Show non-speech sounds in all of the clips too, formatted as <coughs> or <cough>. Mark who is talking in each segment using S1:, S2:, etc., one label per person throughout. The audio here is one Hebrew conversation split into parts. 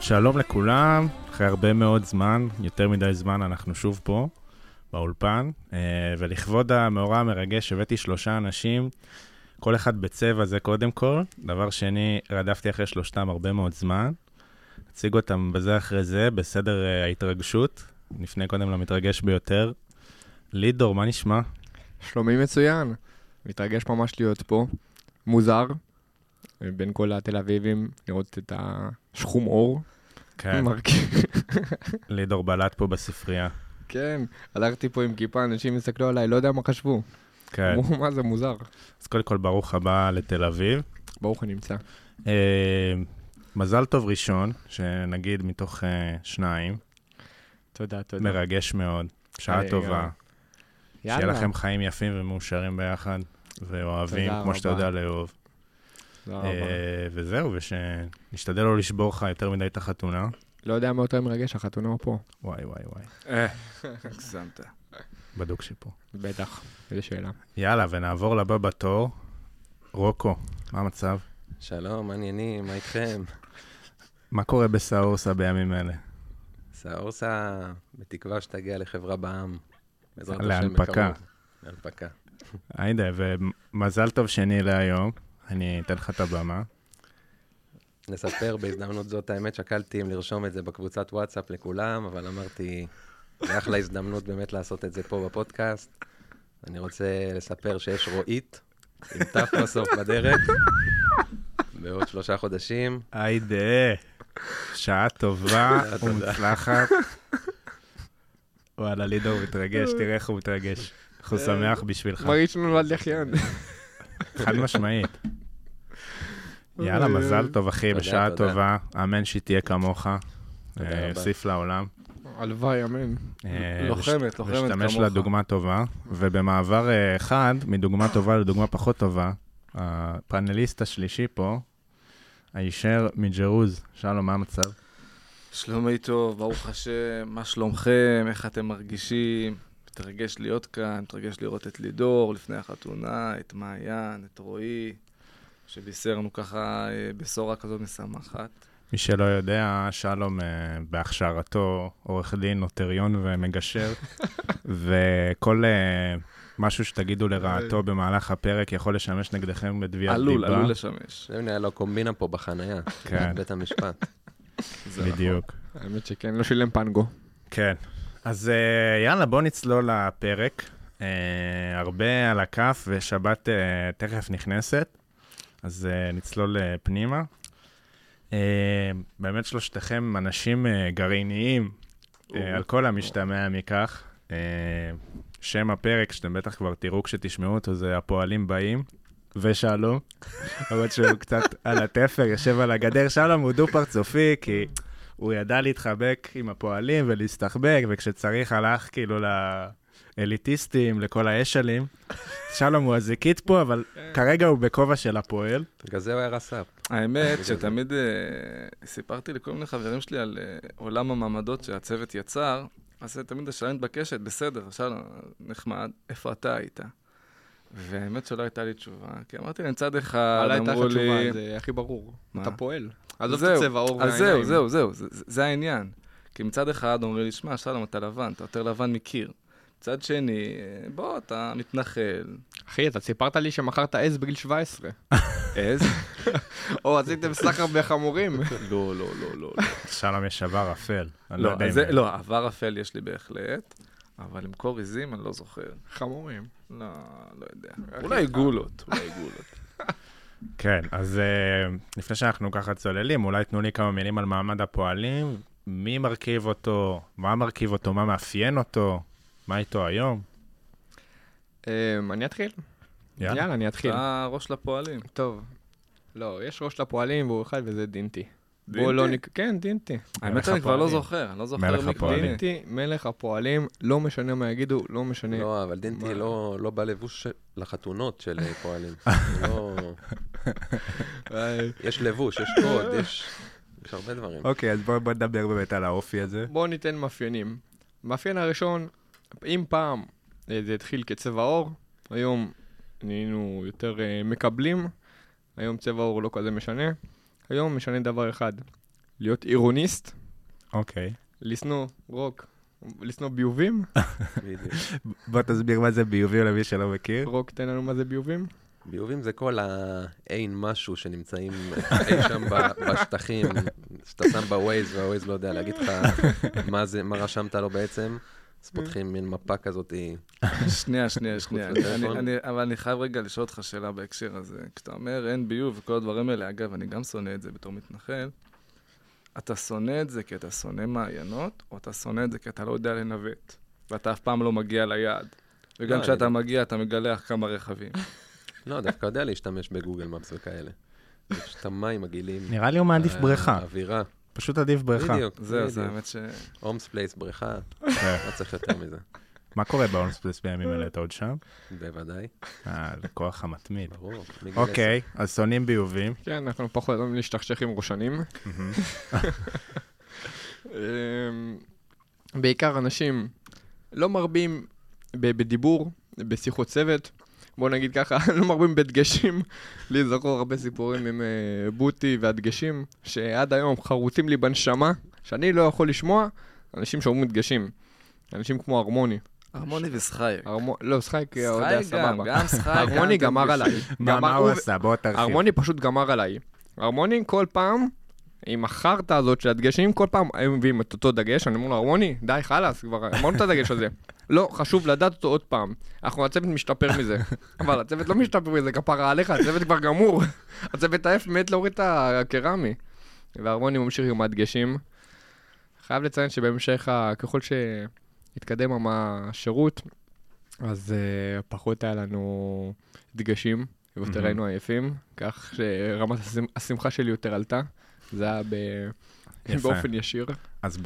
S1: שלום לכולם, אחרי הרבה מאוד זמן, יותר מדי זמן אנחנו שוב פה, באולפן, אה, ולכבוד המאורע המרגש הבאתי שלושה אנשים, כל אחד בצבע זה קודם כל, דבר שני, רדפתי אחרי שלושתם הרבה מאוד זמן, אציג אותם בזה אחרי זה, בסדר אה, ההתרגשות, נפנה קודם למתרגש ביותר. לידור, מה נשמע?
S2: שלומי מצוין, מתרגש ממש להיות פה. מוזר, בין כל התל אביבים, לראות את השחום אור.
S1: כן,
S2: מרגיש-
S1: לידור בלט פה בספרייה.
S2: כן, הלכתי פה עם כיפה, אנשים הסתכלו עליי, לא יודע מה חשבו.
S1: כן,
S2: אמרו, מה זה מוזר.
S1: אז קודם כל ברוך הבא לתל אביב.
S2: ברוך הנמצא.
S1: אה, מזל טוב ראשון, שנגיד מתוך אה, שניים,
S2: תודה, תודה.
S1: מרגש מאוד, שעה
S2: אה,
S1: טובה, שיהיה
S2: יאללה.
S1: לכם חיים יפים ומאושרים ביחד, ואוהבים,
S2: תודה
S1: כמו שאתה
S2: רבה.
S1: יודע לאהוב.
S2: תודה
S1: אה,
S2: רבה.
S1: וזהו, ושנשתדל לא לשבור לך יותר מדי את החתונה.
S2: לא יודע מה יותר מרגש, החתונה הוא פה.
S1: וואי, וואי, וואי,
S3: אה.
S4: הגזמת.
S1: בדוק שפה.
S2: בטח, איזה שאלה.
S1: יאללה, ונעבור לבא בתור, רוקו, מה המצב?
S4: שלום, מה עניינים? מה איתכם?
S1: מה קורה בסאורסה בימים אלה?
S4: סאורסה, בתקווה שתגיע לחברה בעם. בעזרת השם,
S1: להנפקה.
S4: בקרוב. להנפקה.
S1: היידה, ומזל טוב שני להיום, אני אתן לך את הבמה.
S4: נספר בהזדמנות זאת, האמת שקלתי אם לרשום את זה בקבוצת וואטסאפ לכולם, אבל אמרתי, זה אחלה הזדמנות באמת לעשות את זה פה בפודקאסט. אני רוצה לספר שיש רועית, עם תף בסוף בדרך, בעוד שלושה חודשים.
S1: היידה, שעה טובה
S4: תודה, תודה.
S1: ומוצלחת. וואלה, לידו הוא מתרגש, תראה איך הוא מתרגש. אנחנו שמח בשבילך,
S2: מרגיש לנו לא נולד לחיין.
S1: חד משמעית. יאללה, מזל טוב, אחי,
S4: תודה,
S1: בשעה
S4: תודה.
S1: טובה. אמן שתהיה כמוך.
S4: תודה
S1: אה,
S4: רבה.
S1: יוסיף לעולם.
S2: הלוואי, אמן.
S1: אה,
S3: לוחמת, לוחמת כמוך.
S1: להשתמש לדוגמה טובה, ובמעבר אה, חד, מדוגמה טובה לדוגמה פחות טובה, הפאנליסט השלישי פה, הישר מג'רוז, שלום, מה המצב?
S3: שלומי טוב, ברוך השם, מה שלומכם, איך אתם מרגישים? מתרגש להיות כאן, מתרגש לראות את לידור לפני החתונה, את מעיין, את רועי, שבישרנו ככה אה, בשורה כזאת משמחת.
S1: מי שלא יודע, שלום אה, בהכשרתו עורך דין, נוטריון
S3: <laughs>
S1: ומגשר, וכל אה, משהו שתגידו לרעתו במהלך הפרק יכול לשמש נגדכם בתביעת
S3: אה. עלול,
S1: דיבה.
S3: עלול לשמש.
S4: עכשיו נהיה לו קומבינה פה בחנייה,
S1: כן.
S4: בית המשפט.
S3: זה נכון.
S1: בדיוק.
S2: האמת שכן, לא שילם פנגו.
S3: אה,
S1: כן. אז אה, יאללה, בואו נצלול לפרק. אה, הרבה על הכף, ושבת אה, תכף נכנסת, אז אה, נצלול אה, פנימה. אה, באמת שלושתכם אנשים אה, גרעיניים, אה, על כל המשתמע מכך. אה, שם הפרק, שאתם בטח כבר תראו כשתשמעו אותו, זה הפועלים באים. ושלום, <laughs> למרות שהוא קצת על התפר, יושב על הגדר. שלום הוא דו-פרצופי, כי הוא ידע להתחבק עם הפועלים ולהסתחבק, וכשצריך הלך כאילו לאליטיסטים, לכל האשלים. <laughs> שלום הוא הזיקית פה, אבל כרגע הוא בכובע של הפועל.
S4: בגלל זה הוא היה רס"פ.
S3: נכון. האמת
S4: בגלל זה.
S3: שתמיד אה, סיפרתי לכל מיני חברים שלי על אה, עולם המעמדות שהצוות יצר, אז תמיד השאלה מתבקשת, בסדר, עכשיו נחמד, איפה אתה היית? והאמת שלא הייתה לי תשובה, כי אמרתי להם צד אחד,
S2: עלה הייתה לך
S3: אמרו לי...
S2: תשובה, זה הכי ברור.
S3: מה?
S2: אתה פועל. עזוב את
S3: זהו,
S2: הצבע, העור
S3: אז
S2: והעיניים.
S3: זהו, זהו, זהו, זה- זה- זה העניין. כי מצד אחד אומרים לי, שמע, שלום, אתה לבן, אתה יותר לבן מקיר. מצד שני, אה, בוא, אתה מתנחל.
S2: אחי, אתה סיפרת לי שמכרת עז בגיל 17.
S3: עז?
S2: או, עשיתם סחר בחמורים.
S3: <laughs> לא, לא, לא, לא.
S1: שלום יש עבר אפל. אני
S3: לא,
S1: יודע
S3: אז
S1: אם-
S3: זה, לא, עבר אפל יש לי בהחלט, אבל למכור עיזים אני לא זוכר.
S2: <laughs> חמורים.
S3: לא, לא יודע. אולי גולות, אולי גולות.
S1: כן, אז אה, לפני שאנחנו ככה צוללים, אולי תנו לי כמה מילים על מעמד הפועלים. מי מרכיב אותו? מה מרכיב אותו? מה מאפיין אותו? מה איתו היום?
S2: אמ, אני אתחיל?
S1: יאללה.
S2: יאללה, אני אתחיל.
S3: אתה ראש לפועלים.
S2: טוב. אה, לא, יש ראש לפועלים והוא אחד וזה דינטי. בוא
S3: דינטי?
S2: לא נק... כן, דינטי.
S3: האמת שאני כבר לא זוכר, אני לא זוכר
S1: מלך
S3: מי
S1: הפועלים.
S3: קוראים.
S2: דינטי, מלך הפועלים, לא משנה מה יגידו, לא משנה.
S4: לא, אבל דינטי
S2: מה?
S4: לא, לא בא לבוש של- לחתונות של אה, פועלים. <laughs> הוא לא... יש לבוש, יש קוד, יש, יש הרבה דברים.
S1: אוקיי, אז בואו נדבר באמת על האופי הזה.
S2: בואו ניתן מאפיינים. מאפיין הראשון, אם פעם אה, זה התחיל כצבע עור, היום נהיינו יותר אה, מקבלים, היום צבע עור לא כזה משנה, היום משנה דבר אחד, להיות עירוניסט,
S1: אוקיי.
S2: לשנוא רוק, לשנוא ביובים.
S1: אוקיי.
S4: בדיוק.
S1: בוא תסביר מה זה ביובים למי שלא מכיר.
S2: רוק, תן לנו מה זה ביובים.
S4: ביובים זה כל האין משהו שנמצאים אי שם ב- בשטחים, שאתה שם בווייז והווייז לא יודע להגיד לך מה זה, מה רשמת לו בעצם. אז פותחים מין מפה כזאת,
S3: שנייה, שנייה, שנייה.
S4: מחוץ
S3: אני-
S4: לטלפון.
S3: אני- אבל אני חייב רגע לשאול אותך שאלה בהקשר הזה. כשאתה אומר אין ביוב וכל הדברים האלה, אגב, אני גם שונא את זה בתור מתנחל, אתה שונא את זה כי אתה שונא מעיינות, או אתה שונא את זה כי אתה לא יודע לנווט, ואתה אף פעם לא מגיע ליעד.
S4: לא,
S3: וגם
S4: אני
S3: כשאתה
S4: גם-
S3: מגיע, אתה מגלח כמה רכבים.
S4: לא, דווקא יודע להשתמש בגוגל מפס וכאלה. יש את המים הגעילים.
S1: נראה לי הוא
S4: אה,
S1: מעדיף בריכה,
S4: אווירה.
S1: פשוט עדיף בריכה.
S4: בדיוק,
S3: זהו, זה
S4: בדיוק.
S3: האמת ש...
S4: הומס פלייס, בריכה,
S1: כן.
S4: לא צריך יותר מזה.
S1: מה קורה באונספלס בימים האלה? אתה עוד שם? אה,
S4: בוודאי,
S1: הלקוח המתמיד.
S4: ברור. מגיל
S1: אוקיי, אז שונאים ביובים.
S2: כן, אנחנו פחות אוהבים להשתכשך עם ראשנים. אמ, בעיקר אנשים לא מרבים ב- בדיבור, בשיחות צוות. בוא נגיד ככה, <laughs> לא מרבים בדגשים. לי זכור הרבה סיפורים עם אה, בוטי והדגשים, שעד היום חרוצים לי בנשמה, שאני לא יכול לשמוע, אנשים שאומרים דגשים. אנשים כמו הרמוני.
S3: הרמוני וסחייק.
S2: הרמו- לא, שחייק, אה, עוד היה
S3: סחייק גם,
S2: סבבה.
S3: גם
S2: <laughs>
S3: סחייק. גם
S2: הרמוני
S3: אתם
S2: גמר
S3: בפנים.
S2: עליי.
S1: מה
S2: גמר-
S1: מה הוא
S2: הוא-
S1: עשה? בוא תרחיב.
S2: הרמוני פשוט גמר עליי. הרמוני כל פעם, עם החרטא הזאת של הדגשים, כל פעם היו מביאים את אותו דגש, אני אומר לו, הרמוני, די, חלאס, כבר אמרנו את הדגש הזה. <laughs> לא, חשוב לדעת אותו עוד פעם. אנחנו, הצוות משתפר מזה. אבל הצוות לא משתפר מזה, כפרה עליך, הצוות כבר גמור. הצוות העף מת להוריד את הקרמי. והרמוני ממשיך עם הדגשים. חייב לציין שבהמשך, ה- ככל שהתקדם עם השירות, אז uh, פחות היה לנו דגשים, ויותר
S1: מהמם.
S2: היינו עייפים, כך שרמת השמ- השמחה שלי יותר עלתה. זה היה ב...
S1: יפה.
S2: באופן ישיר.
S1: אז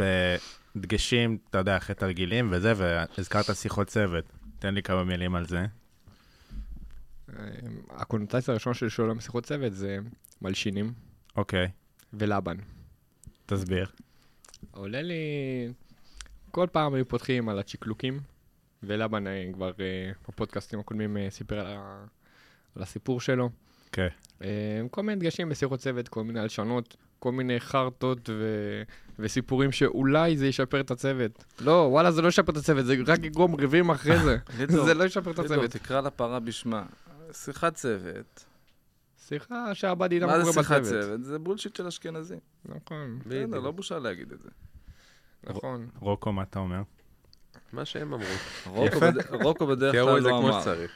S1: בדגשים, אתה יודע, אחרי תרגילים וזה, והזכרת שיחות צוות. תן לי כמה מילים על זה.
S2: אה, הקונוטציה הראשונה של שעולם שיחות צוות זה מלשינים
S1: אוקיי,
S2: ולבן.
S1: תסביר.
S2: עולה לי... כל פעם היו פותחים על הצ'יקלוקים, ולבן אה, כבר אה, בפודקאסטים הקודמים אה, סיפר על, ה... על הסיפור שלו.
S1: כן.
S2: אה, כל מיני דגשים בשיחות צוות, כל מיני הלשנות, כל מיני חרטות ו... וסיפורים שאולי זה ישפר את הצוות. לא, וואלה, זה לא ישפר את הצוות, זה רק יגרום ריבים אחרי
S3: <laughs>
S2: זה.
S3: לידור,
S2: זה לא ישפר את
S3: לידור,
S2: הצוות.
S3: תקרא לפרה בשמה. שיחת צוות.
S2: שיחה שהבדי לא
S3: מה
S2: מורה
S3: זה שיחת
S2: בצוות.
S3: צוות? זה בולשיט של אשכנזים.
S2: נכון,
S4: בדיוק.
S3: בסדר, לא בושה להגיד את זה.
S2: נכון.
S1: רוקו, מה אתה אומר?
S4: מה שהם אמרו.
S3: רוקו
S1: יפה.
S3: בד- רוקו בדרך כלל
S4: תיארו את זה
S3: לא
S4: כמו
S3: אמר. <laughs>
S4: שצריך.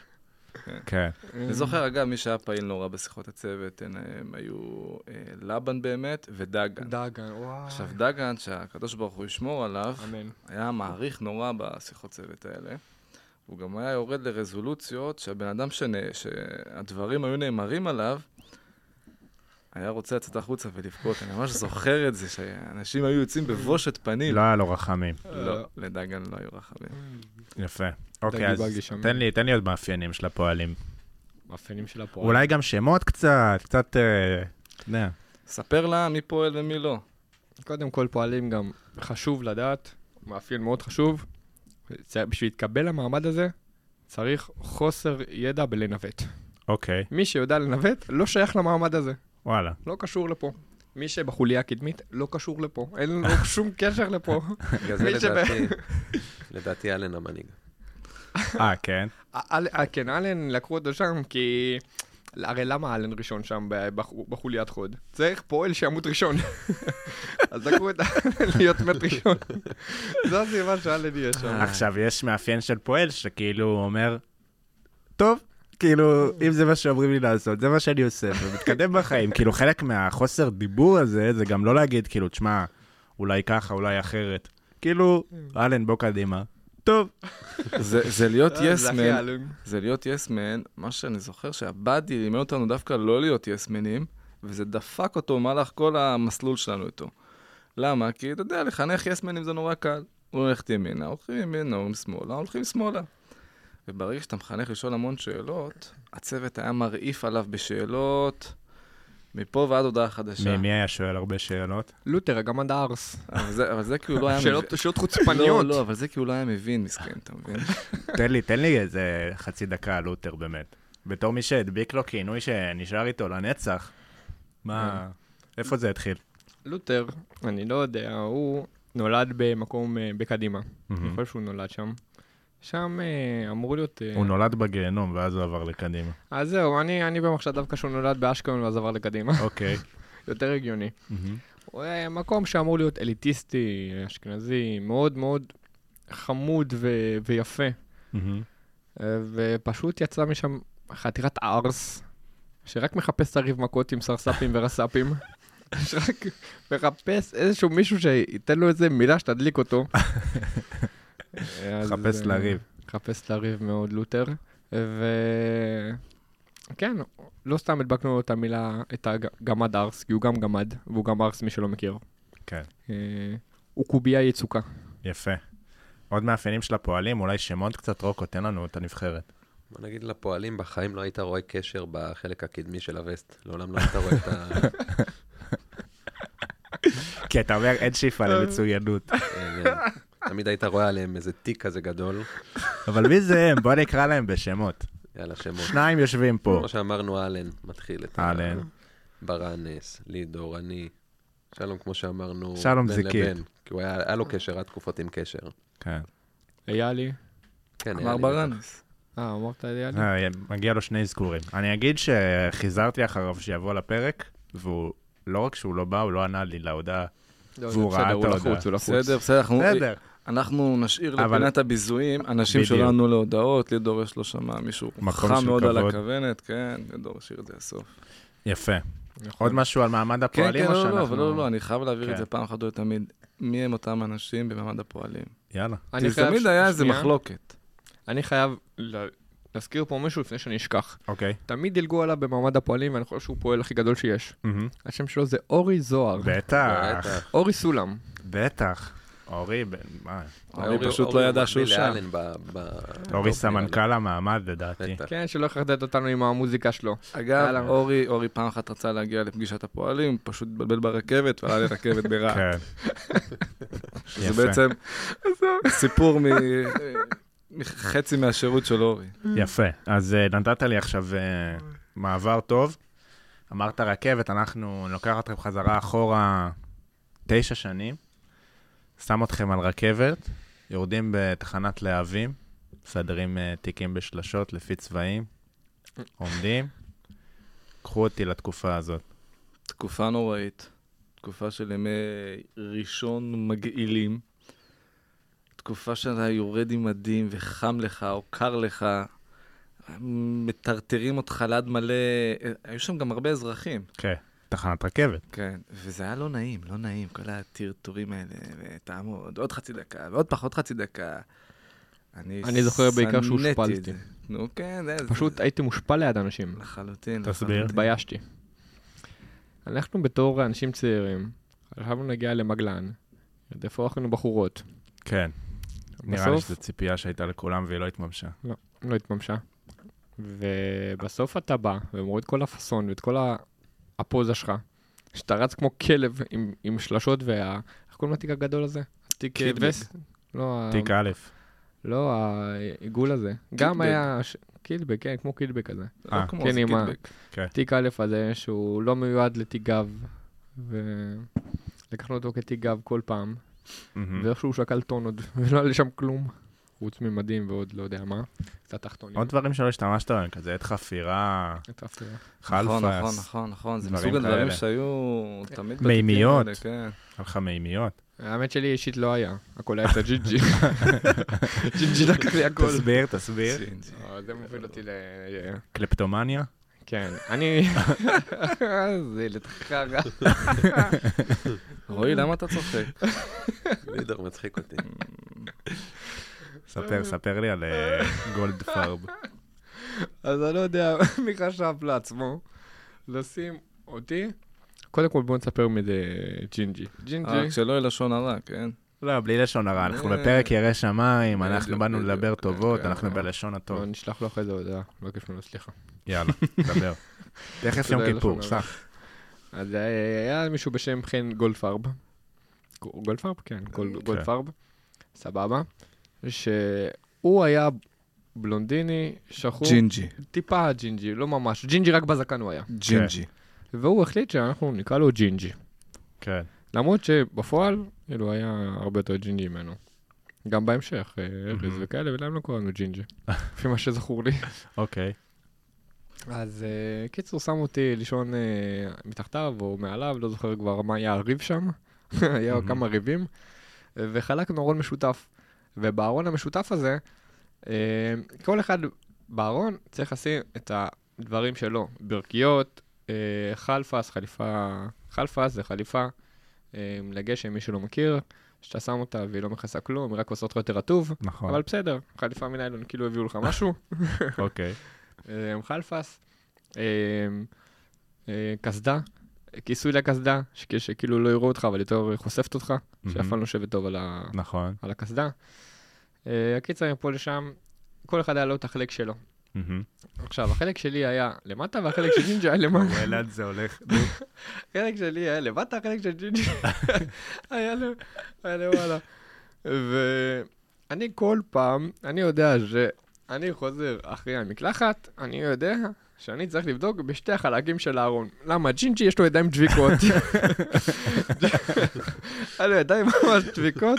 S1: כן.
S3: אני זוכר, אגב, מי שהיה פעיל נורא בשיחות הצוות, הן, הם היו אה, לבן באמת ודגן.
S2: דגן, וואו.
S3: עכשיו, דגן, שהקדוש ברוך הוא ישמור עליו,
S2: אמן.
S3: היה מעריך נורא בשיחות צוות האלה. הוא גם היה יורד לרזולוציות שהבן אדם שנה, שהדברים היו נאמרים עליו, היה רוצה לצאת החוצה ולבכות. אני ממש זוכר את זה, שאנשים היו יוצאים בבושת פנים.
S1: לא היה לו רחמים.
S3: לא, לדגן לא היו רחמים.
S1: יפה. אוקיי, אז
S2: בגי שם.
S1: תן לי, תן לי עוד מאפיינים של הפועלים.
S2: מאפיינים של הפועל.
S1: אולי גם שמות קצת, קצת... אה, אתה יודע.
S3: ספר לה מי פועל ומי לא.
S2: קודם כל פועלים גם חשוב לדעת, מאפיין מאוד חשוב, צ- בשביל להתקבל למעמד הזה צריך חוסר ידע בלנווט.
S1: אוקיי,
S2: מי שיודע לנווט לא שייך למעמד הזה,
S1: וואלה.
S2: לא קשור לפה. מי שבחוליה הקדמית לא קשור לפה, אין לו שום קשר לפה.
S4: בגלל זה
S2: מי שב-
S4: לדעתי, לדעתי אלן המנהיג.
S1: אה, כן.
S2: אל- אה, כן, אלן לקחו אותו שם כי... הרי למה אלן ראשון שם ב- בחו- בחוליית חוד? צריך פועל שימות ראשון. <laughs> אז לקחו את <laughs> אלן להיות מת ראשון. זו הסיבה שאלן יהיה שם.
S1: עכשיו, יש מאפיין של פועל שכאילו הוא אומר, טוב, כאילו, אם זה מה שאומרים לי לעשות, זה מה שאני עושה, ומתקדם בחיים. כאילו, חלק מהחוסר דיבור הזה, זה גם לא להגיד, כאילו, תשמע, אולי ככה, אולי אחרת. כאילו, אלן, בוא קדימה. טוב.
S3: זה זה להיות
S2: אה, זה הכי
S3: יסמן,
S2: אלן.
S3: זה להיות יסמן, מה שאני זוכר שהבאדי לימד אותנו דווקא לא להיות יסמנים, וזה דפק אותו במהלך כל המסלול שלנו איתו. למה? כי אתה יודע, לחנך יסמנים זה נורא קל. הוא הולך ימינה, הולכים ימינה, הולכים שמאלה, הולכים שמאלה. וברגע שאתה מחנך לשאול המון שאלות, הצוות היה מרעיף עליו בשאלות, מפה ועד הודעה חדשה.
S1: מי מי היה שואל הרבה שאלות?
S2: לותר, הגמד הארס.
S3: אבל זה- אבל זה כי הוא לא היה מבין.
S2: שאלות שאלות
S3: לא,
S2: חוצפניות.
S3: לא, אבל זה כי הוא לא היה מבין, מסכן, אתה מבין?
S1: תן לי, תן לי איזה חצי דקה על לותר, באמת. בתור מי שהדביק לו כינוי שנשאר איתו לנצח, מה... איפה זה התחיל?
S2: לותר, אני לא יודע, הוא נולד במקום, אה, בקדימה. אני חושב שהוא נולד שם. שם אה, אמור להיות... אה,
S1: הוא נולד בגיהנום, ואז הוא עבר לקדימה.
S2: אז זהו, אני אני במחשב דווקא שהוא נולד באשקלון ואז עבר לקדימה. <laughs>
S1: אוקיי.
S2: יותר הגיוני. הוא היה מקום שאמור להיות אליטיסטי, אשכנזי, מאוד מאוד חמוד ו- ויפה.
S1: מהמם.
S2: אה, ופשוט יצא משם חתיכת ערס, שרק מחפש את הריב מכות עם סרספים
S1: <laughs>
S2: ורספים. שרק מחפש איזשהו מישהו שייתן לו איזה מילה שתדליק אותו. אז,
S1: <laughs> חפש
S2: אה,
S1: לריב.
S2: מחפש לריב מאוד לותר. ו... כן, לא סתם הדבקנו לו את המילה, את הגמד ארס, כי הוא גם גמד, והוא גם ארס, מי שלא מכיר.
S1: כן.
S2: אה, הוא קובייה יצוקה.
S1: יפה. עוד מאפיינים של הפועלים, אולי שמות קצת רוקו, תן לנו את הנבחרת.
S4: בוא נגיד לפועלים, בחיים לא היית רואה קשר בחלק הקדמי של הווסט. לעולם לא היית רואה את ה...
S3: <laughs>
S1: כי אתה אומר, אין שאיפה למצוינות.
S4: אין, אין. אה, תמיד היית רואה עליהם איזה תיק כזה גדול.
S1: אבל מי זה הם? בוא נקרא להם בשמות.
S4: יאללה, שמות.
S1: שניים יושבים פה.
S4: כמו שאמרנו, אלן מתחיל את ה-
S1: אהלן.
S4: ברנס, לידור, אני. שלום, כמו שאמרנו,
S1: שלום
S4: בין
S1: זיקית.
S4: לבין. כי הוא היה, היה לו קשר, היה תקופות עם קשר.
S1: כן.
S2: היה לי.
S4: כן, היה
S3: אמר
S4: לי
S3: ברנס.
S2: אה, אמרת היה לי?
S1: אה, מגיע לו שני אזכורים. אני אגיד שחיזרתי אחריו שיבוא לפרק, והוא, לא רק שהוא לא בא, הוא לא ענה לי להודעה.
S2: לא,
S1: והוא
S2: זה בסדר,
S1: ראה את
S2: הוא לחוץ,
S1: ההודעה.
S2: הוא לחוץ.
S3: בסדר, בסדר. אנחנו-
S1: בסדר.
S3: אנחנו נשאיר
S1: אבל-
S3: לפינת הביזויים אנשים שלא
S1: בדיוק.
S3: ענו להודעות, לידור יש לו שם מישהו
S1: מקום
S3: חכם
S1: של
S3: מאוד על
S1: כבוד.
S3: הכוונת, כן, לידור השאיר את זה לסוף.
S1: יפה.
S2: נכון.
S1: עוד משהו על מעמד
S3: כן,
S1: הפועלים
S3: כן,
S1: או
S3: לא,
S1: שאנחנו...
S3: לא, אבל לא, לא, אני חייב להבהיר את
S1: כן.
S3: זה פעם אחת ולתמיד. מי הם אותם אנשים במעמד הפועלים?
S1: יאללה.
S2: אני
S3: כי
S2: חייב ש-
S3: תמיד היה איזה
S2: שנייה,
S3: מחלוקת.
S2: אני חייב ל- להזכיר פה משהו לפני שאני אשכח.
S1: אוקיי.
S2: תמיד דילגו עליו במעמד הפועלים, ואני חושב שהוא פועל הכי גדול שיש.
S1: מהמם.
S2: השם שלו זה אורי זוהר.
S1: בטח,
S4: בטח.
S2: אורי סולם.
S1: בטח. אורי, בן- מה?
S3: אני
S4: אורי-
S3: פשוט
S4: אורי
S3: לא ידע שהוא
S4: מקביל
S3: שם.
S4: לאלן ב- ב-
S1: אורי
S4: בטופ, נראה
S1: סמנכ"ל המעמד
S4: לי.
S1: לדעתי. <laughs>
S4: בטח.
S2: כן, שלא יחרדד אותנו עם המוזיקה שלו.
S3: אגב,
S2: אהלן.
S3: אורי, אורי פעם אחת רצה להגיע לפגישת הפועלים, פשוט התבלבל ברכבת ועלה
S1: <laughs>
S3: לרכבת ברהט.
S1: כן.
S3: שזה
S1: יפה.
S2: <laughs>
S3: בעצם סיפור מ- מחצי מהשירות של אורי.
S1: יפה, אז אה, נתת לי עכשיו אה, מעבר טוב. אמרת רכבת, אנחנו נוקח אתכם חזרה אחורה תשע שנים, שם אתכם על רכבת, יורדים בתחנת להבים, מסדרים אה, תיקים בשלשות לפי צבעים, עומדים, קחו אותי לתקופה הזאת.
S3: תקופה נוראית, תקופה של ימי ראשון מגעילים, תקופה שאתה יורד עם מדים וחם לך או קר לך, מטרטרים אותך ליד מלא, היו שם גם הרבה אזרחים.
S1: כן, תחנת רכבת.
S3: כן, וזה היה לא נעים, לא נעים, כל הטרטורים האלה, ותעמוד, עוד חצי דקה, ועוד פחות חצי דקה. אני,
S2: אני זוכר בעיקר
S3: שנאתי את
S2: שהושפלתי.
S3: זה. נו כן, זה-
S2: פשוט הייתי מושפל ליד אנשים.
S3: זה- לחלוטין.
S1: תסביר.
S3: לחלוטין.
S2: התביישתי. אנחנו בתור אנשים צעירים, חשבנו נגיע למגלן, לרדפו אחרינו בחורות.
S1: כן, נראה לי
S2: בסוף
S1: שזו ציפייה שהייתה לכולם והיא לא התממשה.
S2: לא התממשה. ובסוף אתה בא, והם רואים את כל הפאסון ואת כל ה- הפוזה שלך, שאתה רץ כמו כלב עם, עם שלשות וה... איך קוראים לתיק הגדול הזה? התיק
S3: קיטבג.
S2: וס? לא, ה-
S1: תיק א',
S2: לא, העיגול הזה. גם היה... ש- קילבק, כן, כמו קילבק כזה.
S3: לא
S1: אה,
S3: כמו,
S2: כן,
S3: זה
S2: עם ה-
S3: קיטבג.
S2: תיק א' הזה, שהוא לא מיועד לתיק גב, ולקחנו אותו כתיק גב כל פעם,
S1: מהמם.
S2: ואיכשהו הוא שקל טונות, <laughs> ולא היה לי שם כלום, חוץ ממדים ועוד לא יודע מה, קצת תחתונים.
S1: עוד דברים שלא השתמשת בהם, כזה עת חפירה,
S2: הטפתי לה.
S1: חלפס.
S3: נכון, נכון, נכון, נכון, זה
S1: דברים
S3: מסוג הדברים
S1: כאלה.
S3: שהיו תמיד... בתיקים
S1: מימיות.
S3: האלה, כן.
S1: היה לך מימיות.
S2: האמת שלי אישית לא היה, הכל היה אצל <laughs> ג'ינג'י. ג'ינג'י לקח לי הכל.
S1: תסביר,
S2: <laughs>
S1: תסביר.
S2: אה, זה מוביל אותי ל...
S1: קלפטומניה?
S2: כן, <laughs> אני... זה ילד חרא.
S3: רועי, למה אתה צוחק?
S4: לידור מצחיק
S1: <laughs>
S4: אותי.
S1: לא, ספר, ספר לי על אה,
S2: <laughs>
S1: גולדפרב.
S2: אז אני לא יודע מי חשב לעצמו לשים אותי. אה, קודם כל בוא נספר מי זה ג'ינג'י. <laughs> ג'ינג'י,
S3: רק שלא יהיה לשון הרע, כן?
S1: לא, בלי לשון הרע, אנחנו
S2: אה.
S1: בפרק ירא שמיים, אנחנו
S3: בדיוק,
S1: באנו
S3: בדיוק.
S1: לדבר טובות,
S2: כן,
S1: אנחנו
S2: כן.
S1: בלשון
S2: לא,
S1: הטוב.
S2: נשלח לו אחרי זה הודעה, נבקש ממנו סליחה.
S1: יאללה,
S2: <laughs>
S1: דבר. תכף
S2: תודה
S1: יום
S2: לשון
S1: כיפור,
S2: הרע.
S1: סך.
S2: אז אה, היה מישהו בשם חן גולדפרב. גו- גולדפרב? כן, גול-
S1: כן.
S2: גולדפרב. סבבה. שהוא היה בלונדיני, שחור,
S3: ג'ינג'י.
S1: כן.
S2: טיפה ג'ינג'י, לא ממש. ג'ינג'י רק בזקן הוא היה.
S3: ג'ינג'י.
S2: והוא החליט שאנחנו נקרא לו ג'ינג'י.
S1: כן.
S2: למרות שבפועל, כאילו, היה הרבה יותר ג'ינג'י ממנו. גם בהמשך, אה, ארז וכאלה, ולהם לא קראנו ג'ינג'י, לפי מה שזכור לי.
S1: אוקיי.
S2: אז אה, קיצור, שם אותי לישון אה, מתחתיו או מעליו, לא זוכר כבר מה היה הריב שם, <laughs> היה
S1: מהמם.
S2: כמה ריבים, אה, וחלקנו ארון משותף. ובארון המשותף הזה, אה, כל אחד בארון צריך לשים את הדברים שלו, ברכיות, אה, חלפס, חליפה, חלפס זה חליפה אה, לגשם, מי שלא מכיר, שאתה שם אותה והיא לא מכסה כלום, היא רק עושה אותך יותר רטוב,
S1: נכון,
S2: אבל בסדר, חליפה מניילון, כאילו הביאו לך משהו. <laughs>
S1: אוקיי.
S2: אה, חלפס, אה, אה, קסדה, כיסוי לקסדה, שכ- שכאילו לא יראו אותך, אבל יותר חושפת אותך, שאף פעם לא יושבת טוב על ה-
S1: נכון.
S2: על הקסדה. אה, הקיצר, מפה לשם, כל אחד היה לו את החלק שלו.
S1: מהמם.
S2: עכשיו, החלק שלי היה למטה, והחלק של ג'ינג'ה היה למעלה.
S1: וואו, אלעד זה
S2: <laughs>
S1: הולך.
S2: החלק שלי היה למטה, החלק של ג'ינג'י היה ל- היה למעלה. ואני כל פעם, אני יודע שאני חוזר אחרי המקלחת, אני יודע שאני צריך לבדוק בשתי החלקים של הארון. למה? ג'ינג'י יש לו ידיים דביקות. <laughs> היה לו ידיים ממש דביקות.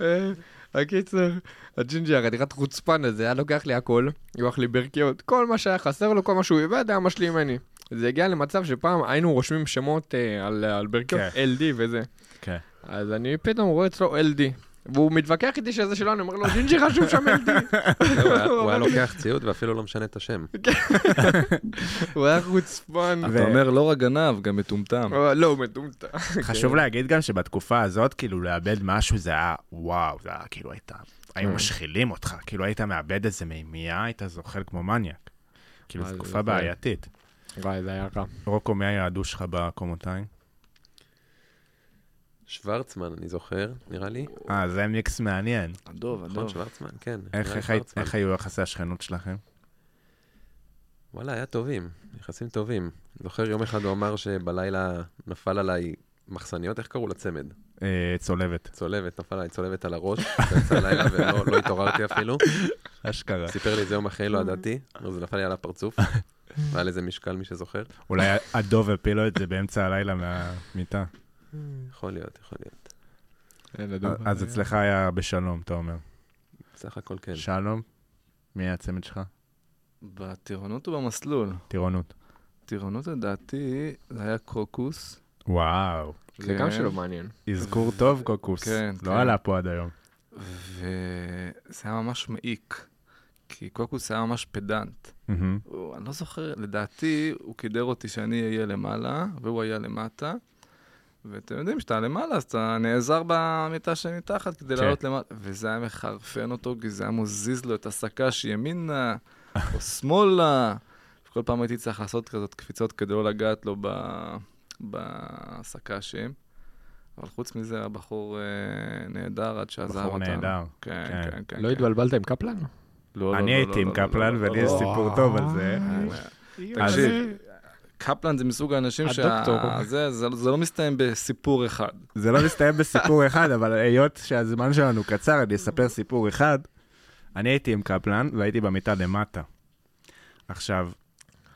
S2: אה, הקיצר, הג'ינג'י החתיכת חוצפן הזה, היה לוקח לי הכל, לוקח לי ברכיות, כל מה שהיה חסר לו, כל מה שהוא איבד, היה משלים ממני. זה הגיע למצב שפעם היינו רושמים שמות אה, על, על ברכיות,
S1: כן.
S2: LD וזה.
S1: כן.
S2: אז אני פתאום רואה אצלו LD. והוא מתווכח איתי שזה שלו, אני אומר לו, ג'ינג'י חשוב שם LD.
S4: לא, הוא היה- הוא היה לוקח ציוד ואפילו לא משנה את השם.
S2: הוא היה חוצפן.
S3: אתה אומר לא רק גנב, גם מטומטם.
S2: אבל לא, הוא מטומטם.
S1: <laughs> חשוב להגיד גם שבתקופה הזאת, כאילו, לאבד משהו זה היה, וואו, זה היה כאילו הייתה, היו משחילים אותך, כאילו היית מאבד איזה מימייה, היית זוחל כמו מניאק. כאילו,
S2: מה
S1: זו
S2: זה
S1: תקופה
S2: זוכר?
S1: בעייתית.
S2: וואי, זה היה רע.
S1: רוקו, מי היה הדוש שלך בקומותיים?
S4: שוורצמן, אני זוכר, נראה לי.
S1: אה, זה מיקס מעניין.
S3: הדוב,
S4: נכון,
S3: הדוב.
S4: שוורצמן, כן.
S1: איך-
S4: נראה לי
S1: איך היית-
S4: שוורצמן.
S1: איך היו יחסי השכנות שלכם?
S4: וואלה, היה טובים, יחסים טובים. זוכר יום אחד הוא אמר שבלילה נפל עליי מחסניות, איך קראו לצמד?
S1: אה, צולבת.
S4: צולבת, נפל עליי צולבת על הראש, <laughs> באמצע הלילה ולא לא התעוררתי
S1: <laughs>
S4: אפילו.
S1: אשכרה.
S4: סיפר לי את זה יום אחרי, לא ידעתי, אז זה נפל לי על
S1: <laughs>
S4: הפרצוף. והיה לזה משקל, מי שזוכר.
S1: אולי הדוב הפילו את זה באמצע הלילה <laughs> מהמיטה.
S4: יכול להיות, יכול להיות.
S1: אז אצלך היה בשלום, אתה אומר.
S4: בסך הכל כן.
S1: שלום? מי היה הצמד שלך?
S3: בטירונות ובמסלול.
S1: טירונות.
S3: טירונות לדעתי, זה היה קוקוס.
S1: וואו.
S2: זה גם שלא מעניין.
S1: אזכור טוב, קוקוס.
S3: כן,
S1: לא
S3: כן.
S1: עלה פה עד היום.
S3: וזה היה ממש מעיק. כי קוקוס היה ממש פדנט.
S1: מהמם.
S3: הוא, אני לא זוכר, לדעתי, הוא קידר אותי שאני אהיה למעלה, והוא היה למטה. ואתם יודעים, כשאתה למעלה, אז אתה נעזר במיטה שמתחת כדי
S1: כן.
S3: לעלות למעלה. וזה היה מחרפן אותו, כי זה היה מוזיז לו את
S1: <laughs>
S3: הסק"ש ימינה או שמאלה. כל פעם הייתי צריך לעשות כזאת קפיצות כדי לא לגעת לו ב- בסק"שים. אבל חוץ מזה, היה בחור אה, נהדר עד שעזב אותנו.
S1: בחור נהדר.
S3: כן,
S1: כן.
S3: כן, כן.
S2: לא
S3: כן.
S2: התבלבלת עם קפלן?
S3: לא, לא,
S1: אני
S3: לא,
S1: הייתי
S3: לא,
S1: עם
S3: לא,
S1: קפלן,
S3: לא,
S1: ולי
S3: לא,
S1: יש
S3: לא.
S1: סיפור טוב על זה.
S3: אז-
S2: תקשיב.
S3: קפלן זה מסוג האנשים שה...
S2: הדוקטור.
S3: זה, זה, זה לא מסתיים בסיפור אחד.
S1: זה לא מסתיים בסיפור אחד, אבל היות שהזמן שלנו קצר, אני אספר סיפור אחד. אני הייתי עם קפלן והייתי במיטה למטה. עכשיו,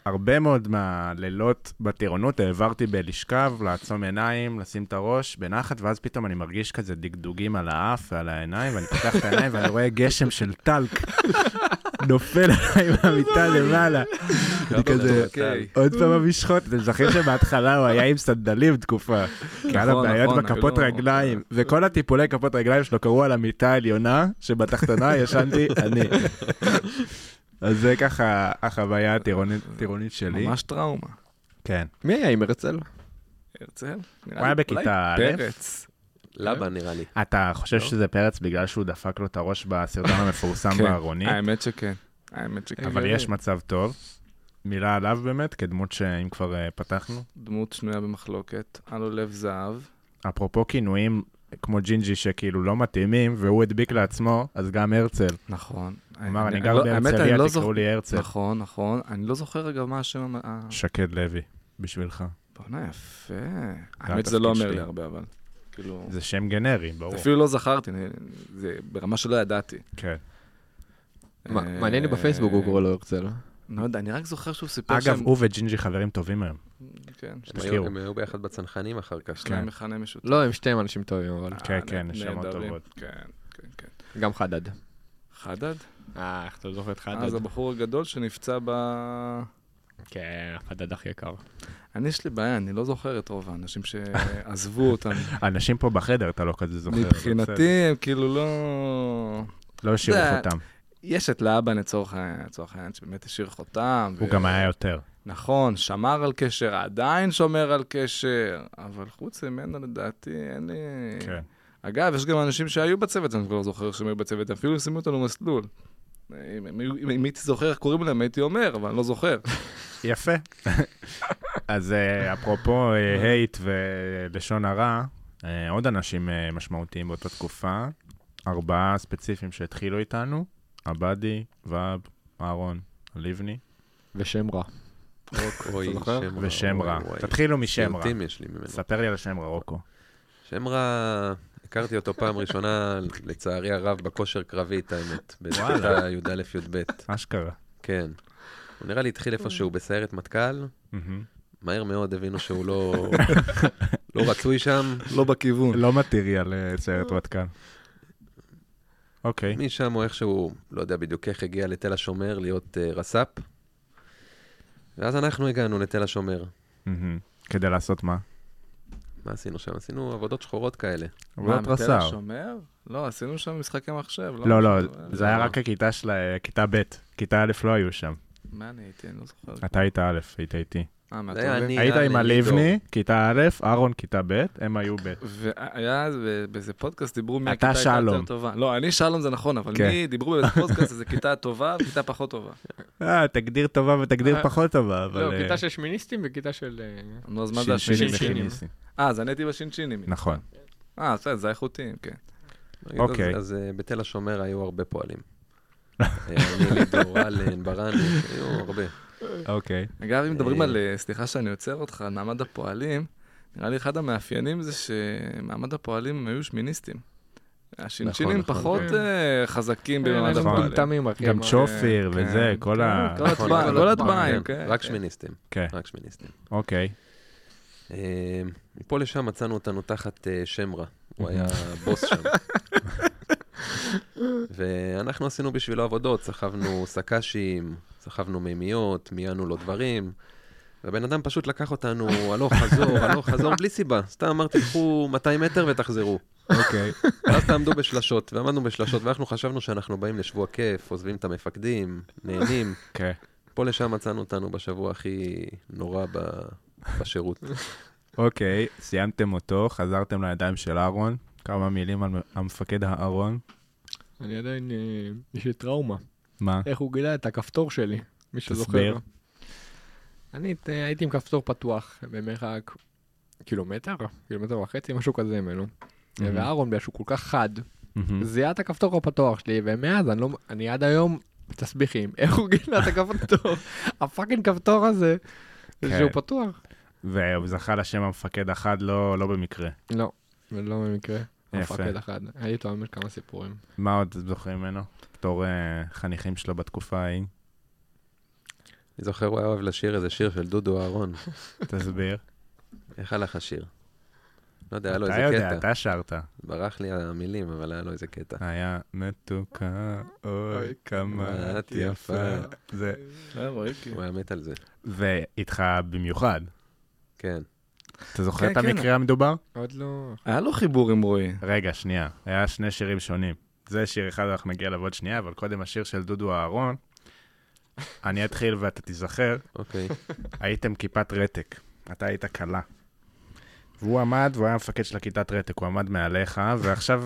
S1: הרבה מאוד מהלילות בטירונות העברתי בלשכב, לעצום עיניים, לשים את הראש בנחת, ואז פתאום אני מרגיש כזה דגדוגים על האף ועל העיניים, ואני פותח את העיניים ואני רואה גשם של טלק נופל עליי מהמיטה למעלה. אני כזה,
S3: אוקיי.
S1: עוד פעם המשחות, אתם זוכרים שבהתחלה הוא היה עם סנדלים תקופה. כי היה לו
S3: נכון,
S1: בעיות
S3: נכון,
S1: בכפות
S3: היו לו-
S1: רגליים, וכל הטיפולי כפות רגליים שלו קרו על המיטה העליונה,
S3: <laughs>
S1: שבתחתונה ישנתי אני. אז זה ככה החוויה הטירונית טירונית שלי.
S3: ממש טראומה.
S1: כן.
S2: מי היה עם הרצל?
S3: הרצל? נראה
S1: הוא היה
S3: לי-
S1: בכיתה
S3: אולי
S1: א'.
S3: פרץ.
S4: לבה נראה לי.
S1: אתה חושב שזה פרץ בגלל שהוא דפק לו את הראש
S3: <laughs>
S1: בסרטון המפורסם
S3: לא. כן,
S1: בארונית?
S3: האמת שכן. האמת שכן.
S1: אבל יש מצב טוב. מילה עליו באמת, כדמות שאם כבר אה, פתחנו.
S3: דמות שנויה במחלוקת, היה לו לב זהב.
S1: אפרופו כינויים כמו ג'ינג'י שכאילו לא מתאימים, והוא הדביק לעצמו, אז גם הרצל.
S3: נכון.
S1: אמר, אני
S3: אני
S1: גר
S3: לא- האמת, אני
S1: בהרצליה,
S3: לא
S1: תקראו
S3: זוכ-
S1: לי הרצל.
S3: נכון, נכון. אני לא זוכר אגב מה השם... המ- ה-
S1: שקד לוי, בשבילך.
S3: בואנה, יפה. האמת שזה
S1: התפקיד
S3: לא אומר
S1: שלי.
S3: לי הרבה, אבל. כאילו...
S1: זה שם גנרי, ברור.
S3: אפילו לא זכרתי, אני- זה ברמה שלא ידעתי.
S1: כן.
S3: אה,
S2: מעניין אם בפייסבוק הוא קורא לו הרצל.
S3: לא יודע, אני רק זוכר שהוא סיפר
S1: אגב, הוא וג'ינג'י חברים טובים היום.
S3: כן,
S4: הם היו-
S1: תזכירו.
S4: הם היו ביחד בצנחנים אחר כך.
S3: יש להם מכנה משותף.
S2: לא, הם שתיהם אנשים טובים, אבל
S1: כן,
S3: אה,
S1: כן, נשמות
S3: נהדרים.
S1: טובות.
S3: כן, כן, כן.
S2: גם חדד.
S3: חדד?
S2: אה, איך אתה זוכר את
S3: אז
S2: חדד?
S3: הבחור הגדול שנפצע ב...
S2: כן, חדד הכי יקר.
S3: אני, יש לי בעיה, אני לא זוכר את רוב האנשים
S1: <laughs>
S3: שעזבו אותם.
S1: אנשים פה בחדר, אתה לא כזה זוכר. אוקיי, אבל בסדר.
S3: מבחינתי, הם כאילו לא...
S1: לא השאירו
S3: זה-
S1: חותם,
S3: יש את לאבן לצורך ה- לצורך העניין, שבאמת השאיר חותם. ו-
S1: הוא גם היה יותר.
S3: נכון, שמר על קשר, עדיין שומר על קשר, אבל חוץ ממנו, לדעתי, אין לי...
S1: כן.
S3: אגב, יש גם אנשים שהיו בצוות, אני כבר לא זוכר שהם היו בצוות, אפילו שימו אותנו מסלול. אם- אם אם- אם הייתי זוכר איך קוראים להם, הייתי אומר, אבל אני לא זוכר.
S1: יפה. אז אה, אפרופו אה, הייט ולשון הרע, אה, עוד אנשים אה, משמעותיים באותה תקופה, ארבעה ספציפיים שהתחילו איתנו, עבדי, ואב, אהרון, לבני,
S2: ושם רע.
S4: אוי,
S2: אתה זוכר?
S4: שם רע.
S1: ושם
S4: אוי,
S1: רע.
S4: אוי.
S1: תתחילו משם רע.
S4: סיוטים יש לי ממנו.
S1: ספר לי על השם רע, רוקו.
S4: שם רע, הכרתי אותו פעם ראשונה, לצערי הרב, בכושר קרבית, האמת. בכיתה י"א-י"ב,
S1: אשכרה.
S4: כן. הוא נראה לי התחיל איפשהו בסיירת מטכ"ל,
S1: מהמם.
S4: מהר מאוד הבינו שהוא לא לא רצוי שם.
S3: לא <laughs>
S1: <laughs>
S3: בכיוון.
S1: לא מטריאל אה, סיירת מטכ"ל. אוקיי.
S4: משם הוא איכשהו, לא יודע בדיוק איך, הגיע לתל השומר להיות אה, רס"פ. ואז אנחנו הגענו לתל השומר.
S1: מהמם. כדי לעשות מה?
S4: מה עשינו שם? עשינו עבודות שחורות כאלה.
S3: מה,
S1: עבודת
S3: מטל
S1: לא רס"ר.
S3: השומר? לא, עשינו שם משחקי מחשב. אה,
S1: לא, לא,
S3: משהו-
S1: זה היה רק הכיתה של... אה, כיתה ב', כיתה א' לא היו שם.
S3: מה אני הייתי? אני לא זוכר.
S1: אתה היית א', היית איתי.
S3: אה, מה,
S4: זה
S3: אתה
S4: היה
S3: אומר?
S4: אני.
S1: היית עם
S4: לידור.
S1: הלבני, כיתה א', אהרון כיתה ב', הם היו ב'.
S3: והיה ב- באיזה פודקאסט דיברו מי
S1: אתה
S3: הכיתה הייתה יותר
S1: שלום.
S3: טובה. לא, אני שלום זה נכון, אבל
S1: כן.
S3: מי דיברו באיזה פודקאסט איזה כיתה טובה וכיתה פחות טובה.
S1: אה, תגדיר טובה ותגדיר
S2: אה,
S1: פחות טובה, אבל...
S2: לא,
S1: אה,
S2: כיתה של שמיניסטים וכיתה של... אה,
S3: נו, אז מה
S1: שינשינים
S3: זה השינשינים?
S2: שינשינים.
S1: וחיניסים.
S3: אה, אז אני הייתי בשינשינים.
S1: נכון.
S3: אה, בסדר, זה האיכותיים, כן.
S4: נגיד, אז-
S1: אוקיי.
S4: אז אה, בתל השומר היו הרבה פועלים. אה, אני, לידור, אלן, ברני, היו הרבה.
S1: אוקיי.
S3: אגב, אם מדברים
S4: אה.
S3: על, אה, סליחה שאני עוצר אותך, על מעמד הפועלים, נראה לי אחד המאפיינים זה שמעמד הפועלים הם היו שמיניסטים. השינשינים
S4: נכון.
S3: פחות
S2: כן.
S3: אה, חזקים
S2: אה,
S3: במעמד
S1: נכון.
S3: הפועלים.
S2: מטומטמים, אחי.
S1: גם
S2: אבל-
S1: צ'ופיר
S3: כן,
S1: וזה,
S3: כן,
S1: כל ה...
S3: כל
S4: נכון,
S3: הטבע- כל
S4: הטבע,
S3: הטבעים,
S4: כן,
S3: כן.
S4: רק
S3: כן.
S4: שמיניסטים,
S1: כן,
S4: רק שמיניסטים.
S1: אוקיי.
S4: אה, מפה לשם מצאנו אותנו תחת אה, שם רע, הוא היה בוס שם. ואנחנו עשינו בשבילו עבודות, סחבנו סק"שים, סחבנו מימיות, מיינו לו דברים. והבן אדם פשוט לקח אותנו הלוך חזור, הלוך חזור, בלי סיבה. סתם אמר, תלכו 200 מטר ותחזרו.
S1: אוקיי.
S4: ואז תעמדו בשלשות, ועמדנו בשלשות, ואנחנו חשבנו שאנחנו באים לשבוע כיף, עוזבים את המפקדים, נהנים.
S1: כן.
S4: פה לשם מצאנו אותנו בשבוע הכי נורא ב- בשירות.
S1: אוקיי, סיימתם אותו, חזרתם לידיים של אהרון. כמה מילים על המפקד האהרון.
S2: אני עדיין... אה, יש לי טראומה.
S4: אה,
S1: מה?
S2: איך הוא גילה את הכפתור שלי, מי שזוכר.
S1: תסביר.
S2: אני את- הייתי עם כפתור פתוח במרחק קילומטר, קילומטר וחצי, משהו כזה ממנו. ואהרון, בגלל שהוא כל כך חד,
S1: מהמם.
S2: זיהה את הכפתור הפתוח שלי, ומאז אני, לא, אני עד היום תסביכים. <laughs> איך הוא גילה את הכפתור? <laughs> הפאקינג כפתור הזה, זה
S1: כן.
S2: שהוא פתוח.
S1: והוא זכה לשם המפקד אחד, לא לא במקרה.
S2: לא, לא במקרה.
S1: יפה.
S2: המפקד אחד. היה לי תואמת כמה סיפורים.
S1: מה עוד זוכרים ממנו? בתור אה, חניכים שלו בתקופה
S4: <laughs>
S1: ההיא.
S4: אני זוכר, הוא היה אוהב לשיר איזה שיר של דודו אהרון.
S1: תסביר.
S4: איך הלך השיר? לא יודע, היה לו
S1: אתה
S4: איזה
S1: יודע,
S4: קטע.
S1: אתה שרת.
S4: ברח לי המילים, אבל היה לו איזה קטע.
S1: היה מתוקה, אוי,
S2: אוי,
S1: כמה
S4: כמה
S1: את
S4: את
S1: יפה.
S4: יפה.
S1: זה...
S3: לא, רואי, כי-
S4: הוא היה מת על זה.
S1: ואיתך במיוחד.
S4: כן.
S1: אתה זוכר
S3: כן,
S1: את
S3: כן.
S1: המקרה המדובר?
S2: עוד לא...
S3: היה לו חיבור עם רועי.
S1: רגע, שנייה. היה שני שירים שונים. זה שיר אחד, אנחנו נגיע אליו עוד שנייה, אבל קודם השיר של דודו אהרון. אני אתחיל ואתה תיזכר.
S4: אוקיי.
S1: הייתם כיפת רתק, אתה היית כלה. והוא עמד, והוא היה המפקד של הכיתת רתק, הוא עמד מעליך, ועכשיו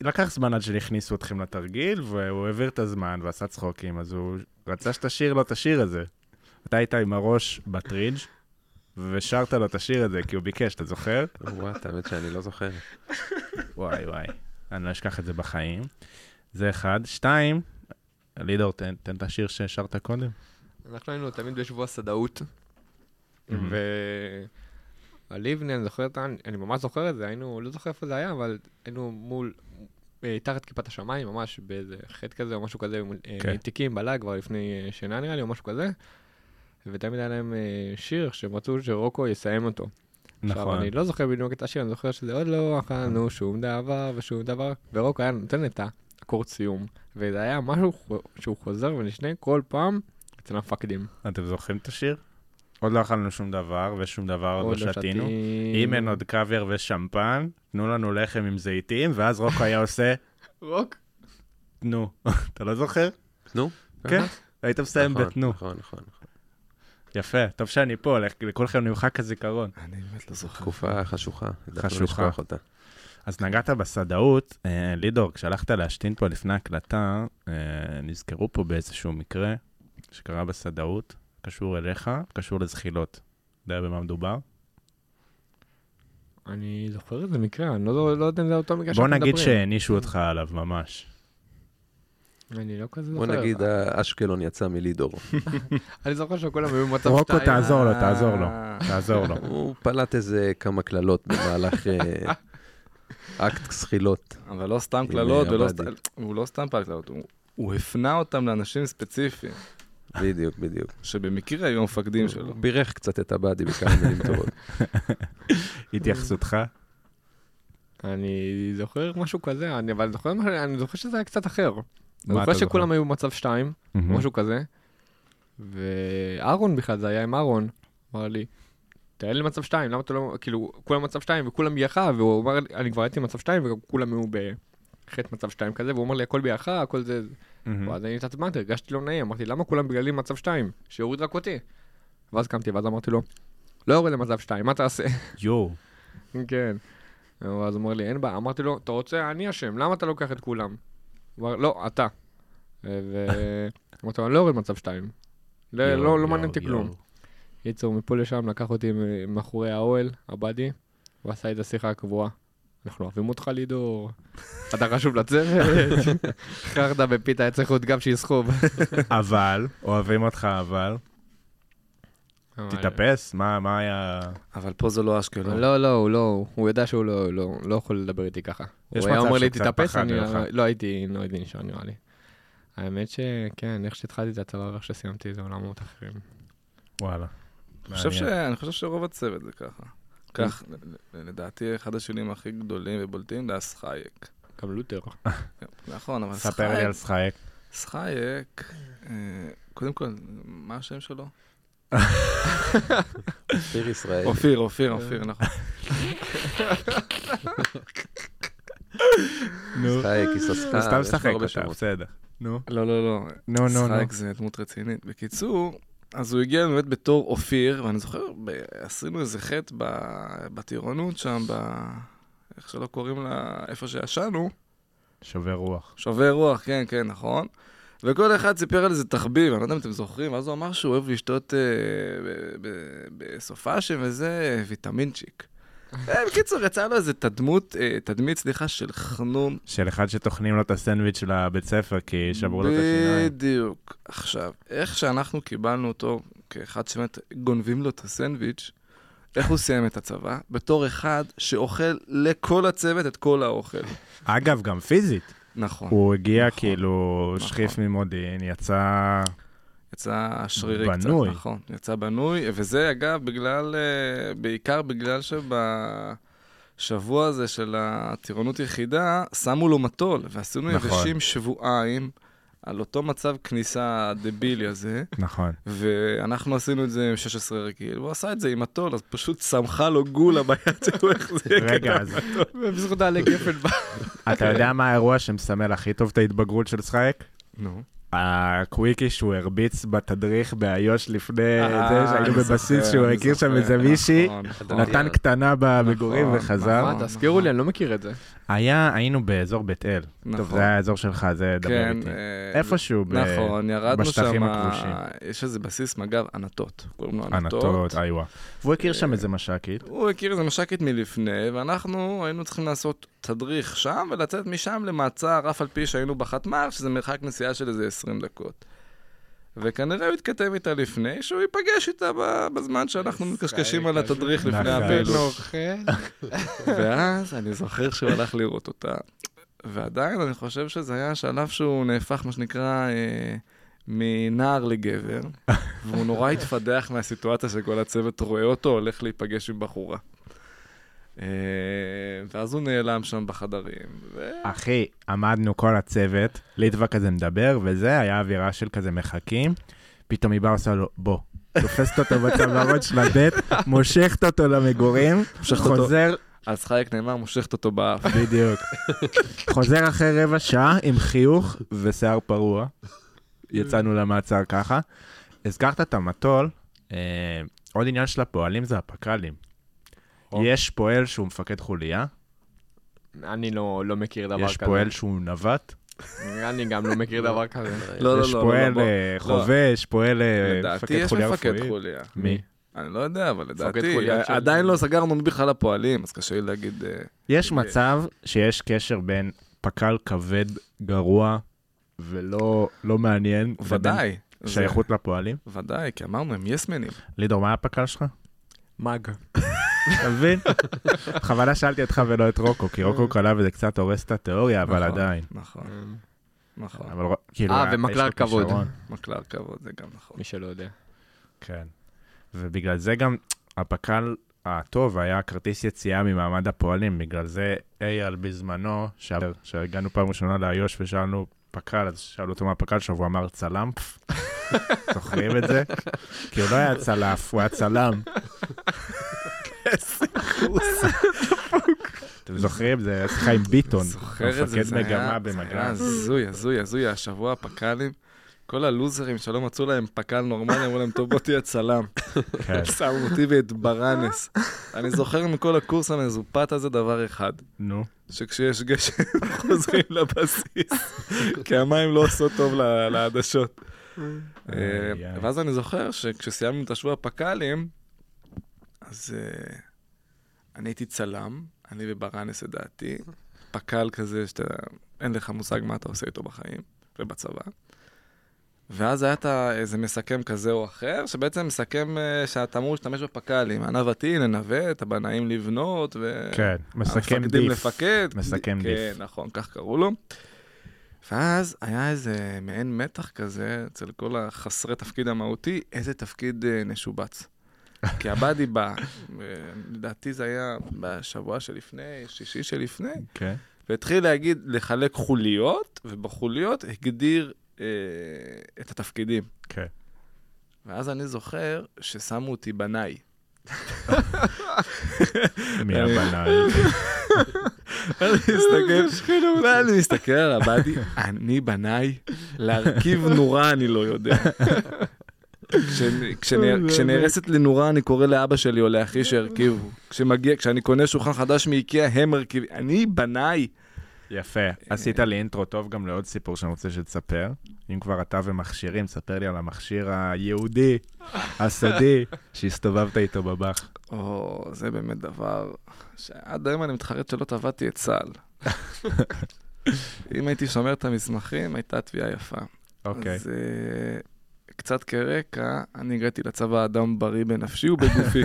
S1: לקח זמן עד שהכניסו אתכם לתרגיל, והוא העביר את הזמן ועשה צחוקים, אז הוא רצה שתשיר לו את השיר הזה. אתה היית עם הראש בטריג' ושרת לו את השיר הזה, כי הוא ביקש, אתה זוכר?
S4: וואט, האמת שאני לא זוכר.
S1: וואי וואי, אני לא אשכח את זה בחיים. זה אחד. שתיים, לידור, תן, תן את השיר ששרת קודם.
S2: אנחנו היינו תמיד בשבוע סדאות, ו... הליבני, אה, אני זוכר את ה... אני ממש זוכר את זה, היינו, לא זוכר איפה זה היה, אבל היינו מול, אה, תחת כיפת השמיים, ממש באיזה חטא כזה או משהו כזה, מול אה,
S1: כן.
S2: תיקים בלילה כבר לפני אה, שינה נראה לי, או משהו כזה. ותמיד היה להם אה, שיר שהם רצו שרוקו יסיים אותו. עכשיו,
S1: נכון.
S2: אני לא זוכר בדיוק את השיר, אני זוכר שזה עוד לא אכלנו שום דבר ושום דבר, ורוק היה נותן את האקורד סיום, וזה היה משהו ח- שהוא חוזר ונשנה כל פעם אצל המפקדים.
S1: אתם זוכרים את השיר? עוד לא אכלנו שום דבר, ושום דבר עוד לא שתינו. אם אין עוד קאבר ושמפן, תנו לנו לחם עם זיתים, ואז רוקו היה עושה,
S2: רוק?
S1: תנו. <laughs> אתה לא זוכר?
S4: נו?
S1: כן, היית מסיים
S4: נכון,
S1: בתנו.
S4: נכון, נכון. נכון.
S1: יפה, טוב שאני פה, לכ- לכולכם נמחק הזיכרון.
S3: אני באמת לא זוכר.
S4: תקופה חשוכה.
S1: חשוכה.
S4: חשוכה. לשכוח אותה.
S1: אז נגעת בסדאות, אה, לידור, כשהלכת להשתין פה לפני ההקלטה, אה, נזכרו פה באיזשהו מקרה שקרה בסדאות, קשור אליך, קשור לזחילות. אתה יודע במה מדובר?
S2: אני זוכר איזה מקרה, אני לא לא יודע אם זה אותו מקרה
S1: בוא
S2: שאנחנו מדברים.
S1: נגיד שהענישו אותך עליו ממש.
S2: אני לא כזה
S4: בוא
S2: זוכר.
S4: נגיד,
S1: אה,
S4: אשקלון יצא מלידור.
S2: אני זוכר שכולם היו במצב שתיים.
S1: רוקו, תעזור לו, תעזור לו,
S3: אה.
S1: תעזור <laughs> לו.
S4: הוא פלט איזה כמה קללות במהלך אה, אקט זחילות.
S3: אבל לא סתם קללות,
S4: עם, אה,
S3: ולא סתם...
S4: עבדי.
S3: הוא לא סתם פעל קללות, הוא- הוא הפנה אותם לאנשים ספציפיים,
S4: בדיוק, בדיוק.
S3: שבמקרה היו המפקדים שלו.
S4: הוא בירך קצת את הבאדי בכמה מילים טובות.
S1: <laughs> התייחסותך?
S2: אני זוכר משהו כזה, אני- אבל זוכר משהו- אני זוכר שזה היה קצת אחר. אני
S1: מה אתה
S2: זוכר
S1: זוכר?
S2: שכולם היו במצב שתיים,
S1: מהמם.
S2: משהו כזה. ואהרון בכלל, זה היה עם אהרון, אמר לי, תעלה למצב שתיים, למה אתה לא, כאילו, כולם מצב שתיים וכולם ביחה, והוא אמר לי, אני כבר הייתי במצב שתיים וכולם היו בחטא מצב שתיים כזה, והוא אמר לי, הכל ביחה, הכל זה,
S1: מהמם.
S2: ואז אני התעצבנתי, הרגשתי לא נעים, אמרתי, למה כולם בגללי במצב שתיים? שיוריד רק אותי. ואז קמתי, ואז אמרתי לו, לא יורד למצב שתיים, מה תעשה? <laughs>
S1: יואו,
S2: כן. אז הוא אמר לי, אין בעיה. אמרתי לו, אתה רוצה, אני אשם, למה אתה לוקח את כולם? הוא אמר, לא, אתה.
S1: <laughs>
S2: ואמרתי לו, אני לא יורד מצב שתיים.
S1: יואו,
S2: לא- לא לא
S1: יואו,
S2: מעניין אותי כלום.
S1: יואו.
S2: קיצור, מפה לשם לקח אותי מ- מאחורי האוהל, הבאדי, ועשה את השיחה הקבועה. אנחנו אוהבים אותך
S1: <laughs>
S2: לידור, אתה חשוב לצוות, <laughs> חרדה בפיתה, היה צריך עוד גם שיסחוב.
S1: אבל, אוהבים אותך אבל, תתאפס, מה מה היה...
S3: אבל פה זה לא אשקלון.
S2: לא, לא, הוא לא, הוא ידע שהוא לא, לא, לא יכול לדבר איתי ככה.
S1: יש
S2: הוא היה
S1: מצב
S2: אומר לי,
S1: שהוא קצת
S2: תתאפס,
S1: פחד
S2: אני
S1: ממך.
S2: לא- לא הייתי, לא הייתי נשאר נראה לי. האמת שכן, איך שהתחלתי את הצבא ואיך שסיימתי זה עולמות אחרים.
S1: וואלה.
S3: אני חושב ש-
S1: מעניין.
S3: אני חושב שרוב הצוות זה ככה. כך, ל- ל- לדעתי, אחד השינויים הכי גדולים ובולטים זה הסחייק.
S2: גם לותר.
S1: אה,
S3: נכון, אבל
S1: ספר לי
S3: סחייק,
S1: על סחייק.
S3: סחייק, אה, קודם כל, מה השם שלו?
S1: אה,
S4: אופיר ישראל.
S3: אופיר,
S1: אה.
S3: אופיר, אופיר, נכון. <laughs>
S1: נו,
S4: חייק, איססקה.
S1: הוא סתם משחק אותה, בסדר. נו,
S3: לא, לא, לא.
S1: נו, נו, נו.
S3: סחייק זה דמות רצינית. בקיצור, אז הוא הגיע באמת בתור אופיר, ואני זוכר, ב- עשינו איזה חטא ב- בטירונות שם, ב... איך שלא קוראים לה, איפה שישנו,
S1: שובר רוח.
S3: שובר רוח, כן, כן, נכון. וכל אחד סיפר על איזה תחביב, אני לא יודע אם אתם זוכרים, ואז הוא אמר שהוא אוהב לשתות אה, ב- ב- בסופאשם וזה,
S1: <laughs>
S3: ויטמינצ'יק. אה, בקיצור, יצא לו איזה תדמות, אה, תדמית, סליחה, של חנון
S1: של אחד שטוחנים לו את הסנדוויץ' לבית ספר כי שברו לו את השיניים.
S3: בדיוק. עכשיו, איך שאנחנו קיבלנו אותו כאחד שבאמת גונבים לו את הסנדוויץ', איך הוא סיים את הצבא? בתור אחד שאוכל לכל הצוות את כל
S1: <laughs>
S3: האוכל.
S1: אגב, גם פיזית.
S3: נכון.
S1: הוא הגיע
S3: נכון.
S1: כאילו
S3: נכון.
S1: שכיף ממודיעין, יצא...
S3: יצא שרירי קצת,
S1: בנוי.
S3: נכון. יצא בנוי, וזה אגב בגלל, אה, בעיקר בגלל שבשבוע הזה של הטירונות יחידה, שמו לו מטול, ועשינו
S1: נכון.
S3: יבשים שבועיים על אותו מצב כניסה הדבילי הזה. <laughs>
S1: נכון.
S3: ואנחנו עשינו את זה עם 16 רגיל, הוא עשה את זה עם הטול, אז פשוט צמחה לו גולה ביד, תראו איך זה
S1: רגע, אז
S2: ובזכות העלי גפן בא.
S1: אתה יודע מה האירוע שמסמל הכי טוב את ההתבגרות של סחייק?
S3: נו.
S1: הקוויקי שהוא הרביץ בתדריך באיו"ש לפני אה, זה,
S3: אה, אני
S1: שהיינו בבסיס
S3: זוכר,
S1: שהוא
S3: אני
S1: הכיר שם
S3: זוכר,
S1: איזה מישהי,
S3: נכון, נכון.
S1: נתן קטנה במגורים
S3: נכון,
S1: וחזר.
S3: נכון.
S2: תזכירו לי, אני לא מכיר את זה.
S1: כן. היה, היינו באזור בית אל. טוב,
S3: נכון.
S1: זה היה האזור שלך, זה דבר
S3: כן,
S1: איתי.
S3: אה,
S1: איפשהו ב-
S3: נכון, ירדנו
S1: בשטחים
S3: שם,
S1: הכבושים.
S3: יש איזה בסיס מג"ב, ענתות, קוראים לו ענתות.
S1: ענתות, איווה. והוא הכיר שם איזה מש"קית.
S3: הוא הכיר איזה מש"קית מלפני, ואנחנו היינו צריכים לעשות תדריך שם, ולצאת משם למעצר, אף על פי שהיינו בחטמ"ר, שזה מרחק נסיעה של איזה 20 דקות. וכנראה הוא התכתב איתה לפני, שהוא ייפגש איתה ב- בזמן שאנחנו מתקשקשים על התדריך לפני
S1: נכון.
S3: הפעילות.
S2: נוכל.
S3: ואז אני זוכר שהוא הלך לראות אותה, ועדיין אני חושב שזה היה השלב שהוא נהפך, מה שנקרא, אה, מנער לגבר, והוא נורא התפדח מהסיטואציה שכל הצוות רואה אותו הולך להיפגש עם בחורה. אה, ואז הוא נעלם שם בחדרים, ו...
S1: אחי, עמדנו כל הצוות, ליטווה כזה מדבר, וזה, היה אווירה של כזה מחכים. פתאום היא באה עושה לו, בוא. תופסת אותו בצווארות של הדלת, מושכת אותו למגורים,
S3: מושכת אותו.
S1: חוזר,
S3: אז חייק נאמר מושכת אותו באף.
S1: בדיוק. חוזר אחרי רבע שעה עם חיוך ושיער פרוע. יצאנו למעצר ככה. הזכרת את המטול, אה, עוד עניין של הפועלים זה הפק"לים.
S2: או.
S3: אוקיי.
S1: יש פועל שהוא מפקד חוליה,
S2: אני לא לא מכיר דבר כזה.
S1: יש פועל שהוא נווט,
S2: אני גם לא מכיר דבר כזה.
S3: לא, לא,
S1: יש
S3: לא,
S1: פועל
S3: לא, לא.
S1: אה, חובש, פועל אה,
S3: לדעתי
S1: מפקד
S3: יש
S1: חוליה
S3: מפקד
S1: רפואית.
S3: חוליה.
S1: מי?
S3: אני לא יודע, אבל לדעתי,
S2: חוליה של-
S3: עדיין לא סגרנו בכלל הפועלים, אז קשה לי להגיד... אה,
S1: יש מצב שיש קשר בין פק"ל כבד, גרוע, ולא לא מעניין,
S3: ודאי.
S1: לבין שייכות לפועלים.
S3: זה- ודאי, כי אמרנו, הם יסמנים.
S1: לידור, מה הפק"ל שלך?
S2: מאג.
S1: אתה מבין? בכוונה שאלתי אותך ולא את רוקו, כי
S2: אה.
S1: רוקו קלה וזה קצת הורס את התיאוריה, אבל
S3: נכון,
S1: עדיין.
S3: נכון, נכון.
S1: אבל רו- כאילו,
S2: אה,
S1: יש לו
S2: ומקלר כבוד.
S1: כישרון.
S3: מקלר כבוד, זה גם נכון.
S2: מי שלא יודע.
S1: כן. ובגלל זה גם הפק"ל הטוב היה כרטיס יציאה ממעמד הפועלים, בגלל זה אייל בזמנו, ש- שהגענו פעם ראשונה לאיו"ש ושאלנו פק"ל, אז שאלו אותו מה הפק"ל שלו, והוא אמר צלמפ. <laughs> זוכרים את זה? כי הוא לא היה צלף, הוא היה צלם. אתם זוכרים? זה היה שיחה עם ביטון,
S3: זוכר את זה,
S1: מפקד
S3: זה היה-
S1: מגמה
S3: זה היה
S1: במגז.
S3: הזוי, הזוי, הזוי, השבוע הפק"לים, כל הלוזרים שלא מצאו להם פק"ל נורמלי, אמרו להם, טוב, בוא תהיה צלם.
S1: כן,
S3: שמו אותי ואת ברנס. אני זוכר מכל הקורס המזופת הזה דבר אחד,
S1: נו.
S3: שכשיש גשם <laughs> חוזרים לבסיס, כי המים לא עושות טוב ל- לעדשות. אה,
S1: איי, איי.
S3: ואז אני זוכר שכשסיימנו את השבוע הפק"לים, אז אה, אני הייתי צלם, אני וברנס לדעתי, פק"ל כזה שאתה, אין לך מושג מה אתה עושה איתו בחיים ובצבא. ואז היה את ה- איזה מסכם כזה או אחר, שבעצם מסכם אה, שאתה אמור להשתמש בפק"לים, הנווטי, לנווט, הבנאים לבנות, ו...
S1: כן, מסכם
S3: המפקדים
S1: דיף.
S3: לפקד.
S1: מסכם דיף.
S3: כן, נכון, כך קראו לו. ואז היה איזה מעין מתח כזה אצל כל החסרי תפקיד המהותי, איזה תפקיד אה, נשובץ. כי הבאדי בא, אה, לדעתי זה היה בשבוע שלפני, שישי שלפני,
S1: כן.
S3: והתחיל להגיד, לחלק חוליות, ובחוליות הגדיר אה, את התפקידים.
S1: כן.
S3: ואז אני זוכר ששמו אותי בנאי. אה.
S1: מי הבנה?
S3: אני מסתכל, ואני מסתכל על הבאדי, אני בניי, להרכיב נורה אני לא יודע. כשנ- כשנ- כשנהרסת לי נורה אני קורא לאבא שלי או לאחי שירכיבו. כשמגיע, כשאני קונה שולחן חדש מאיקאה, הם מרכיבים. אני בניי.
S1: יפה. עשית לי אינטרו טוב גם לעוד סיפור שאני רוצה שתספר. אם כבר אתה ומכשירים, ספר לי על המכשיר היהודי, הסודי, שהסתובבת איתו בבח.
S3: או, זה באמת דבר שעד היום אני מתחרט שלא תבעתי את צה"ל. אם הייתי שומר את המסמכים, הייתה תביעה יפה.
S1: אוקיי.
S3: אז אה, קצת כרקע, אני הגעתי לצבא האדם בריא בנפשי
S1: <laughs>
S3: ובגופי.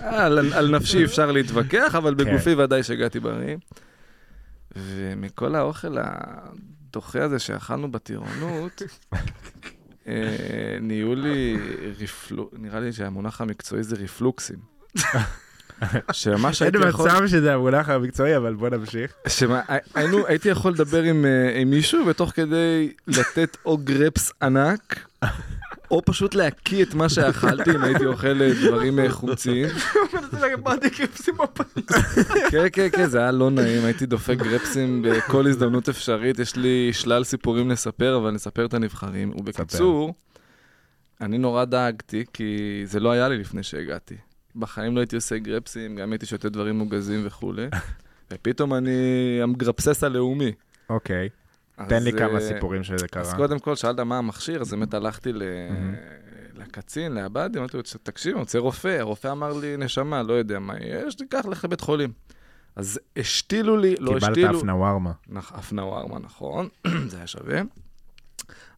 S3: אה, על, על נפשי אפשר להתווכח, אבל
S1: כן.
S3: בגופי ודאי שהגעתי בריא. ומכל האוכל הדוחה הזה שאכלנו בטירונות, אה, נהיו לי רפלו... נראה לי שהמונח המקצועי זה
S1: <laughs>
S3: רפלוקסים. שממש
S1: אין
S3: הייתי יכול...
S1: מצב שזה המונח המקצועי, אבל בוא נמשיך.
S3: שמה, היינו, הייתי יכול לדבר עם, אה, עם מישהו ותוך כדי לתת או גרפס ענק, או פשוט להקיא את מה שאכלתי אם הייתי אוכל אה, דברים אה, חומציים. כן, כן, כן, זה היה לא נעים, הייתי דופק גרפסים בכל הזדמנות אפשרית, יש לי שלל סיפורים לספר, אבל נספר את הנבחרים. ובקיצור, אני נורא דאגתי, כי זה לא היה לי לפני שהגעתי. בחיים לא הייתי עושה גרפסים, גם הייתי שותה דברים מוגזים וכולי. ופתאום אני המגרפסס הלאומי.
S1: אוקיי,
S3: אז,
S1: תן לי כמה
S3: אה,
S1: סיפורים שזה קרה.
S3: אז קודם כל, שאלת מה המכשיר, אז באמת הלכתי ל... לקצין, לעבד, אמרתי לו, תקשיב, אני רוצה רופא. הרופא אמר לי, נשמה, לא יודע מה יש, תיקח לך לבית חולים. אז השתילו לי, לא השתילו...
S1: קיבלת אף נווארמה.
S3: נכ- אף נווארמה, נכון, <clears throat> זה היה שווה.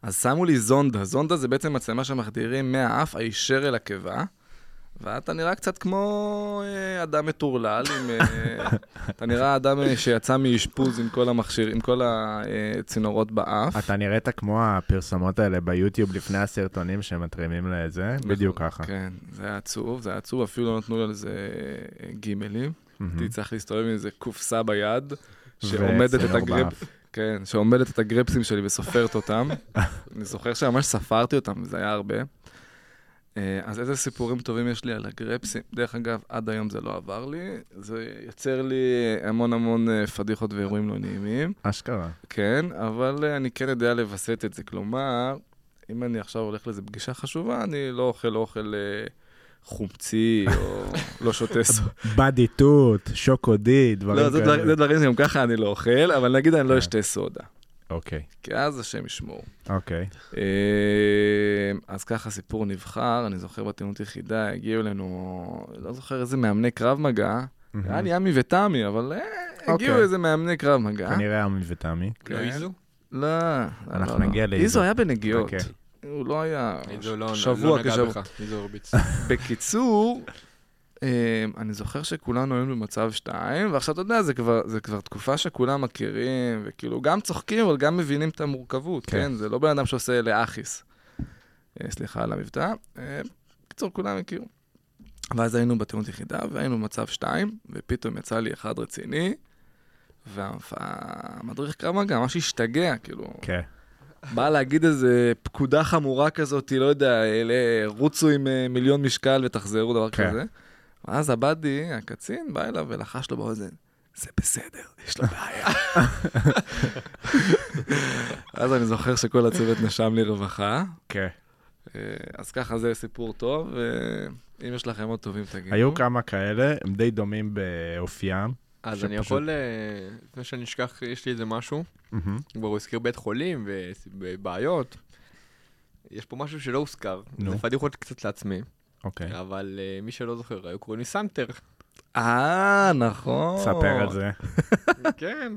S3: אז שמו לי זונדה, זונדה זה בעצם מצלמה שמחדירים מהאף הישר אל הקיבה, ואתה נראה קצת כמו אה, אדם מטורלל, עם, אה, אתה נראה אדם אה, שיצא מאשפוז עם כל המכשיר, עם כל הצינורות באף.
S1: אתה נראית כמו הפרסומות האלה ביוטיוב לפני הסרטונים שמתרימים לזה, בדיוק ככה.
S3: כן, זה היה עצוב, זה היה עצוב, אפילו לא נתנו לו לזה אה, גימלים. הייתי צריך להסתובב עם איזה קופסה ביד, שעומדת את
S1: וצינור
S3: הגרפ...
S1: באף.
S3: כן, שעומדת את הגרפסים שלי וסופרת אותם. אני זוכר שממש ספרתי אותם, וזה היה הרבה. אה, אז איזה סיפורים טובים יש לי על הגרפסים. דרך אגב, עד היום זה לא עבר לי. זה יוצר לי המון המון אה, פדיחות ואירועים לא נעימים.
S1: אשכרה.
S3: כן, אבל אה, אני כן יודע לווסת את זה. כלומר, אם אני עכשיו הולך לאיזו פגישה חשובה, אני לא אוכל אוכל אה, חומצי,
S1: <laughs>
S3: או לא שותה סו-
S1: בדיטוט, שוקודי, דברים
S3: לא, זה דבר-
S1: כאלה. כן.
S3: זה דברים שגם ככה אני לא אוכל, אבל נגיד אני לא אשתה סודה,
S1: אוקיי,
S3: כי אז השם ישמור.
S1: אוקיי.
S3: אה, אז ככה סיפור נבחר, אני זוכר בטיעונות יחידה, הגיעו אלינו, לא זוכר איזה מאמני קרב מגע, נראה לי עמי ותמי, אבל אה, הגיעו
S1: אוקיי.
S3: איזה מאמני קרב מגע. כן.
S1: כנראה עמי ותמי.
S2: לא איזו?
S3: לא,
S1: אנחנו
S3: לא, לא.
S1: נגיע לאיזו. אוקיי.
S3: איזו היה בנגיעות.
S1: חכה.
S3: הוא לא היה...
S2: איזו לא
S3: שבוע
S2: לא נגע
S3: כשבוע.
S2: בך, איזו הרביץ.
S3: בקיצור, אה, אני זוכר שכולנו היינו במצב שתיים, ועכשיו אתה יודע, זה כבר, זה כבר תקופה שכולם מכירים, וכאילו גם צוחקים, אבל גם מבינים את המורכבות, כן?
S1: כן.
S3: כן? זה לא בן אדם שעושה לאחיס. אה, סליחה על המבטא. אה, בקיצור, כולם הכירו. ואז היינו בתיאונות יחידה, והיינו במצב שתיים, ופתאום יצא לי אחד רציני, והמדריך קרב מגע ממש השתגע, כאילו,
S1: כן.
S3: בא להגיד איזה פקודה חמורה כזאת, לא יודע, אלה, רוצו עם אה, מיליון משקל ותחזרו, דבר
S1: כן.
S3: כזה. ואז הבאדי, הקצין, בא אליו ולחש לו באוזן, זה בסדר, יש לו בעיה. אז אני זוכר שכל הצוות נשם לי רווחה.
S1: כן.
S3: אה, אז ככה זה סיפור טוב, ואם יש לכם עוד טובים, תגידו.
S1: היו כמה כאלה, הם די דומים באופיים.
S2: אז
S1: שפשוט-
S2: אני יכול, אה, לפני שאני אשכח, יש לי איזה משהו.
S1: מהמם.
S2: כבר הוא הזכיר בית חולים ובעיות. יש פה משהו שלא הוזכר,
S1: נו.
S2: זה פדיחות קצת לעצמי,
S1: אוקיי.
S2: אבל אה, מי שלא זוכר, היו קוראים לי סנטר.
S3: אה, נכון.
S1: ספר על זה.
S2: <laughs> כן.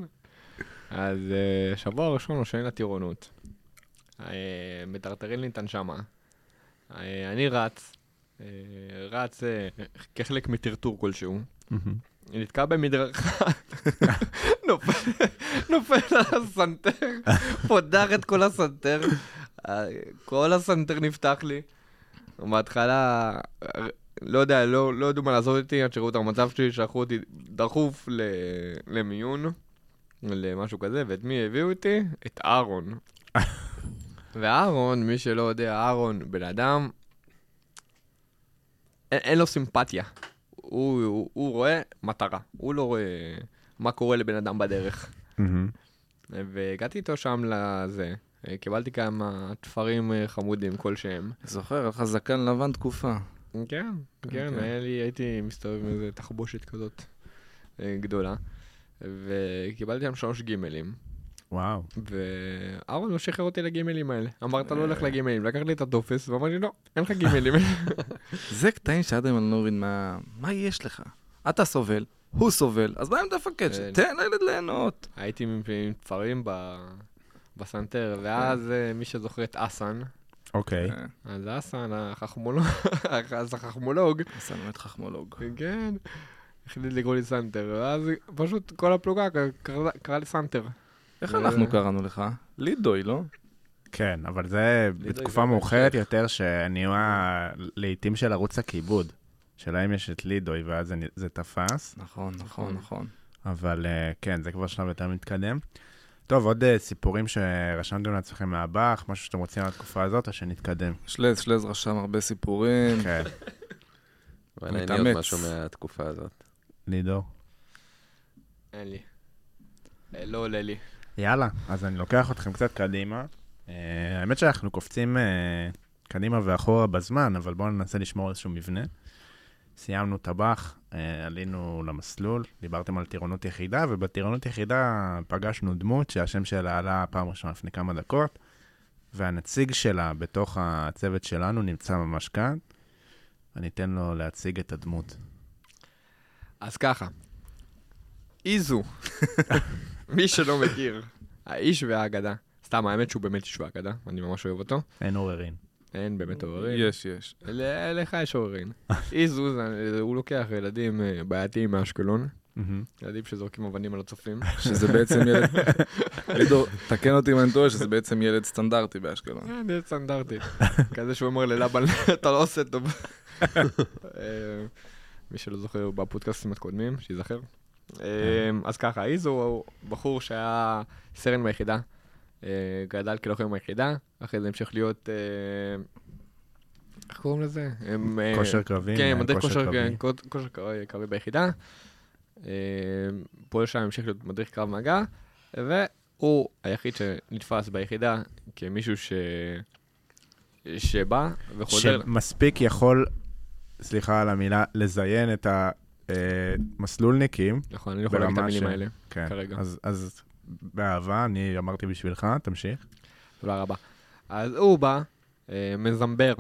S2: אז אה, שבוע ראשון נושן לטירונות. אה, מטרטרים לי את הנשמה. אה, אני רץ, אה, רץ אה, כחלק מטרטור כלשהו.
S1: מהמם.
S2: נתקע במדרכה, <laughs> נופל- נופל על הסנטר, פותח את כל הסנטר, אה, כל הסנטר נפתח לי. בהתחלה, אה, לא יודע, לא לא ידעו מה לעשות איתי, עד שראו את המצב שלי, שלחו אותי דחוף ל- למיון, למשהו כזה, ואת מי הביאו איתי? את אהרון. ואהרון, מי שלא יודע, אהרון בן אדם, אין, אין לו סימפתיה. הוא, הוא, הוא רואה מטרה, הוא לא רואה מה קורה לבן אדם בדרך.
S1: מהמם.
S2: והגעתי איתו שם לזה, קיבלתי כמה תפרים אה, חמודים כלשהם.
S3: זוכר, היה לך זקן לבן תקופה.
S2: כן, כן,
S3: כן.
S2: היה לי, הייתי מסתובב עם איזה תחבושת כזאת אה, גדולה. וקיבלתי שם שלוש גימלים,
S1: וואו.
S2: ואהרון לא שחרר אותי לגימלים האלה. אמר, אתה לא הולך לגימלים, לקח לי את הטופס, ואמר לי, לא, אין לך גימלים.
S3: זה קטעים שעד היום אני לא מבין מה... מה יש לך? אתה סובל, הוא סובל, אז מה עם דפקת?
S2: כן.
S3: תן לילד ליהנות.
S2: הייתי עם עם תפרים ב- בסנטר, ואז אה, מי שזוכר את אסן,
S1: אוקיי.
S2: אז אסן, החכמולוג, <laughs> אז החכמולוג,
S3: עשה באמת חכמולוג.
S2: כן, החליט לקרוא לי סנטר, ואז פשוט כל הפלוגה ק- קרא- קרא לי סנטר.
S3: איך
S2: אה.
S3: אנחנו קראנו לך? לידוי, לא?
S1: כן, אבל זה בתקופה מאוחרת יותר, שנהיה לעיתים של ערוץ הכיבוד. שלהם יש את לידוי, ואז זה נ- זה תפס.
S3: נכון, נכון, נכון.
S1: אבל אה, כן, זה כבר שלב יותר מתקדם. טוב, עוד אה, סיפורים שרשמתם לעצמכם מהבח, משהו שאתם רוצים על התקופה הזאת, או שנתקדם?
S3: שלז, שלז רשם הרבה סיפורים.
S1: כן,
S4: וואלה, אין לי
S3: מתאמץ.
S4: עוד משהו מהתקופה הזאת.
S1: לידור.
S2: אין לי. אה, לא עולה לי.
S1: יאללה, אז אני לוקח אתכם קצת קדימה. אה, האמת שאנחנו קופצים אה, קדימה ואחורה בזמן, אבל בואו ננסה לשמור על איזשהו מבנה. סיימנו טבח, אה, עלינו למסלול, דיברתם על טירונות יחידה, ובטירונות יחידה פגשנו דמות שהשם שלה עלה פעם ראשונה לפני כמה דקות, והנציג שלה בתוך הצוות שלנו נמצא ממש כאן. אני אתן לו להציג את הדמות.
S2: אז ככה, איזו, <laughs> מי שלא מכיר, האיש והאגדה. סתם, האמת שהוא באמת איש והאגדה, אני ממש אוהב אותו.
S1: אין עוררין.
S2: אין באמת עוררין.
S3: יש, יש.
S2: ל- לך יש עוררין. אי זוזן, אה, הוא לוקח ילדים אה, בעייתיים מאשקלון,
S1: מהמם.
S2: ילדים שזורקים אבנים על הצופים.
S3: שזה בעצם ילד... לידור, תקן אותי אם אני טועה, שזה בעצם ילד סטנדרטי באשקלון.
S2: כן, זה סטנדרטי. כזה שהוא אומר ללבן, <laughs> אתה לא עושה טוב. אה, מי שלא זוכר, בפודקאסטים הקודמים, שייזכר. אה, אז ככה, איזו הוא בחור שהיה סרן ביחידה, אה, גדל כלוחם ביחידה, אחרי זה המשיך להיות, אה, איך קוראים לזה? הם, אה,
S1: כושר קרבי.
S2: כן,
S1: מנהל
S2: מדריך כושר
S1: קרבי.
S2: כן, כושר קר- קרבי ביחידה. אה, פועל שם המשיך להיות מדריך קרב מגע, והוא היחיד שנתפס ביחידה כמישהו ש... שבא וחוזר...
S1: שמספיק יכול, סליחה על המילה, לזיין את המסלולניקים.
S2: נכון, אני לא יכול להגיד את
S1: ברמה
S2: המילים
S1: ש-
S2: האלה.
S1: כן.
S2: כרגע.
S1: אז- אז באהבה, אני אמרתי בשבילך, תמשיך.
S2: תודה רבה. אז הוא בא, אה, מזמבר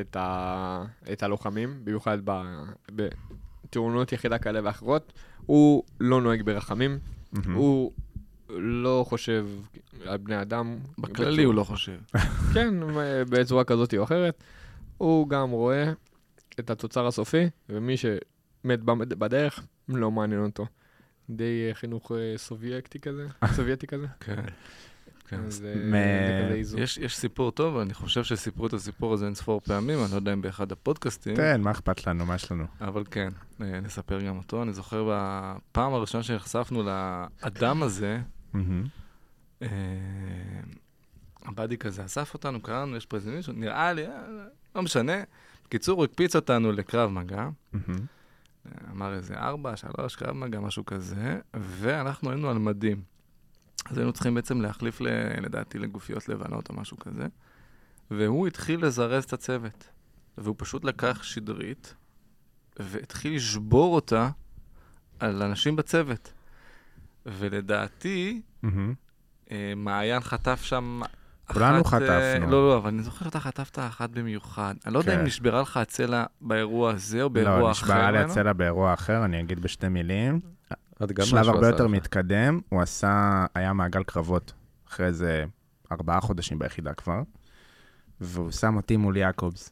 S2: את, ה... את הלוחמים, במיוחד ב... בתאונות יחידה כאלה ואחרות. הוא לא נוהג ברחמים,
S3: Mm-hmm.
S1: מהמם.
S2: הוא לא חושב על בני אדם.
S3: בכללי הוא לא חושב.
S2: כן, בצורה כזאת או אחרת. הוא גם רואה את התוצר הסופי, ומי שמת במד- בדרך, לא מעניין אותו. די אה, חינוך אה, סובייטי
S3: <laughs>
S2: כזה, סובייטי כזה.
S3: כן. כן.
S2: אז, אה,
S1: מ-
S2: זה כזה איזון.
S3: יש, יש סיפור טוב, אני חושב שסיפרו את הסיפור הזה אינספור פעמים, אני לא יודע אם באחד הפודקאסטים,
S1: כן, מה אכפת לנו, מה יש לנו?
S3: אבל כן, אה, נספר גם אותו. אני זוכר בפעם הראשונה שנחשפנו לאדם הזה,
S1: מהמם.
S3: אה, הבאדי כזה אסף אותנו, קראנו, יש פה איזה מישהו, נראה לי, אה, לא משנה. בקיצור, הוא הקפיץ אותנו לקרב מגע,
S1: מהמם.
S3: אמר איזה ארבע, שלוש, קרב מגע, משהו כזה, ואנחנו היינו על מדים. אז היינו צריכים בעצם להחליף, ל, לדעתי, לגופיות לבנות או משהו כזה, והוא התחיל לזרז את הצוות. והוא פשוט לקח שדרית, והתחיל לשבור אותה על אנשים בצוות. ולדעתי,
S1: מהמם.
S3: אה, מעיין חטף שם...
S1: כולנו
S3: אחת, אה,
S1: חטפנו.
S3: לא, לא, אבל אני זוכר שאתה חטפת אחת במיוחד. אני לא יודע
S1: כן.
S3: אם נשברה לך הצלע באירוע הזה או
S1: לא,
S3: באירוע אחר.
S1: נשברה לי
S3: ממנו.
S1: הצלע באירוע אחר, אני אגיד בשתי מילים.
S4: עוד גם
S1: שלב
S4: משהו
S1: הרבה
S4: עשה
S1: יותר
S4: לך.
S1: מתקדם, הוא עשה, היה מעגל קרבות, אחרי איזה ארבעה חודשים ביחידה כבר, והוא שם אותי מול יעקובס.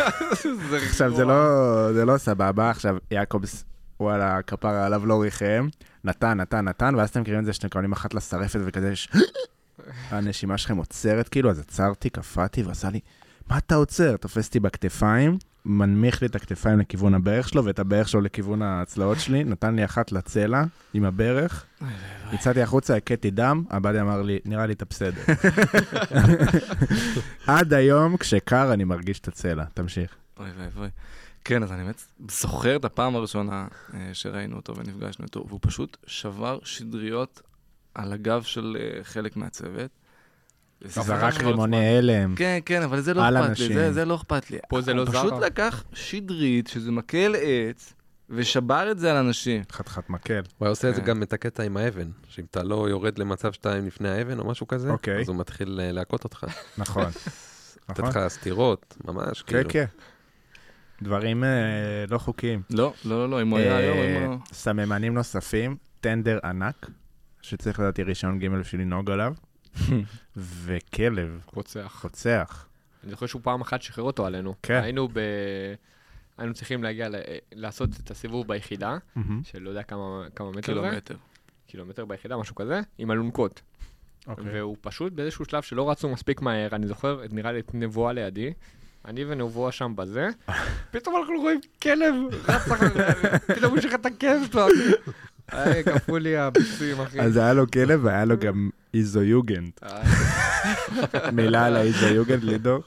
S1: <laughs> עכשיו, זה לא, זה לא סבבה, עכשיו, יעקובס, וואלה, כפרה עליו לא ריחם, נתן, נתן, נתן, ואז אתם מכירים את זה שאתם מקבלים אחת לשרפת וכזה,
S4: <laughs>
S1: יש... הנשימה שלכם עוצרת, כאילו, אז עצרתי, קפאתי, ועשה לי, מה אתה עוצר? תופס אותי בכתפיים, מנמיך לי את הכתפיים לכיוון הברך שלו, ואת הברך שלו לכיוון הצלעות שלי, נתן לי אחת לצלע עם הברך, יצאתי החוצה, הכיתי דם, הבאדי אמר לי, נראה לי אתה בסדר. עד היום, כשקר, אני מרגיש את הצלע. תמשיך.
S3: אוי ואי ואי. כן, אז אני באמת זוכר את הפעם הראשונה אה, שראינו אותו ונפגשנו איתו, והוא פשוט שבר שדריות על הגב של אה, חלק מהצוות. זה
S1: זרק
S3: לקח לו זמן.
S1: רימוני הלם.
S3: כן, כן, אבל זה לא
S1: על
S3: אכפת
S1: אנשים.
S3: לי, זה, זה לא אכפת לי.
S2: פה זה
S3: הוא
S2: לא
S3: פשוט
S2: זרה.
S3: לקח שדרית, שזה מקל עץ, ושבר את זה על אנשים.
S1: חתיכת מקל.
S4: הוא היה עושה את זה
S3: כן.
S4: גם את הקטע עם האבן, שאם אתה לא יורד למצב שתיים לפני האבן או משהו כזה,
S1: אוקיי.
S4: אז הוא מתחיל אה, להכות אותך.
S3: <laughs>
S1: נכון.
S4: לתת
S1: נכון?
S4: לך סטירות, ממש,
S1: כן,
S4: כאילו.
S1: כן. דברים אה, לא חוקיים.
S3: לא, לא, לא, לא, אם הוא היה היום,
S1: אה,
S3: אם הוא...
S1: סממנים נוספים, טנדר ענק, שצריך לדעתי רישיון ג' בשביל לנהוג עליו,
S3: <laughs>
S1: וכלב,
S2: רוצח.
S1: רוצח.
S2: אני זוכר שהוא פעם אחת שחרר אותו עלינו.
S1: כן.
S2: היינו ב... היינו צריכים להגיע, ל... אה, לעשות את הסיבוב ביחידה, שלא יודע כמה, כמה מטר זה,
S3: קילומטר.
S2: קילומטר ביחידה, משהו כזה, עם אלונקות.
S1: אוקיי.
S2: והוא פשוט באיזשהו שלב שלא רצנו מספיק מהר, אני זוכר, את- נראה לי את נבואה לידי, אני ונבואה שם
S1: <laughs>
S2: בזה, פתאום אנחנו רואים כלב רץ אחרי, פתאום הוא שחט את הכלב שלו. היי, כפו לי הביצועים, אחי.
S1: אז היה לו כלב והיה לו גם איזויוגנד.
S2: אה,
S1: <laughs> מילה על האיזויוגנד, לידור.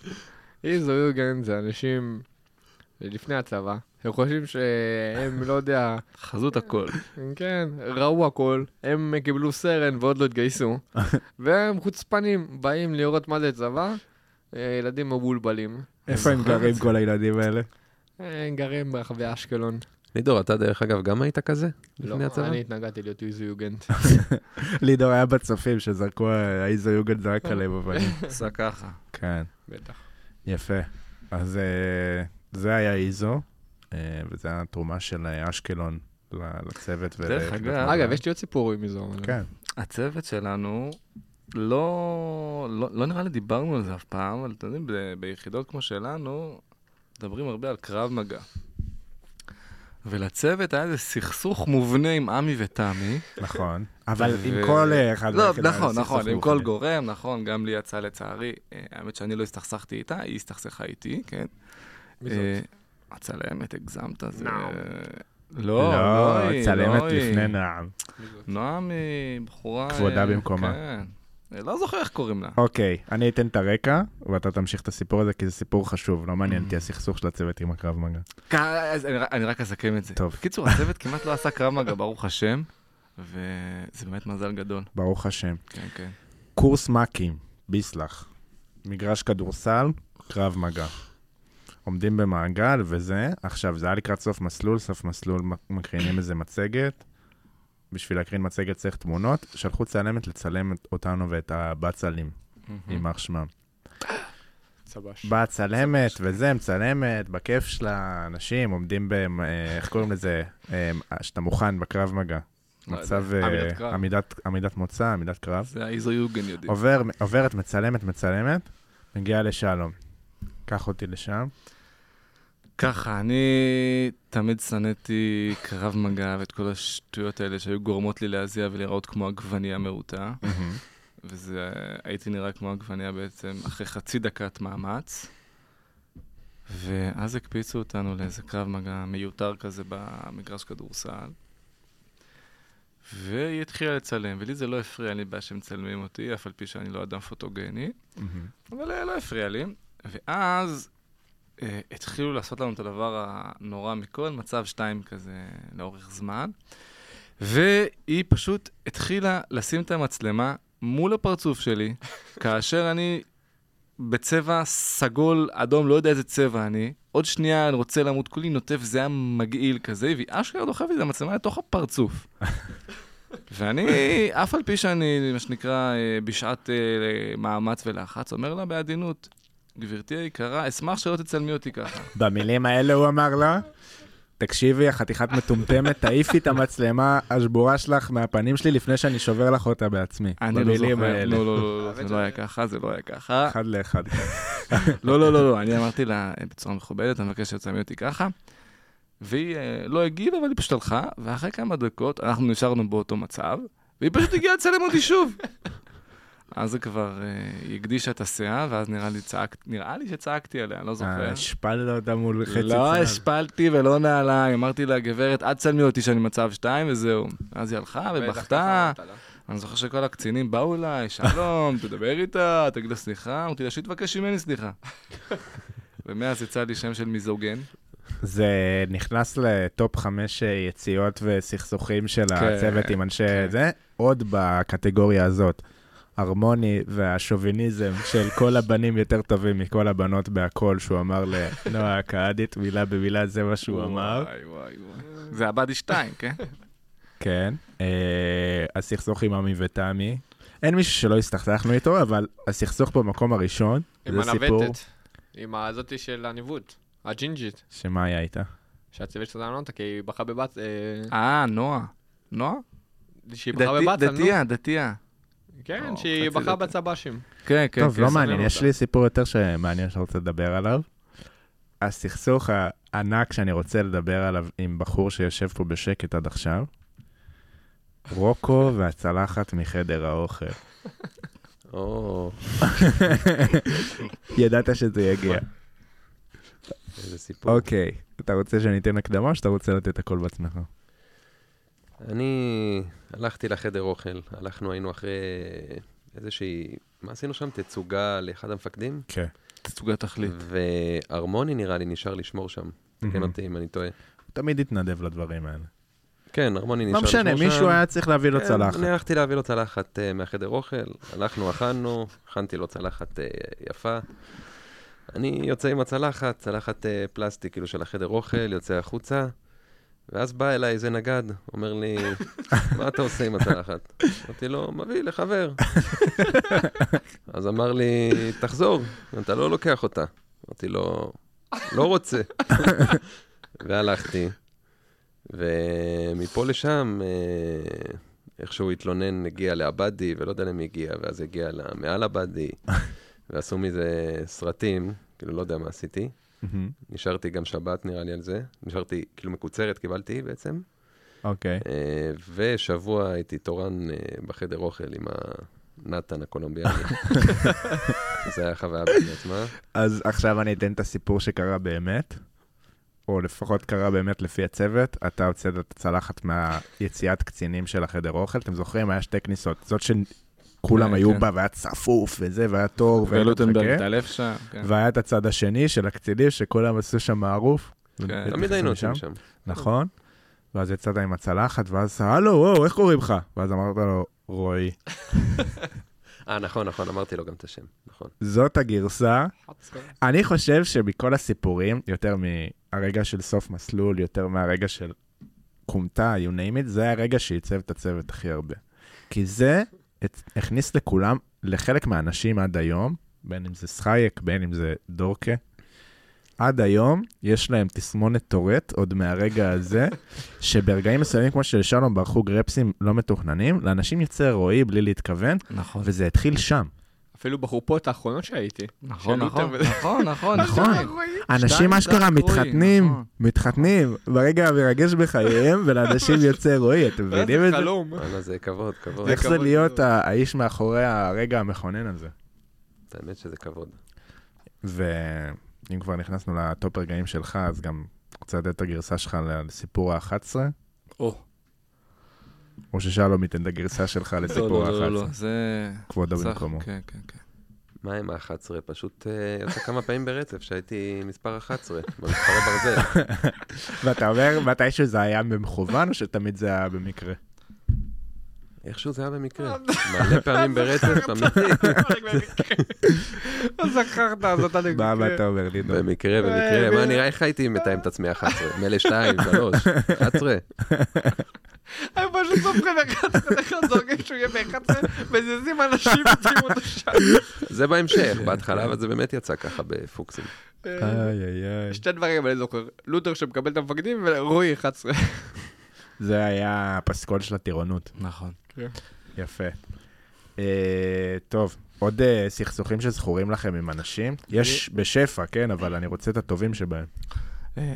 S2: איזו יוגן זה אנשים לפני הצבא, הם חושבים שהם, לא יודע,
S3: חזות הכל.
S2: כן, ראו הכל, הם קיבלו סרן ועוד
S1: <laughs>
S2: לא התגייסו, והם חוצפנים, באים לראות מה זה צבא, אה, ילדים מבולבלים.
S1: איפה הם גרים כל הילדים האלה?
S2: אה, הם גרים ברחבי אשקלון.
S4: לידור, אתה דרך אגב גם היית כזה?
S2: לא,
S4: לפני הצבא?
S2: אני התנגדתי להיות איזו <laughs> יוגנט.
S1: לידור היה בצופים שזרקו, האיזויוגנד זרק עליהם <laughs> אבנים.
S3: עשה ככה.
S1: כן.
S2: בטח.
S1: יפה. אז אה, זה היה איזו, אה, וזו הייתה התרומה של אה, אשקלון ל- לצוות. ול-
S3: דרך אגב-
S1: ליחידת
S2: אגב,
S1: מעבר.
S2: יש לי עוד סיפור עם איזו. אבל-
S1: כן.
S3: הצוות שלנו לא, לא, לא נראה לי דיברנו על זה אף פעם, אבל אתם יודעים, ב- ביחידות כמו שלנו, מדברים הרבה על קרב מגע. ולצוות היה איזה סכסוך מובנה עם עמי ותמי.
S1: נכון. אבל
S3: כן. ו-
S1: עם כל אה, אחד...
S3: לא,
S1: מהיחידה זה
S3: נכון,
S1: סכסוך
S3: נכון, עם
S1: מובנה.
S3: כל גורם, נכון, גם לי יצא לצערי. אה, האמת שאני לא הסתכסכתי איתה, היא הסתכסכה איתי, כן.
S2: מי זאת?
S3: אה, הצלמת, הגזמת, זה...
S2: נעם.
S3: לא,
S1: לא,
S3: היא,
S1: צלמת
S3: לא היא.
S1: לפני נעם.
S3: נועם היא בחורה...
S1: כבודה
S3: אה,
S1: במקומה.
S3: כן. אה, לא זוכר איך קוראים לה.
S1: אוקיי, אני אתן את הרקע, ואתה תמשיך את הסיפור הזה, כי זה סיפור חשוב. לא
S3: Mm.
S1: מעניין אותי הסכסוך של הצוות עם הקרב מגע.
S3: כ- אז אני רק- אני רק אסכם את זה.
S1: טוב.
S3: בקיצור, הצוות כמעט לא עשה קרב מגע, ברוך השם, וזה באמת מזל גדול.
S1: ברוך השם.
S3: כן, כן.
S1: קורס מ"כים, ביסלח. מגרש כדורסל, קרב מגע. עומדים במעגל וזה, עכשיו, זה היה לקראת סוף מסלול, סוף מסלול מ- מקרינים איזה מצגת. בשביל להקרין מצגת צריך תמונות. שלחו צלמת לצלם את- אותנו ואת הבצלים, יימח שמם.
S2: צבש.
S1: באה צלמת וזה, מצלמת, בכיף שלה, אנשים עומדים בהם, אה, איך קוראים לזה? אה, שאתה מוכן בקרב מגע.
S3: לא יודע.
S1: מצב... אה,
S2: עמידת קרב.
S1: עמידת- עמידת מוצא, עמידת קרב.
S3: זה האיזו יוגן יודעים.
S1: עובר, עוברת, מצלמת, מצלמת, מגיעה לשלום. קח אותי לשם.
S3: ככה, אני תמיד שנאתי קרב מגע ואת כל השטויות האלה שהיו גורמות לי להזיע ולהיראות כמו עגבנייה מרוטה. וזה, הייתי נראה כמו עגבנייה בעצם אחרי חצי דקת מאמץ. ואז הקפיצו אותנו לאיזה קרב מגע מיותר כזה במגרש כדורסל. והיא התחילה לצלם, ולי זה לא הפריע, אין לי בעיה שמצלמים אותי, אף על פי שאני לא אדם פוטוגני. אבל אה, לא הפריע לי. ואז אה, התחילו לעשות לנו את הדבר הנורא מכל, מצב שתיים כזה לאורך זמן, והיא פשוט התחילה לשים את המצלמה מול הפרצוף שלי, כאשר אני בצבע סגול, אדום, לא יודע איזה צבע אני. עוד שנייה אני רוצה למות, כולי נוטף זיעה מגעיל כזה, והיא אשכרה דוחפת את המצלמה לתוך הפרצוף. ואני, אף על פי שאני, מה שנקרא, אה, בשעת אה, מאמץ ולחץ, אומר לה בעדינות, גברתי היקרה, אשמח שלא תצלמי אותי ככה.
S1: במילים האלה הוא אמר לה, תקשיבי, החתיכת מטומטמת, תעיפי את המצלמה השבורה שלך מהפנים שלי לפני שאני שובר לך אותה בעצמי.
S3: אני לא
S1: במילים
S3: זוכר,
S1: האלה.
S3: לא, לא, לא, לא, זה לא היה ככה, זה לא היה <laughs> ככה.
S1: אחד לאחד.
S3: לא, לא, לא, לא, אני אמרתי לה אה, בצורה מכובדת, אני מבקש שתסיימי אותי ככה. והיא אה, לא הגיבה, אבל היא פשוט הלכה, ואחרי כמה דקות אנחנו נשארנו באותו מצב, והיא פשוט הגיעה לצלם אותי שוב. <laughs> אז זה כבר, אה, היא הגדישה את הסאה, ואז נראה לי צעקת, נראה לי שצעקתי עליה, אני לא זוכר.
S1: אה, השפלת אותה מול חצי צה"ל.
S3: לא השפלתי ולא נעליים, אמרתי לה, גברת, את צלמי אותי שאני מצב שתיים, זהו. אז היא הלכה ובכתה, אני זוכר שכל הקצינים באו אליי, שלום, תדבר איתה, תגיד לה סליחה, אמרתי לה, שתבקש ממני סליחה. <laughs> ומאז יצא לי שם של מיזוגן.
S1: זה נכנס לטופ חמש אה, יציאות וסכסוכים של
S3: כן,
S1: הצוות עם אנשי
S3: כן.
S1: זה, עוד בקטגוריה הזאת. הרמוני והשוביניזם של כל הבנים יותר טובים מכל הבנות בהכל, שהוא אמר לנועה הקהדית, מילה במילה זה מה שהוא אמר.
S3: וואי, וואי, וואי. זה עבדי שתיים,
S1: <laughs>
S3: כן?
S1: כן. אה, הסכסוך עם עמי ותמי. אין מישהו שלא הסתכסכנו איתו, אבל הסכסוך במקום הראשון,
S2: עם
S1: זה סיפור
S2: הנווטת. עם הזאתי של הניווט. הג'ינג'ית.
S1: שמה היה איתה?
S2: שהצוות שלה לא נתן, כי היא בחרה בבת... אה,
S3: אה, נועה. נועה?
S2: שהיא בחרה
S3: דתי-
S2: בבת... נו.
S3: דתייה, דתייה.
S2: כן,
S3: או,
S2: שהיא
S3: חצי
S2: בחרה
S3: דתי.
S2: בצב"שים.
S3: כן, כן,
S1: טוב,
S3: כן,
S1: לא
S3: סבבה.
S1: מעניין, יש לי סיפור יותר שמעניין שאני רוצה לדבר עליו. הסכסוך הענק שאני רוצה לדבר עליו עם בחור שיושב פה בשקט עד עכשיו, רוקו והצלחת מחדר האוכל.
S4: או,
S1: ידעת שזה יגיע.
S4: איזה סיפור.
S1: אוקיי, אתה רוצה שאני אתן הקדמה או שאתה רוצה לתת הכל בעצמך?
S4: אני הלכתי לחדר אוכל, הלכנו, היינו אחרי איזושהי... מה עשינו שם? תצוגה לאחד המפקדים?
S1: כן.
S3: תצוגת תכלית.
S4: והרמוני נראה לי נשאר לשמור שם. תקן אותי אם אני טועה.
S1: הוא תמיד התנדב לדברים האלה.
S4: כן, הרמוני נשאר
S1: לא
S4: לשמור שם.
S1: משנה, מישהו היה צריך להביא לו
S4: כן,
S1: צלחת.
S4: אני הלכתי להביא לו צלחת אה, מהחדר אוכל, הלכנו, אכלנו, הכנתי לו צלחת אה, יפה. אני יוצא עם הצלחת, צלחת אה, פלסטיק כאילו של החדר אוכל, יוצא החוצה, ואז בא אליי איזה נגד, אומר לי, מה אתה עושה עם הצלחת? אמרתי לו, מביא לחבר. אז אמר לי, תחזור, אתה לא לוקח אותה. אמרתי לו, לא רוצה. והלכתי, ומפה לשם, אה, איכשהו התלונן, הגיע לעבדי, ולא יודע למי הגיע, ואז הגיע למעל עבדי, ועשו מזה סרטים, כאילו, לא יודע מה עשיתי.
S1: מהמם.
S4: נשארתי גם שבת, נראה לי, על זה. נשארתי, כאילו, מקוצרת קיבלתי בעצם.
S1: אוקיי.
S4: אה, ושבוע הייתי תורן אה, בחדר אוכל עם הנתן הקולומביאני. זה היה חוויה בפני עצמה.
S1: אז עכשיו אני אתן את הסיפור שקרה באמת, או לפחות קרה באמת לפי הצוות. אתה הוצאת את הצלחת מהיציאת קצינים של החדר אוכל. אתם זוכרים? היה שתי כניסות. זאת שכולם
S3: כן,
S1: היו
S3: כן.
S1: בה, והיה צפוף, וזה, והיה תור, והיית
S3: ולוטנברג
S1: מחכה.
S3: התעלף שם, כן.
S1: והיה את הצד השני של הקצינים, שכולם עשו שם מערוף.
S3: כן.
S4: תמיד היינו עושים שם.
S1: נכון? ואז יצאת עם הצלחת, ואז הלו, וואו, איך קוראים לך? ואז אמרת לו, רועי,
S4: אה, נכון, נכון, אמרתי לו גם את השם, נכון.
S1: זאת הגרסה.
S2: חצר.
S1: אני חושב שמכל הסיפורים, יותר מהרגע של סוף מסלול, יותר מהרגע של כומתה, you name it, זה הרגע שעיצב את הצוות הכי הרבה. כי זה את- הכניס לכולם, לחלק מהאנשים עד היום, בין אם זה סחייק, בין אם זה דורקה, עד היום יש להם תסמונת טורט עוד מהרגע הזה, שברגעים מסוימים, כמו שלשלום ברחו גרפסים לא מתוכננים, לאנשים יוצא רועי בלי להתכוון,
S3: נכון.
S1: וזה התחיל שם.
S2: אפילו בחופות האחרונות שהייתי.
S3: נכון,
S2: שאלו
S3: נכון,
S2: אותם וזה-
S3: נכון,
S1: <laughs>
S3: נכון,
S1: נכון. אנשים
S3: שתיים,
S1: אשכרה
S3: שתיים, רועי,
S1: מתחתנים,
S3: נכון.
S1: מתחתנים, ברגע המרגש בחייהם,
S3: <laughs>
S1: ולאנשים יוצא רועי, אתם מבינים
S2: איזה
S1: את זה?
S2: חלום.
S4: וואלה, אה, זה כבוד, כבוד.
S1: איך זה
S2: כבוד
S1: להיות
S2: גדול.
S1: ה- האיש מאחורי הרגע המכונן הזה?
S4: האמת שזה כבוד.
S1: ואם כבר נכנסנו לטופ רגעים שלך, אז גם רוצה לתת את הגרסה שלך לסיפור ה-11,
S3: או,
S1: או ששלום ייתן את הגרסה שלך
S3: לא,
S1: לסיפור
S3: לא, לא, לא,
S1: ה-11,
S3: זה...
S1: כבודו
S3: סך-
S1: לא במקומו.
S3: כן, כן, כן.
S4: מה עם ה-11? פשוט אה, יצא כמה פעמים ברצף שהייתי מספר 11, במספרי ברזל.
S1: ואתה אומר, מתישהו זה היה במכוון, או שתמיד זה היה במקרה?
S4: איכשהו זה היה במקרה. מלא פעמים ברצף, אמיתי.
S2: זכרת, אז אתה
S1: מה מה אתה אומר, לידו?
S4: במקרה, במקרה. מה נראה איך הייתי מתאם את עצמי 11? מילא 2, 3, 11.
S2: <laughs> הם פשוט סופרים אחד אחד דואגים שהוא יהיה באחד מזיזים אנשים ותראו אותו שם.
S4: זה בהמשך,
S3: כן.
S4: בהתחלה, אבל זה באמת יצא ככה בפוקסים.
S1: איי איי איי.
S2: שתי דברים אני זוכר, לותר שמקבל את המפקדים ורועי 11.
S1: זה היה הפסקול של הטירונות.
S3: נכון.
S1: יפה. אה, טוב, עוד אה, סכסוכים שזכורים לכם עם אנשים? יש בשפע, כן, אבל אני רוצה את הטובים שבהם.
S3: אה,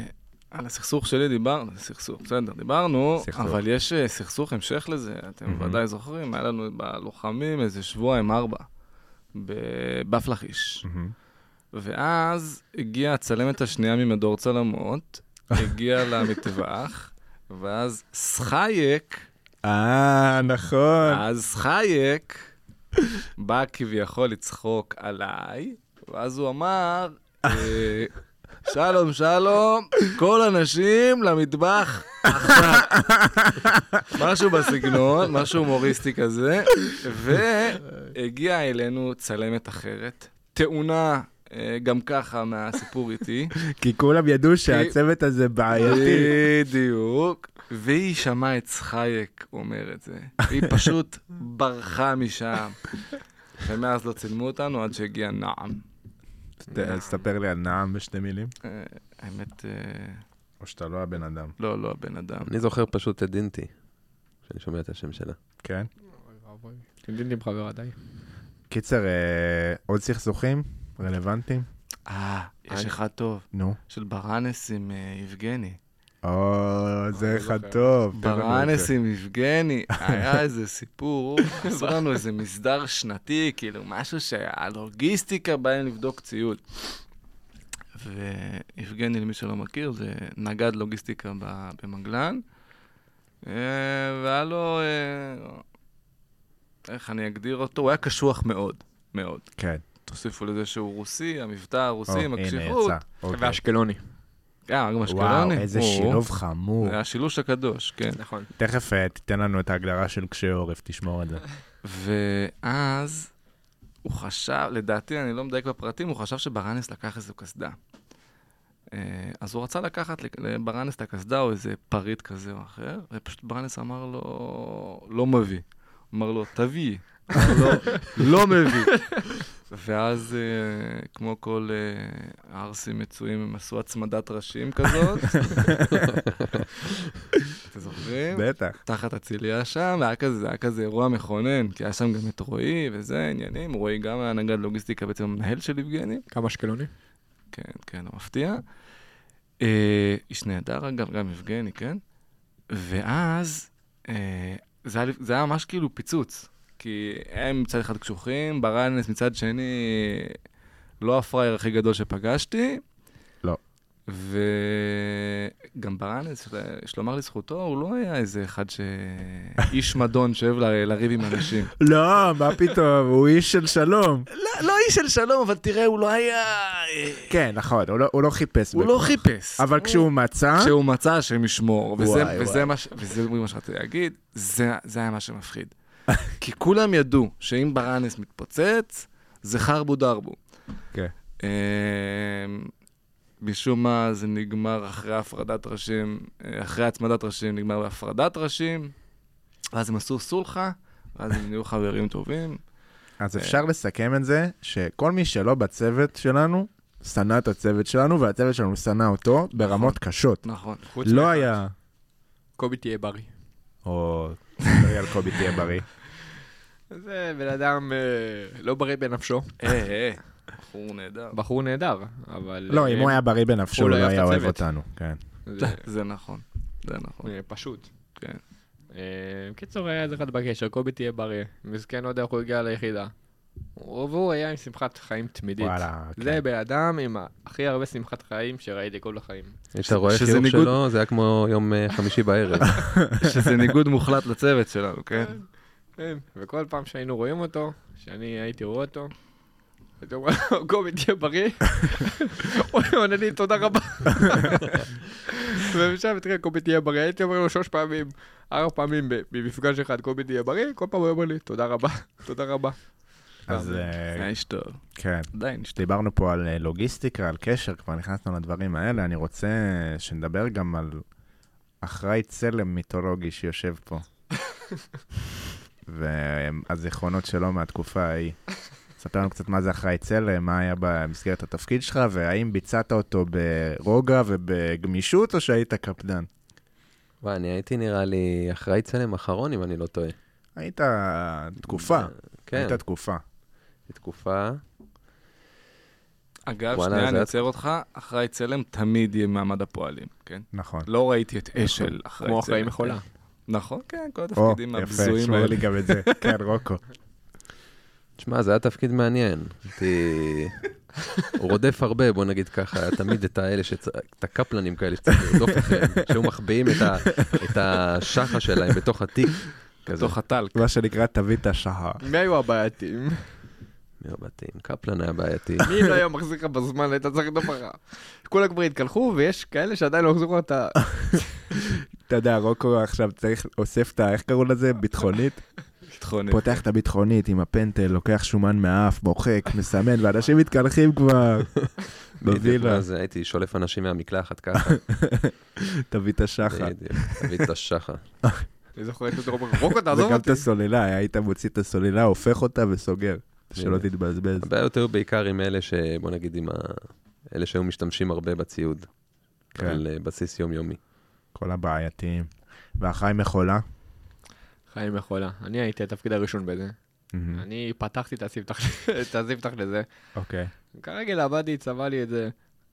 S3: על הסכסוך שלי דיברנו, סכסוך, בסדר, דיברנו,
S1: סכסוך.
S3: אבל יש אה, סכסוך המשך לזה, אתם
S1: מהמם.
S3: ודאי זוכרים, היה לנו בלוחמים איזה שבועיים ארבע, בבפלחיש. ואז הגיעה הצלמת השנייה ממדור צלמות, הגיעה למטווח, ואז סחייק,
S1: אה, נכון.
S3: אז סחייק בא כביכול לצחוק עליי, ואז הוא אמר, אה, שלום, שלום, כל הנשים למטבח עכשיו. משהו בסגנון, משהו הומוריסטי כזה, והגיעה אלינו צלמת אחרת, טעונה. אה, גם ככה מהסיפור איתי.
S1: כי אה. כולם ידעו שהצוות הזה בעייתי.
S3: בדיוק. והיא שמעה את סחייק אומר את זה. היא פשוט ברחה משם. ומאז לא צילמו אותנו עד שהגיע נעם.
S1: ת- אז תספר לי על נעם בשתי מילים,
S3: אה, האמת, אה,
S1: או שאתה לא הבן אדם.
S3: לא, לא הבן אדם.
S4: אני זוכר פשוט את דינתי, כשאני שומע את השם שלה.
S1: כן.
S2: תגידי עם חברה די.
S1: קיצר, אה, עוד סכסוכים רלוונטיים?
S3: אה, יש
S4: אה.
S3: אחד טוב,
S1: נו.
S3: של ברנס עם אה, יבגני.
S1: או, זה
S2: לא
S1: אחד
S2: זוכר.
S1: טוב. תן לנו את זה.
S3: ברנס עם יבגני, היה איזה סיפור,
S1: <laughs>
S3: עשו לנו איזה מסדר שנתי, כאילו משהו שהלוגיסטיקה באים לבדוק ציוד. ויבגני, למי שלא מכיר, זה נגד לוגיסטיקה ב- במגלן, אה, והיה לו, אה, איך אני אגדיר אותו? הוא היה קשוח מאוד, מאוד.
S1: כן.
S3: תוסיפו לזה שהוא רוסי, המבטא הרוסי, עם
S1: או, הנה,
S3: הקשיחות.
S1: יצא. אוקיי.
S2: ואשקלוני.
S3: אה, גם
S1: וואו,
S3: אשקלוני.
S1: איזה
S3: או,
S1: שילוב חמור.
S3: זה השילוש הקדוש, כן.
S2: נכון.
S1: תכף אה, תיתן לנו את ההגדרה של קשי עורף, תשמור את זה.
S3: ואז הוא חשב, לדעתי, אני לא מדייק בפרטים, הוא חשב שברנס לקח איזו קסדה. אה, אז הוא רצה לקחת לק- לברנס את הקסדה או איזה פריט כזה או אחר, ופשוט ברנס אמר לו, לא מביא. אמר לו, תביא. אמר לו, לא מביא. ואז, אה, כמו כל אה, הערסים מצויים, הם עשו הצמדת ראשים כזאת. אתם זוכרים?
S1: בטח.
S3: תחת הצליה שם, והיה כזה, זה היה כזה אירוע מכונן, כי היה שם גם את רועי וזה, עניינים, רועי גם היה נגד לוגיסטיקה, בעצם המנהל של יבגני,
S2: כמה אשקלוני?
S3: כן, כן, לא מפתיע. אה, איש נהדר, אגב, גם יבגני, כן? ואז, אה, זה, היה, זה היה ממש כאילו פיצוץ, כי הם מצד אחד קשוחים, ברנס מצד שני, לא הפראייר הכי גדול שפגשתי.
S1: לא.
S3: וגם ברנס, יש לומר לזכותו, הוא לא היה איזה אחד ש... איש מדון שאוהב ל- לריב עם אנשים.
S1: לא, מה פתאום, הוא איש של שלום.
S3: לא, לא איש של שלום, אבל תראה, הוא לא היה... אה,
S1: כן, נכון, הוא לא- הוא לא חיפש.
S3: הוא לא
S1: בכוח.
S3: חיפש.
S1: אבל
S3: הוא-
S1: כשהוא מצא,
S3: כשהוא מצא, השם ישמור. וזה,
S1: וואי,
S3: וזה,
S1: וואי.
S3: מה, ש- וזה מה שרציתי להגיד, זה, זה היה מה שמפחיד. <laughs> כי כולם ידעו שאם ברנס מתפוצץ, זה חרבו דרבו.
S1: כן.
S3: אמ, משום מה זה נגמר אחרי הפרדת ראשים, אה, אחרי הצמדת ראשים נגמר בהפרדת ראשים, ואז הם עשו סולחה, ואז הם נהיו חברים טובים.
S1: אז אפשר לסכם את זה, שכל מי שלא בצוות שלנו, שנא את הצוות שלנו, והצוות שלנו שנא אותו ברמות קשות.
S3: נכון.
S2: חוץ
S1: לא
S2: מאחד.
S1: היה...
S2: קובי תהיה בריא.
S1: או...
S3: לא
S1: אריאל קובי תהיה בריא.
S2: זה בן אדם אה, לא בריא בנפשו.
S3: אה, אה, בחור נהדר.
S2: בחור נהדר, אבל...
S1: לא,
S2: אה,
S1: אם הוא היה בריא בנפשו,
S2: הוא
S1: הוא
S2: לא
S1: לא
S2: אהב את
S1: היה אוהב
S2: הצוות.
S1: אותנו. כן.
S2: זה-
S3: זה נכון, זה נכון.
S2: אה, פשוט.
S3: כן.
S2: אה, בקיצור, היה איזה אחד בקשר, קובי תהיה בריא. מסכן, לא יודע איך הוא הגיע ליחידה. והוא היה עם שמחת חיים תמידית.
S1: וואלה, כן.
S2: זה בן אדם עם הכי הרבה שמחת חיים שראיתי כל החיים.
S4: היית רואה
S3: שזה
S4: חיוך
S3: ניגוד-
S4: שלו, זה היה כמו יום אה, חמישי בערב.
S3: <laughs> שזה ניגוד מוחלט לצוות שלנו, כן?
S2: כן, וכל פעם שהיינו רואים אותו, שאני הייתי רואה אותו, הייתי אומר לו, <laughs> קובי, תהיה בריא. הוא היה עונה לי, תודה רבה. ומשם התחיל, קובי, תהיה בריא. הייתי אומר לו שלוש פעמים, ארבע פעמים ב- במפגש אחד, קובי, תהיה בריא, כל פעם הוא אומר לי, תודה רבה, תודה רבה.
S1: אז אה,
S3: היה איש טוב,
S1: כן.
S3: עדיין איש טוב.
S1: דיברנו פה על אה, לוגיסטיקה, על קשר, כבר נכנסנו לדברים האלה. אני רוצה שנדבר גם על אחראי צלם מיתולוגי שיושב פה. והזיכרונות שלו מהתקופה ההיא. ספר לנו קצת מה זה אחראי צלם, מה היה במסגרת התפקיד שלך, והאם ביצעת אותו ברוגע ובגמישות, או שהיית קפדן?
S4: וואי, אני הייתי נראה לי אחראי צלם אחרון, אם אני לא טועה.
S1: היית תקופה,
S4: כן,
S1: היית תקופה.
S4: תקופה. וואלה,
S3: אגב, שנייה,
S4: זה
S3: אני
S4: היה-
S3: עוצר אותך, אחראי צלם תמיד יהיה מעמד הפועלים, כן?
S1: נכון.
S3: לא ראיתי את אשל אחראי צלם.
S2: כמו אחראי מכולה.
S3: נכון, כן, כל
S1: או,
S3: התפקידים
S1: יפה,
S3: הבזויים
S1: שמור
S3: האלה.
S1: לי גם את זה. כן, רוקו.
S4: תשמע, זה היה תפקיד מעניין. הייתי... הוא רודף הרבה, בוא נגיד ככה, היה תמיד את האלה, שצ... את הקפלנים כאלה שצריך לרדוף אחריהם, שהיו מחביאים את, ה... את השחה שלהם בתוך התיק. כזה.
S3: בתוך הטלק.
S1: מה שנקרא תווית השעה.
S2: מי היו הבעייתים?
S4: מי הבתים? קפלן היה בעייתי.
S2: מי לא היה מחזיר לך בזמן, היית צריך לדבר לך. כולם כבר התקלחו, ויש כאלה שעדיין לא החזירו את ה...
S1: אתה יודע, רוקו עכשיו צריך, אוסף את ה... איך קראו לזה? <laughs> ביטחונית?
S3: ביטחוני.
S1: פותח את הביטחונית עם הפנטל, לוקח שומן מהאף, מוחק, מסמן, ואנשים מתקלחים <laughs> כבר.
S4: בדיוק,
S1: <laughs> בווילה,
S4: מה זה, הייתי שולף אנשים מהמקלחת
S1: <laughs>
S4: ככה,
S1: תביא את השחר.
S4: בדיוק, תביא את השחה.
S2: אני זוכר את זה, רוקו, תעזוב
S1: וגם
S2: אותי.
S1: את הסוללה, היית מוציא את הסוללה, הופך אותה וסוגר. שלא תתבזבז.
S4: הבעיות היו בעיקר עם אלה ש... בוא נגיד עם ה... אלה שהיו משתמשים הרבה בציוד,
S1: כן.
S4: על אה, בסיס יומיומי.
S1: כל הבעייתיים. ואחראי מכולה?
S2: חיים יכולה. אני הייתי התפקיד הראשון בזה.
S1: מהמם.
S2: אני פתחתי את הספתח <laughs> את הספתח לזה.
S1: אוקיי.
S2: כרגיל עבדתי, צבע לי את זה.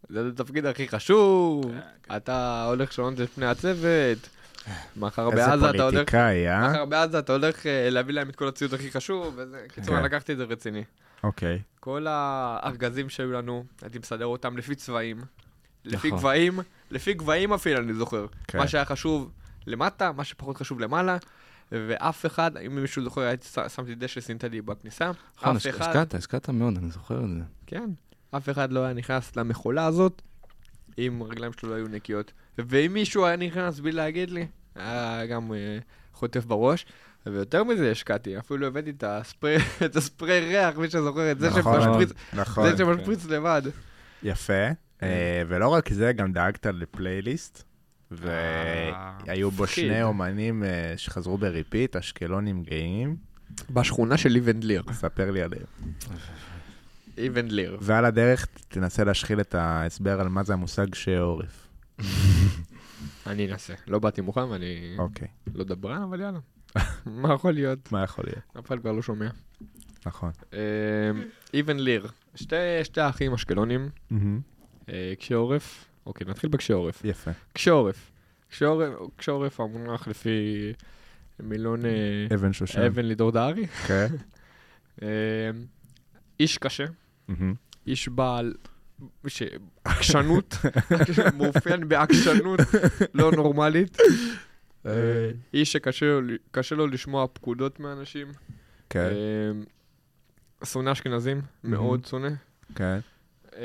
S2: זה התפקיד הכי חשוב,
S1: כן,
S2: אתה הולך שונות לפני הצוות, מחר
S1: איזה
S2: לא, בעזה אתה הולך...
S1: פוליטיקאי, אה?
S2: מחר בעזה אתה הולך אה, להביא להם את כל הציוד הכי חשוב, וזה... קיצור,
S1: כן.
S2: אני לקחתי את זה רציני.
S1: אוקיי.
S2: כל הארגזים שהיו לנו, הייתי מסדר אותם לפי צבעים. לפי
S1: נכון.
S2: גבהים, לפי גבהים אפילו, אני זוכר.
S1: כן.
S2: מה שהיה חשוב למטה, מה שפחות חשוב למעלה, ואף אחד, אם מישהו זוכר, הייתי ש- שמתי דשא סינתטי בכניסה,
S3: נכון,
S2: אף אחד...
S3: השקעת, השקעת מאוד, אני זוכר את זה.
S2: כן, אף אחד לא היה נכנס למכולה הזאת אם הרגליים שלו לא היו נקיות. ואם מישהו היה נכנס בלי להגיד לי, היה גם אה, חוטף בראש. ויותר מזה השקעתי, אפילו הבאתי את הספרי, <laughs> את הספרי ריח, מי שזוכר את זה
S1: נכון,
S2: שמשפריץ,
S1: נכון.
S2: זה שמשפריץ לבד.
S1: יפה, אה, ולא רק זה, גם דאגת לפלייליסט,
S2: אה,
S1: והיו בו
S2: מפחיד.
S1: שני אומנים אה, שחזרו בריפיט, אשקלונים גאים,
S2: אה. בשכונה של איבנדליר.
S1: ספר לי עליהם.
S2: even ליר.
S1: ועל הדרך תנסה להשחיל את ההסבר על מה זה המושג שעורף.
S2: אני אנסה. לא באתי מוכן ואני
S1: אוקיי,
S2: לא דברן, אבל יאללה. <laughs> מה יכול להיות?
S1: מה יכול להיות?
S2: אף אחד כבר לא שומע.
S1: נכון.
S2: אה, even ליר. שתי שתי האחים אשקלונים,
S1: מהמם.
S2: אה, קשי עורף. אוקיי, נתחיל בקשי עורף.
S1: יפה.
S2: קשי עורף. קשי עורף- קשי עורף המונח לפי מילון אה,
S1: אבן שושן.
S2: אבן לידור דהרי.
S1: כן.
S2: אה, איש קשה,
S1: מהמם.
S2: איש בעל ש-
S1: <laughs>
S2: עקשנות, מאופיין בעקשנות לא נורמלית. אה, איש שקשה לו ל- קשה לו לשמוע פקודות מאנשים.
S1: כן,
S2: אה, שונא אשכנזים, מאוד שונא.
S1: כן.
S2: אה,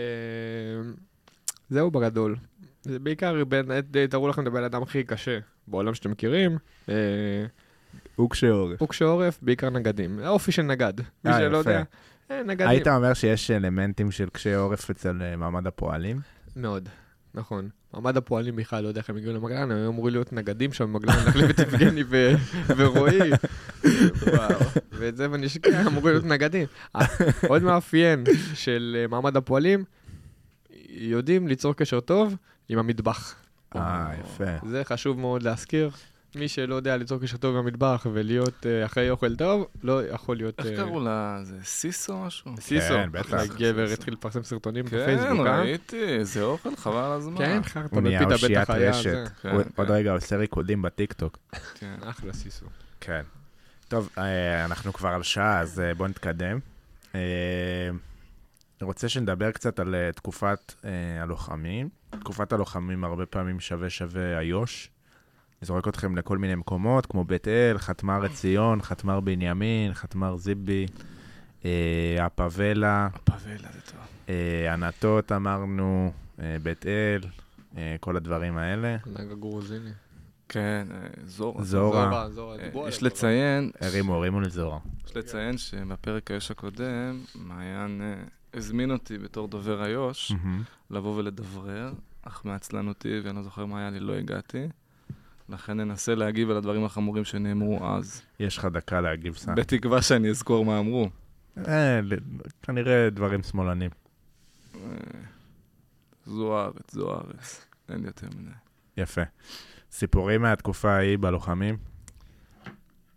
S2: זהו בגדול. זה בעיקר בין, אה, תארו לכם את הבן אדם הכי קשה בעולם שאתם מכירים. אה,
S1: הוא קשה עורף.
S2: פוק שעורף, בעיקר נגדים. האופי של נגד. מי
S1: אה,
S2: שלא
S1: יפה.
S2: יודע, אה, נגדים.
S1: היית אומר שיש אלמנטים של קשי עורף אצל אה, מעמד הפועלים?
S2: מאוד, נכון. מעמד הפועלים בכלל, לא יודע איך הם הגיעו למגלן, הם היו אמורים להיות נגדים שם במגלן, <laughs> להחליף את יבגני ו- ורועי. וואו. ואת זה ונשקע, הם אמורים להיות נגדים. אה, עוד מאפיין של אה, מעמד הפועלים, יודעים ליצור קשר טוב עם המטבח.
S1: אה, יפה.
S2: זה חשוב מאוד להזכיר. מי שלא יודע ליצור קשר טוב עם המטבח ולהיות אה, אחרי אוכל טוב, לא יכול להיות...
S3: איך
S2: אה,
S3: קראו לה? זה סיסו או משהו?
S2: סיסו.
S1: כן, בטח.
S2: הגבר התחיל לפרסם סרטונים
S3: כן,
S2: בפייסבוק, אה?
S3: ראיתי, איזה אוכל, חבל על הזמן.
S2: כן, חרטה
S1: הוא נהיה
S2: בפיתה
S1: אושיית
S2: בטח היה
S1: רשת.
S2: זה.
S3: כן,
S1: הוא
S3: כן.
S1: עוד רגע עושה ריקודים בטיקטוק.
S3: כן.
S2: אחלה סיסו.
S1: כן. טוב, אה, אנחנו כבר על שעה, אז אה, בואו נתקדם. אה, אני רוצה שנדבר קצת על אה, תקופת אה, הלוחמים. תקופת הלוחמים הרבה פעמים שווה שווה איו"ש. אני זורק אתכם לכל מיני מקומות, כמו בית אל, חתמר עציון, חתמר בנימין, חתמר זיבי, אה, הפבלה,
S3: פאבלה זה טוב.
S1: אה, ענתות אמרנו, אה, בית אל, אה, כל הדברים האלה.
S2: נהג הגרוזיני.
S3: כן, אה, זורה.
S1: זורה,
S2: זורה,
S3: אה,
S2: דיברו עליו.
S3: יש לציין,
S1: הרימו, הרימו לזורה.
S3: יש לציין שבפרק היו"ש הקודם, מעיין אה, הזמין אותי בתור דובר היו"ש
S1: מהמם.
S3: לבוא ולדברר, אך מעצלנותי ואני לא זוכר מה היה לי, לא הגעתי. לכן ננסה להגיב על הדברים החמורים שנאמרו אז,
S1: יש לך דקה להגיב סער.
S3: בתקווה שאני אזכור מה אמרו.
S1: אה, ל- כנראה דברים שמאלנים.
S3: אה, זו הארץ, זו הארץ. אין לי יותר מדי.
S1: יפה. סיפורים מהתקופה ההיא בלוחמים?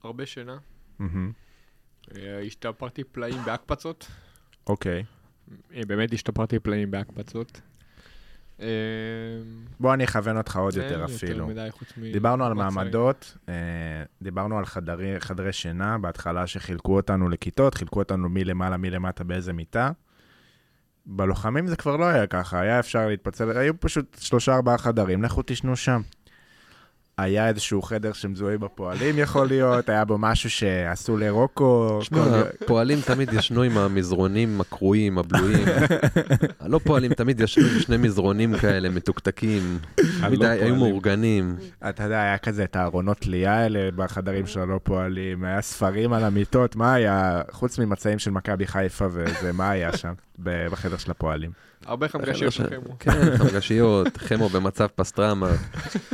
S2: הרבה שינה.
S1: מהמם.
S2: אה, השתפרתי פלאים בהקפצות.
S1: אוקיי.
S2: אה, באמת השתפרתי פלאים בהקפצות. אה,
S1: בוא אני אכוון אותך עוד
S2: אין
S1: יותר
S2: לי
S1: אפילו.
S2: כן, מדי חוץ מ-
S1: דיברנו על
S2: מעצרים.
S1: מעמדות, אה, דיברנו על חדרי, חדרי שינה, בהתחלה שחילקו אותנו לכיתות, חילקו אותנו מלמעלה, מלמטה, באיזה מיטה. בלוחמים זה כבר לא היה ככה, היה אפשר להתפצל, היו פשוט שלושה ארבעה חדרים, לכו תשנו שם. היה איזשהו חדר שמזוהה עם הפועלים יכול להיות, היה בו משהו שעשו לרוקו.
S4: שמע,
S1: אוקיי.
S4: פועלים תמיד ישנו עם המזרונים
S1: <laughs>
S4: הקרועים, הבלויים. הלא פועלים תמיד ישנו עם שני מזרונים כאלה, מתוקתקים. תמיד
S1: הלא לא
S4: היו
S1: פועלים.
S4: מאורגנים.
S1: אתה יודע, היה כזה את הארונות תלייה האלה בחדרים של הלא פועלים, היה ספרים על המיטות, מה היה, חוץ ממצעים של מכבי חיפה וזה, מה היה שם ב- בחדר של הפועלים?
S2: הרבה חמגשיות שחמו.
S4: כן, חמגשיות, חמו במצב פסטרמה.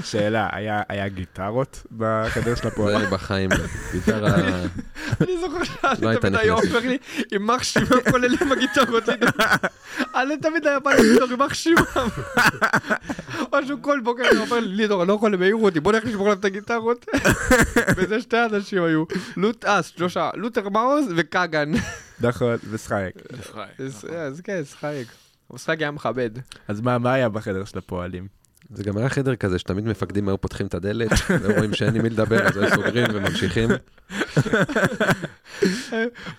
S1: שאלה, היה, היה גיטרות בחדר של <laughs>
S4: זה
S1: הפועלים?
S4: היה לי בחיים, גיטרה...
S2: אני זוכר
S4: לא
S2: שאני
S4: הייתה
S2: תמיד היה
S4: נכנסת.
S2: הופך לי עם מחשיבה <laughs> כולל עם הגיטרות. אני תמיד היה בא לידור עם מחשיבה. <laughs> משהו כל בוקר היה אומר לי, לידור, אני לא יכול, הם העירו אותי, בוא נלך לשבור להם את הגיטרות. <laughs> וזה שתי אנשים היו, לוט אס, שלושה, לותר מעוז וקאגן.
S1: נכון, ושחק.
S2: אז אז כן, שחייק. אבל שחייק היה מכבד.
S1: אז מה, מה היה בחדר של הפועלים?
S4: זה גם היה חדר כזה שתמיד מפקדים היו פותחים את הדלת, ורואים שאין עם מי לדבר, אז היו סוגרים וממשיכים.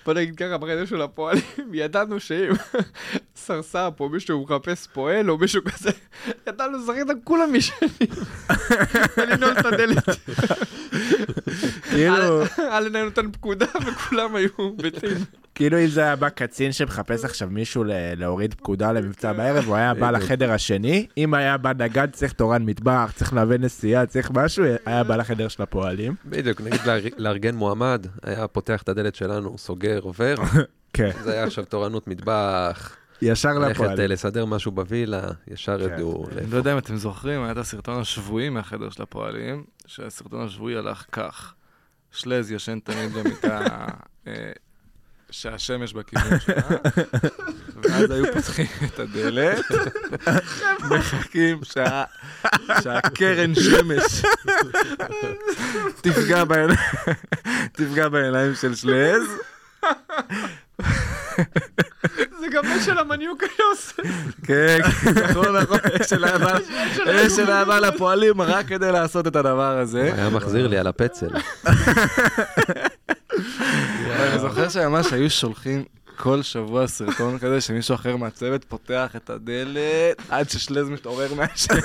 S2: בוא נגיד ככה, בחדר של הפועלים, <laughs> ידענו שאם <laughs> סרסאפ או מישהו מחפש פועל או מישהו כזה, <laughs> ידענו לשחק איתם כולם <laughs> ישנים. ולנעול את הדלת.
S1: כאילו,
S2: אלן היה נותן פקודה וכולם היו <laughs> ביתים.
S1: כאילו אם זה היה בא קצין שמחפש עכשיו מישהו ל- להוריד פקודה למבצע בערב, הוא היה בא לחדר השני, אם היה בא נגד, צריך תורן מטבח, צריך להביא נסיעה, צריך משהו, היה בא לחדר של הפועלים.
S4: בדיוק, נגיד לאר- לארגן מועמד, היה פותח את הדלת שלנו, סוגר, עובר.
S1: כן,
S4: זה היה עכשיו תורנות מטבח,
S1: ישר
S4: ללכת אה,
S1: לפועלים.
S4: לסדר משהו בווילה, ישר
S1: כן.
S4: ידעו. לאיפה.
S3: אני לא יודע אם אתם זוכרים, היה את הסרטון השבועי מהחדר של הפועלים,
S4: <laughs>
S3: שהסרטון השבועי הלך כך: שלז ישן תמיד במיטה אה, שהשמש בכיוון שלה, ואז היו פותחים
S4: <laughs>
S3: את הדלת, מחכים שה- שהקרן שמש תפגע בעיני- תפגע בעיניים של שלז,
S2: זה גם אש של המניוק היה עושה.
S3: כן,
S2: לא
S3: נכון, נכון,
S2: <laughs>
S3: של אהבה- אש של אהבה לפועלים, רק כדי לעשות את הדבר הזה.
S4: היה מחזיר לי על הפצל.
S3: אני זוכר שממש היו שולחים כל שבוע סרטון כזה שמישהו אחר מהצוות פותח את הדלת עד ששלז מתעורר מהשלג.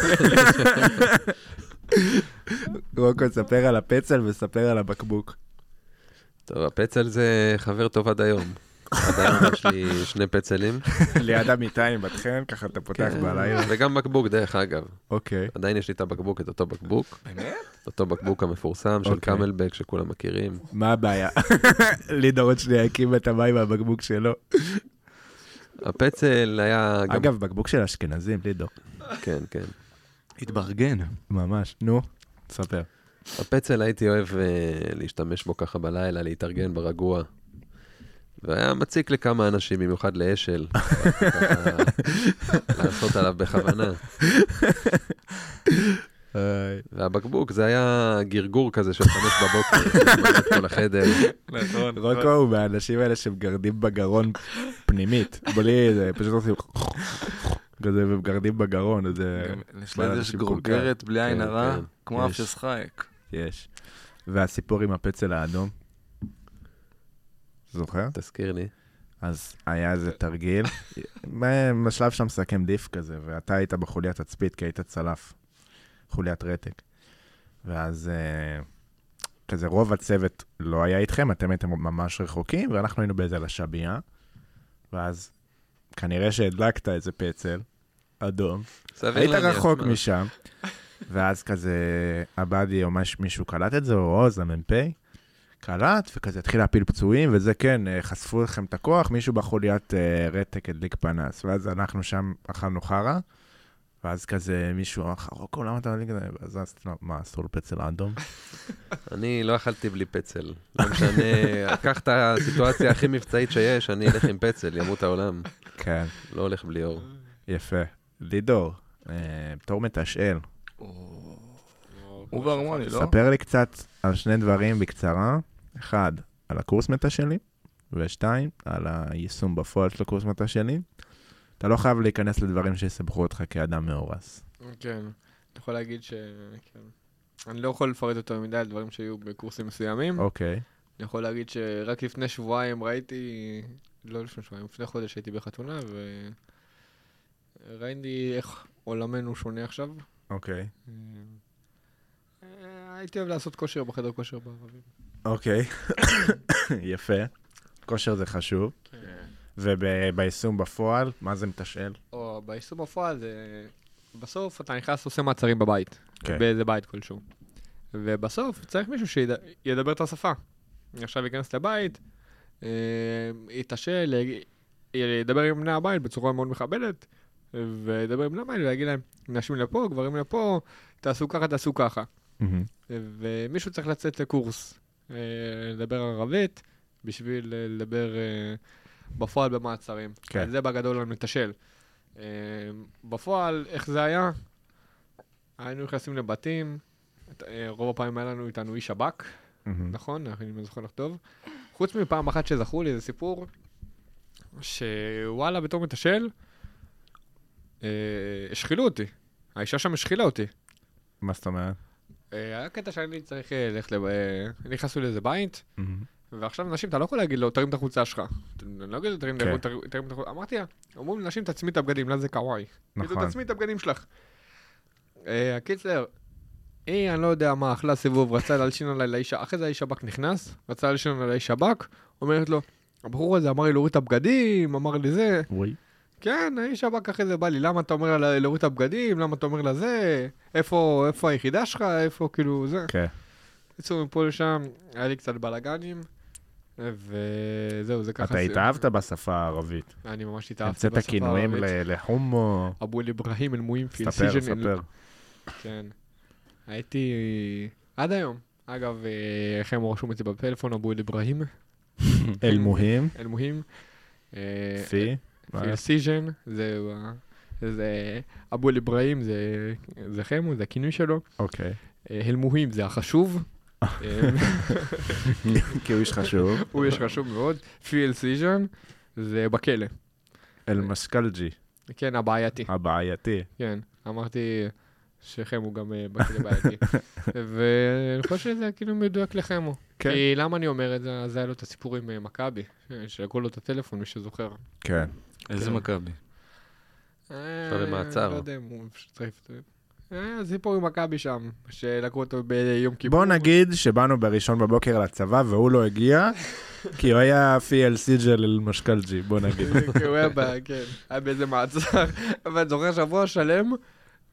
S1: קודם כל, ספר על הפצל וספר על הבקבוק.
S4: טוב, הפצל זה חבר טוב עד היום. עד היום יש לי שני פצלים.
S1: ליד המיטה עם בת חן, ככה אתה פותח
S4: כן.
S1: בלילה.
S4: וגם בקבוק, דרך אגב.
S1: אוקיי.
S4: עדיין יש לי את הבקבוק, את אותו בקבוק.
S3: באמת?
S4: אותו בקבוק המפורסם של
S1: אוקיי.
S4: קמלבק שכולם מכירים.
S1: מה הבעיה? <laughs> לידור עוד שנייה הקים את המים מהבקבוק שלו.
S4: הפצל היה גם...
S1: אגב, בקבוק של אשכנזים, לידור.
S4: כן, כן.
S3: התברגן.
S1: ממש. נו, ספר.
S4: הפצל הייתי אוהב אה, להשתמש בו ככה בלילה, להתארגן ברגוע. והיה מציק לכמה אנשים,
S1: <laughs>
S4: במיוחד לאשל. ככה, לעשות עליו בכוונה. והבקבוק זה היה גרגור כזה של חמש בבוקר, <laughs> שמעט כל החדר.
S3: נכון.
S1: רוקו הוא מהאנשים האלה שמגרדים בגרון פנימית. בלי, זה פשוט עושים... כזה ומגרדים בגרון, זה...
S3: לשלז יש
S1: אנשים כל כך.
S3: גורגרת בלי עין
S4: כן,
S3: הרע,
S4: כן.
S3: כמו אף
S4: יש.
S3: של שחייק.
S1: יש. והסיפור עם הפצל האדום. זוכר?
S4: תזכיר לי.
S1: אז היה איזה תרגיל. מה- בשלב שאתה מסכם דיף כזה, ואתה היית בחוליית תצפית כי היית צלף, חוליית רתק. ואז אה, כזה רוב הצוות לא היה איתכם, אתם הייתם ממש רחוקים, ואנחנו היינו באיזה לשביעה. ואז כנראה שהדלקת איזה פצל אדום,
S4: סביר
S1: היית
S4: להניח, לא,
S1: רחוק
S4: מה? <laughs>
S1: משם, ואז כזה, עבדי או מש- מישהו קלט את זה, או עוז, המ"פ, קלט, וכזה התחיל להפיל פצועים, וזה כן, אה, חשפו לכם את הכוח, מישהו בחוליית אה, רתק הדליק פנס, ואז אנחנו שם אכלנו חרא, ואז כזה מישהו אמר לך, רוקו, למה אתה מדליק את זה? ואז אז, "לא, מה, אסור לפצל
S4: <laughs>
S1: האדום?
S4: אני לא אכלתי בלי פצל. לא משנה, <laughs> קח את הסיטואציה הכי מבצעית שיש, אני אלך עם פצל, ימות העולם.
S1: כן,
S4: לא הולך בלי אור.
S1: יפה. לידור, אה, בתור מתשאל,
S3: הוא והרמוני, לא?
S1: ספר לי קצת על שני דברים בקצרה. אחד, על הקורס מתשאלים, ושתיים, על היישום בפועל של הקורס מתשאלים. אתה לא חייב להיכנס לדברים שיסבכו אותך כאדם מאורס.
S2: כן, אני יכול להגיד ש... כן. אני לא יכול לפרט יותר מדי על דברים שהיו בקורסים מסוימים.
S1: אוקיי.
S2: אני יכול להגיד שרק לפני שבועיים ראיתי, לא לפני שבועיים, לפני חודש הייתי בחתונה, וראיתי איך עולמנו שונה עכשיו.
S1: אוקיי.
S2: אה, אה, הייתי אוהב לעשות כושר בחדר כושר בערבים.
S1: אוקיי. <coughs> יפה. כושר זה חשוב.
S2: כן.
S1: וביישום בפועל, מה זה מתשאל?
S2: או ביישום בפועל זה... בסוף אתה נכנס עושה מעצרים בבית,
S1: כן.
S2: באיזה בית כלשהו. ובסוף צריך מישהו שידבר את השפה. עכשיו ייכנס לבית, אה, יתשאל, יג- ידבר עם בני הבית בצורה מאוד מכבדת, וידבר עם בני הבית ויגיד להם, נשים לפה, גברים לפה, תעשו ככה, תעשו ככה.
S1: מהמם.
S2: ומישהו צריך לצאת לקורס, אה, לדבר ערבית, בשביל אה, לדבר אה, בפועל במעצרים.
S1: כן.
S2: אז זה בגדול המתשל. אה, בפועל, איך זה היה? היינו נכנסים לבתים, את- אה, רוב הפעמים היה לנו איתנו איש שב"כ,
S1: מהמם.
S2: נכון? אני זוכר לך טוב. חוץ מפעם אחת שזכור לי, זה סיפור שוואלה, בתור מתשל, אה, השחילו אותי. האישה שם השחילה אותי.
S1: מה זאת אומרת?
S2: אה, היה קטע שאני צריך אה, ללכת לב... אה, נכנסו לאיזה בית,
S1: מהמם.
S2: ועכשיו נשים, אתה לא יכול להגיד לו, תרים את החולצה שלך. אני לא אגיד לו, תרים
S1: כן.
S2: תרים- תרים את החולצה. אמרתי לה, אומרים לנשים, תצמי את הבגדים, למה זה קוואי?
S1: נכון.
S2: נכון. תצמי את הבגדים שלך. אה, הקיצר, היא, אני לא יודע מה, אכלה סיבוב, רצה להלשין עליי לאיש, אחרי זה האיש שב"כ נכנס, רצה להלשין עליי לאיש שב"כ, אומרת לו, הבחור הזה אמר לי להוריד את הבגדים, אמר לי זה.
S1: וואי.
S2: כן, האיש הבא אחרי זה בא לי, למה אתה אומר לה להוריד את הבגדים? למה אתה אומר לה זה? איפה, איפה היחידה שלך? איפה כאילו זה?
S1: כן.
S2: בקיצור, מפה לשם, היה לי קצת בלאגנים, וזהו, זה ככה...
S1: אתה התאהבת בשפה הערבית.
S2: אני ממש התאהבתי
S1: המצאת כינויים ל- להומו.
S2: אבו אל אברהים אל מואינפיל.
S1: ספר,
S2: סיג'ן אל-
S1: ספר.
S2: כן. הייתי... עד היום. אגב, אה, איך הם רשום את זה בפלאפון, אבו אל אברהים?
S1: <laughs> אלמוהים,
S2: אלמוהים. אה,
S1: פי, מה?
S2: פיל סיז'ן, זה... זה אבו אל-אברהים, זה, זה חמו, זה הכינוי שלו.
S1: אוקיי.
S2: אה, אלמוהים זה החשוב. אה,
S1: <laughs>
S2: <laughs>
S1: כי הוא איש חשוב.
S2: הוא יש חשוב מאוד. פיל סיז'ן זה בכלא.
S1: אלמסקלג'י,
S2: כן, הבעייתי.
S1: אה. הבעייתי.
S2: כן, אמרתי שחמו גם אה, בכלא בעייתי.
S1: <laughs>
S2: ואני חושב שזה כאילו מדויק לחמו.
S1: כן.
S2: כי למה אני אומר את זה? אז היה לו את הסיפור עם אה, מכבי, ש- שלקחו לו את הטלפון, מי שזוכר.
S1: כן.
S2: כן.
S5: איזה מכבי.
S2: אה,
S4: במעצר.
S2: לא יודע אם הוא שצריך... אה, סיפור עם מכבי שם, שלקחו אותו ביום כיפור.
S1: בוא
S2: <laughs>
S1: נגיד שבאנו בראשון בבוקר לצבא והוא לא הגיע, כי הוא היה פיאל סיג'ל אלמשקלג'י, בוא נגיד. <laughs>
S2: כי כאילו, הוא היה ב- כן, היה באיזה מעצר, <laughs> אבל אני זוכר שבוע שלם,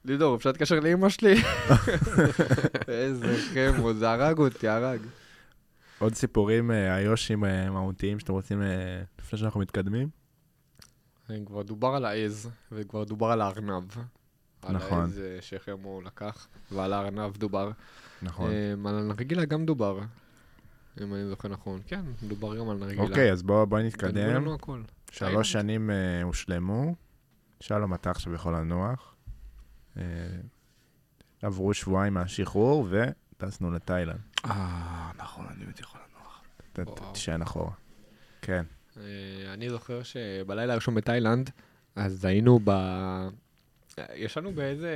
S2: לידור, אפשר להתקשר
S1: <laughs>
S2: לאימא שלי? <laughs> איזה חמו, זה הרג אותי, הרג.
S1: עוד סיפורים אה, איו"שים אה, מהותיים שאתם רוצים אה, לפני שאנחנו מתקדמים?
S2: כבר דובר על העז, וכבר דובר על הארנב.
S1: נכון.
S2: על העז אה, שחמו לקח, ועל הארנב דובר.
S1: נכון.
S2: אה, על הנרגילה גם דובר, אם אני זוכר נכון. כן, דובר גם על הנרגילה.
S1: אוקיי, אז בוא- בואי
S2: גנבו
S1: נתקדם.
S2: לנו הכל.
S1: שלוש שנים אה, הושלמו, שלום אתה עכשיו יכול לנוח. אה, עברו שבועיים מהשחרור וטסנו לתאילנד.
S3: אה, נכון, אני באמת יכול לנוח.
S1: ת- ת-
S2: וואו.
S1: תישען אחורה. כן.
S2: אה, אני זוכר שבלילה הראשון בתאילנד, אז היינו ב... ישנו באיזה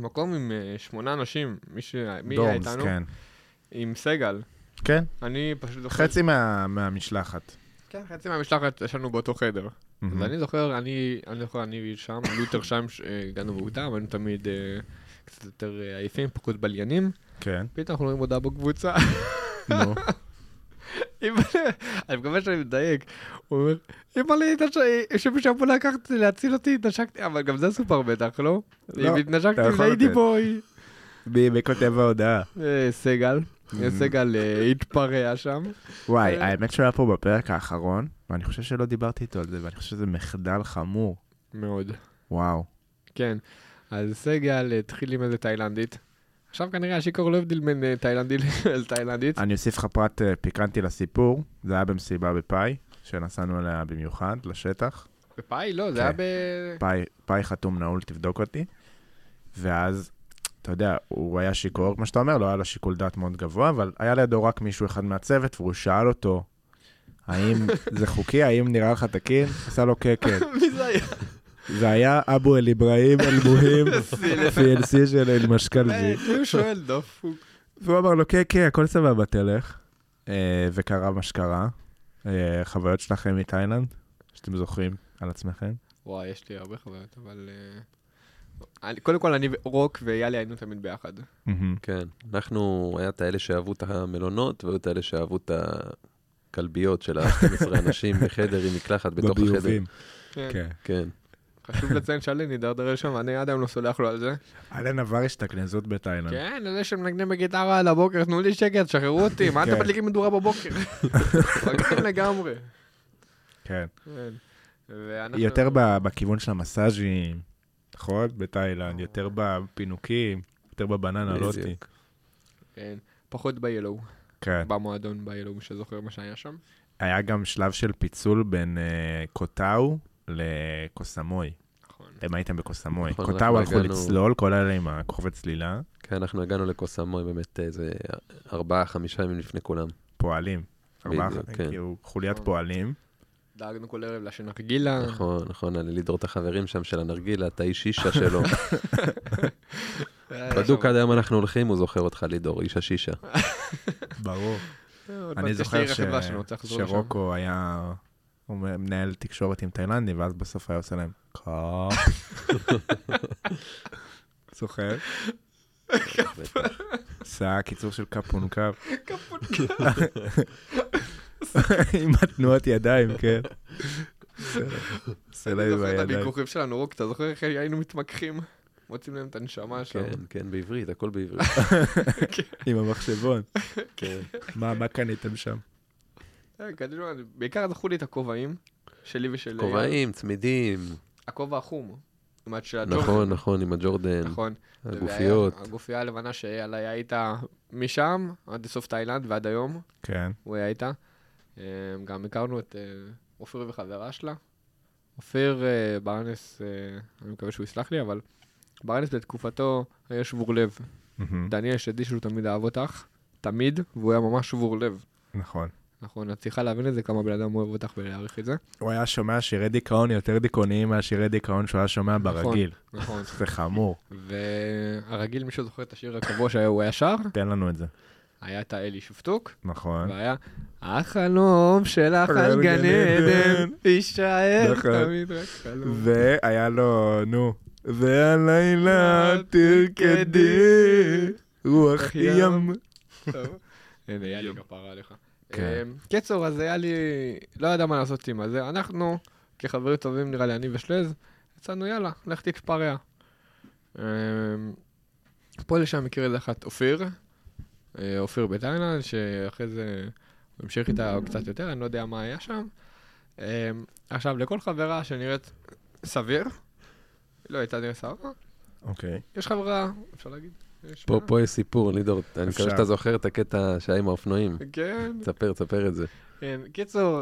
S2: מקום עם אה, שמונה אנשים, מי ש- מי היה
S1: דורמס,
S2: איתנו?
S1: כן.
S2: עם סגל.
S1: כן,
S2: אני פשוט זוכר...
S1: חצי מה- מהמשלחת.
S2: כן, חצי מהמשלחת ישנו באותו חדר. אז אני זוכר, אני אני זוכר, אני שם, לותר שם, ש- אה, הגענו מוקדם, היינו תמיד אה, קצת יותר אה, עייפים, פחות בליינים. <laughs>
S1: כן,
S2: פתאום אנחנו רואים הודעה בקבוצה. <laughs>
S1: נו.
S2: אם- אני מקווה שאני מדייק. הוא אומר, אמא לי, התנש- שמישהו אמור לקחת להציל אותי, התנשקתי, אבל גם זה סופר בטח, לא?
S1: לא,
S2: אם התנשקתי
S1: אתה
S2: עם
S1: יכול
S2: ליידי
S1: לתת.
S2: בוי.
S1: מי מי כותב ההודעה?
S2: אה, סגל, אה, סגל אה, התפרע שם.
S1: וואי,
S2: אה.
S1: האמת שהוא היה פה בפרק האחרון, ואני חושב שלא דיברתי איתו על זה, ואני חושב שזה מחדל חמור.
S2: מאוד.
S1: וואו.
S2: כן. אז סגל התחיל עם איזה תאילנדית. עכשיו כנראה השיכור לא הבדיל בין אה, תאילנדי לתאילנדית.
S1: אני אוסיף לך פרט אה, פיקנטי לסיפור, זה היה במסיבה בפאי, שנסענו אליה במיוחד, לשטח.
S2: פאי, לא, זה
S1: כן.
S2: היה ב...
S1: פאי, פאי חתום נעול, תבדוק אותי. ואז, אתה יודע, הוא היה שיכור, כמו שאתה אומר, לא היה לו שיקול דעת מאוד גבוה, אבל היה לידו רק מישהו אחד מהצוות, והוא שאל אותו, האם זה חוקי, האם נראה לך תקין? עשה לו כן, כן.
S2: <laughs> מי זה <laughs> היה?
S1: זה היה אבו אל אברהים, אל מוהים, PLC של אל משכלזי.
S2: הוא אה, כאילו שואל דופוק.
S1: והוא אמר לו, כן, כן, הכל סבבה, תלך. אה, וקרה מה שקרה. אה, חוויות שלכם מתאילנד, שאתם זוכרים על עצמכם.
S2: וואי, יש לי הרבה חוויות, אבל... אה, אני- קודם כל, אני ורוק ויאלי היינו תמיד ביחד.
S1: מהמם.
S4: כן, אנחנו, היה את האלה שאהבו את המלונות, והיו את האלה שאהבו את הכלביות של ה-12 אנשים בחדר עם מקלחת בתוך החדר.
S1: בביובים. כן.
S4: כן.
S2: חשוב לציין שאלן הידרדר שם, אני עד היום לא סולח לו על זה.
S1: אלן עבר השתכנזות בתאילנד.
S2: כן, על זה שמנגנים בגיטרה על הבוקר, תנו לי שקט, שחררו אותי, מה
S1: כן.
S2: אתם מדליקים מדורה <laughs> בבוקר? מגזים לגמרי.
S1: כן.
S2: כן. ואנחנו-
S1: יותר ב- בכיוון של המסאז'ים, נכון? בתאילנד, יותר בפינוקים, יותר בבננה, לא אותי.
S4: בדיוק.
S2: כן, פחות ביילואו,
S1: כן.
S2: במועדון ביילואו, מי שזוכר מה שהיה שם.
S1: היה גם שלב של פיצול בין אה, קוטאו לקוסמוי.
S2: נכון.
S1: הם הייתם בקוסמוי.
S4: נכון,
S1: קוטאו
S4: אנחנו
S1: הלכו
S4: הגענו-
S1: לצלול, כל אלה עם הכוכבי צלילה,
S4: כן, אנחנו הגענו לקוסמוי באמת איזה ארבעה, חמישה ימים לפני כולם.
S1: פועלים. ארבעה,
S4: בדיוק,
S1: ח-
S4: כן.
S1: כאילו, חוליית
S2: נכון.
S1: פועלים.
S2: דאגנו כל ערב לשנרגילה.
S4: נכון, נכון, אני לידור את החברים שם של הנרגילה, את האיש
S2: <laughs>
S4: אישה שלו.
S2: כן. אה,
S4: בדוק עד היום אנחנו הולכים, הוא זוכר אותך לידור, איש השישה.
S1: ברור. אני
S2: אה, יש לי
S1: זוכר ש-
S2: רכיבה שאני רוצה לחזור לא לשם.
S1: שרוקו היה... הוא מנהל תקשורת עם תאילנדים, ואז בסוף היה עושה להם קאפ. זוכר? עשה קיצור של קפונקאפ. קפונקאפ. עם התנועות ידיים, כן. עושה
S2: אני
S1: להם עם
S2: זוכר את
S1: הידיים.
S2: הוויכוחים שלנו, רוק, אתה זוכר איך היינו מתמקחים? מוצאים להם את הנשמה שלנו.
S4: כן, כן, בעברית, הכל בעברית.
S2: <laughs>
S1: עם המחשבון.
S4: כן.
S1: מה, מה קניתם שם?
S2: אה, קדימה, אני- בעיקר זכו לי את הכובעים, שלי ושל... אה,
S4: כובעים, צמידים,
S2: הכובע החום. עם ה- של הג'ורדן.
S4: נכון, נכון, עם הג'ורדן,
S2: נכון.
S4: הגופיות.
S2: והיה- הגופייה הלבנה שאייל היה איתה משם, עד סוף תאילנד ועד היום,
S1: כן.
S2: הוא היה איתה. אה, גם הכרנו את אה, אופיר וחברה שלה. אופיר אה, ברנס, אה, אני מקווה שהוא יסלח לי, אבל ברנס בתקופתו היה שבור לב.
S1: מהמם.
S2: דניאל שדיש שהוא תמיד אהב אותך, תמיד, והוא היה ממש שבור לב.
S1: נכון.
S2: נכון, את צריכה להבין את זה, כמה בן אדם אוהב אותך ולהעריך את זה.
S1: הוא היה שומע שירי דיכאון יותר דיכאוניים מהשירי דיכאון שהוא היה שומע ברגיל.
S2: נכון.
S1: זה חמור,
S2: והרגיל, מי שזוכר את השיר הקבוע שהוא היה שר,
S1: תן לנו את זה.
S2: היה את האלי שפטוק,
S1: נכון.
S2: והיה, החלום שלך
S1: על
S2: על
S1: גן
S2: גן עדן,
S1: עדן,
S2: יישאר
S1: נכון.
S2: תמיד רק חלום.
S1: והיה לו, נו, והלילה תרקדי, רוח ים.
S2: טוב. הנה, היה לי כפרה עליך.
S1: כן.
S2: אמ, קיצור, אז היה לי, לא ידע מה לעשות עם הזה. אנחנו, כחברים טובים, נראה לי, אני ושלז, יצאנו, יאללה, לך תתפרע. אמ, פה לשם הכיר איזה אחת, אופיר, אה, אופיר בתאילנד, שאחרי זה הוא המשיך איתה קצת יותר, אני לא יודע מה היה שם. אמ, עכשיו, לכל חברה שנראית סביר, לא הייתה נראית סבבה,
S1: אוקיי.
S2: יש חברה, אפשר להגיד? יש-
S4: פה, פה יש סיפור, לידור, אני
S1: אפשר.
S4: מקווה שאתה זוכר את הקטע שהיה עם האופנועים.
S2: כן,
S4: תספר, תספר את זה.
S2: כן, קיצור,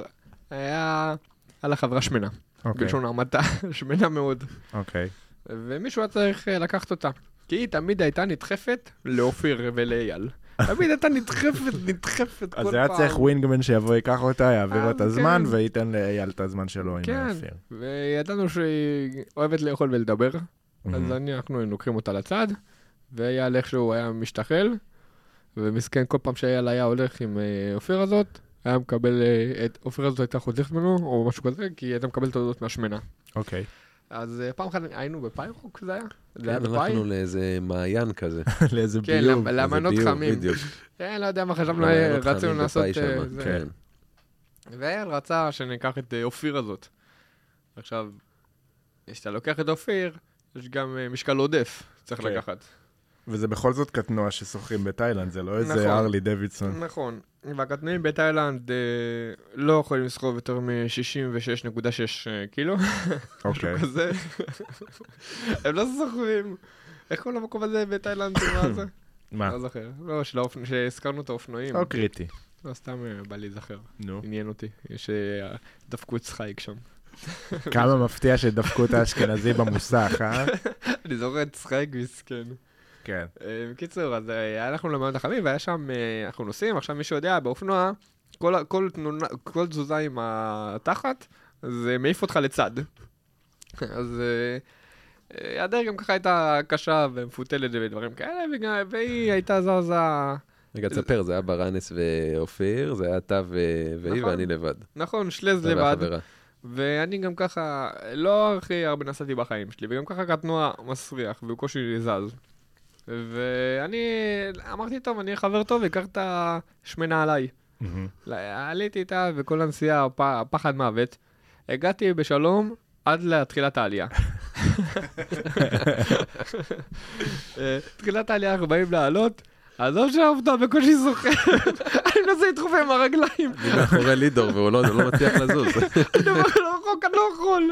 S2: היה... היה לה חברה שמנה,
S1: אוקיי,
S2: בלשון המעטה, <laughs> שמנה מאוד.
S1: אוקיי.
S2: ומישהו היה צריך אה, לקחת אותה. כי היא תמיד הייתה נדחפת לאופיר ולאייל. תמיד הייתה נדחפת, נדחפת כל פעם.
S1: אז היה צריך ווינגמן שיבוא, ייקח אותה, יעביר
S2: אה,
S1: לו את הזמן,
S2: כן.
S1: וייתן לאייל את הזמן שלו עם
S2: כן,
S1: האופיר.
S2: וידענו שהיא אוהבת לאכול ולדבר, אז אני- אנחנו לוקחים אותה לצד, ואייל איכשהו היה משתחל, ומסכן, כל פעם שאייל היה הולך עם אה, אופיר הזאת, היה מקבל, אה, את אופיר הזאת הייתה חותכת ממנו, או משהו כזה, כי היא הייתה מקבלת הודות מהשמנה.
S1: אוקיי. <laughs>
S2: אז אה, פעם אחת היינו בפיירוק, זה היה? זה היה
S4: כן,
S2: בפאי?
S4: הלכנו לאיזה מעיין כזה.
S1: לאיזה
S2: כן,
S1: ביוב.
S2: למ- לאמנות
S4: איזה ביוב,
S2: חמים. <laughs>
S4: בדיוק.
S2: כן, לא יודע מה חשבנו, אה,
S4: למעיינות
S2: רצינו
S4: חמים
S2: לעשות...
S4: בפאי
S2: אה,
S4: שמה,
S2: זה.
S4: כן.
S2: ואייל רצה שניקח את אה, אופיר הזאת. עכשיו, כשאתה לוקח את אופיר, יש גם אה, משקל עודף, צריך
S1: כן.
S2: לקחת.
S1: וזה בכל זאת קטנוע ששוחרים בתאילנד, זה לא
S2: נכון.
S1: איזה ארלי
S2: <laughs>
S1: דוידסון.
S2: נכון, והקטנועים בתאילנד אה, לא יכולים לסחוב יותר מ-66.6 אה, קילו, משהו
S1: אוקיי.
S2: כזה. הם לא סוחבים. איך קוראים למקום הזה בתאילנד? מה זה?
S1: מה?
S2: לא זוכר. לא, של האופנ- שהזכרנו את האופנועים.
S1: לא קריטי.
S2: לא, סתם אה, בא לי להיזכר.
S1: נו.
S2: עניין אותי. יש אה, דפקו את צחייק שם.
S1: כמה מפתיע שדפקו את האשכנזי במוסך, אה?
S2: <laughs> אני זוכר את צחייק מסכן.
S1: <laughs> כן.
S2: אה, בקיצור, אז אה, הלכנו למעונות החמים, והיה שם, אה, אנחנו נוסעים, עכשיו מי שיודע, באופנוע, כל ה- כל תנונה- כל תזוזה עם התחת, זה מעיף אותך לצד. <laughs> אז אה, אה, הדרך גם ככה הייתה קשה ומפותלת ודברים כאלה, וגם- והיא הייתה זזה...
S4: רגע, תספר, זה היה ברנס ואופיר, זה היה אתה ו- והיא
S2: נכון.
S4: ואני לבד.
S2: נכון, שלז
S4: אתה
S2: לבד,
S4: והחברה.
S2: ואני גם ככה, לא הכי הרבה נסעתי בחיים שלי, וגם ככה קטנוע מסריח, והוא קושי זז. ואני אמרתי, טוב, אני חבר טוב, אקח את השמנה עליי. לא, עליתי איתה וכל הנסיעה, הפ- הפחד מוות. הגעתי בשלום עד לתחילת העלייה. <laughs> אה, תחילת העלייה 40 לעלות, עזוב שהעובדה בקושי זוכר, <laughs> אני מנסה לדחוף עם הרגליים,
S4: אני מאחורי לידור והוא לא לא מצליח לזוז.
S2: אני אומר, לא רחוק, אני לא יכול.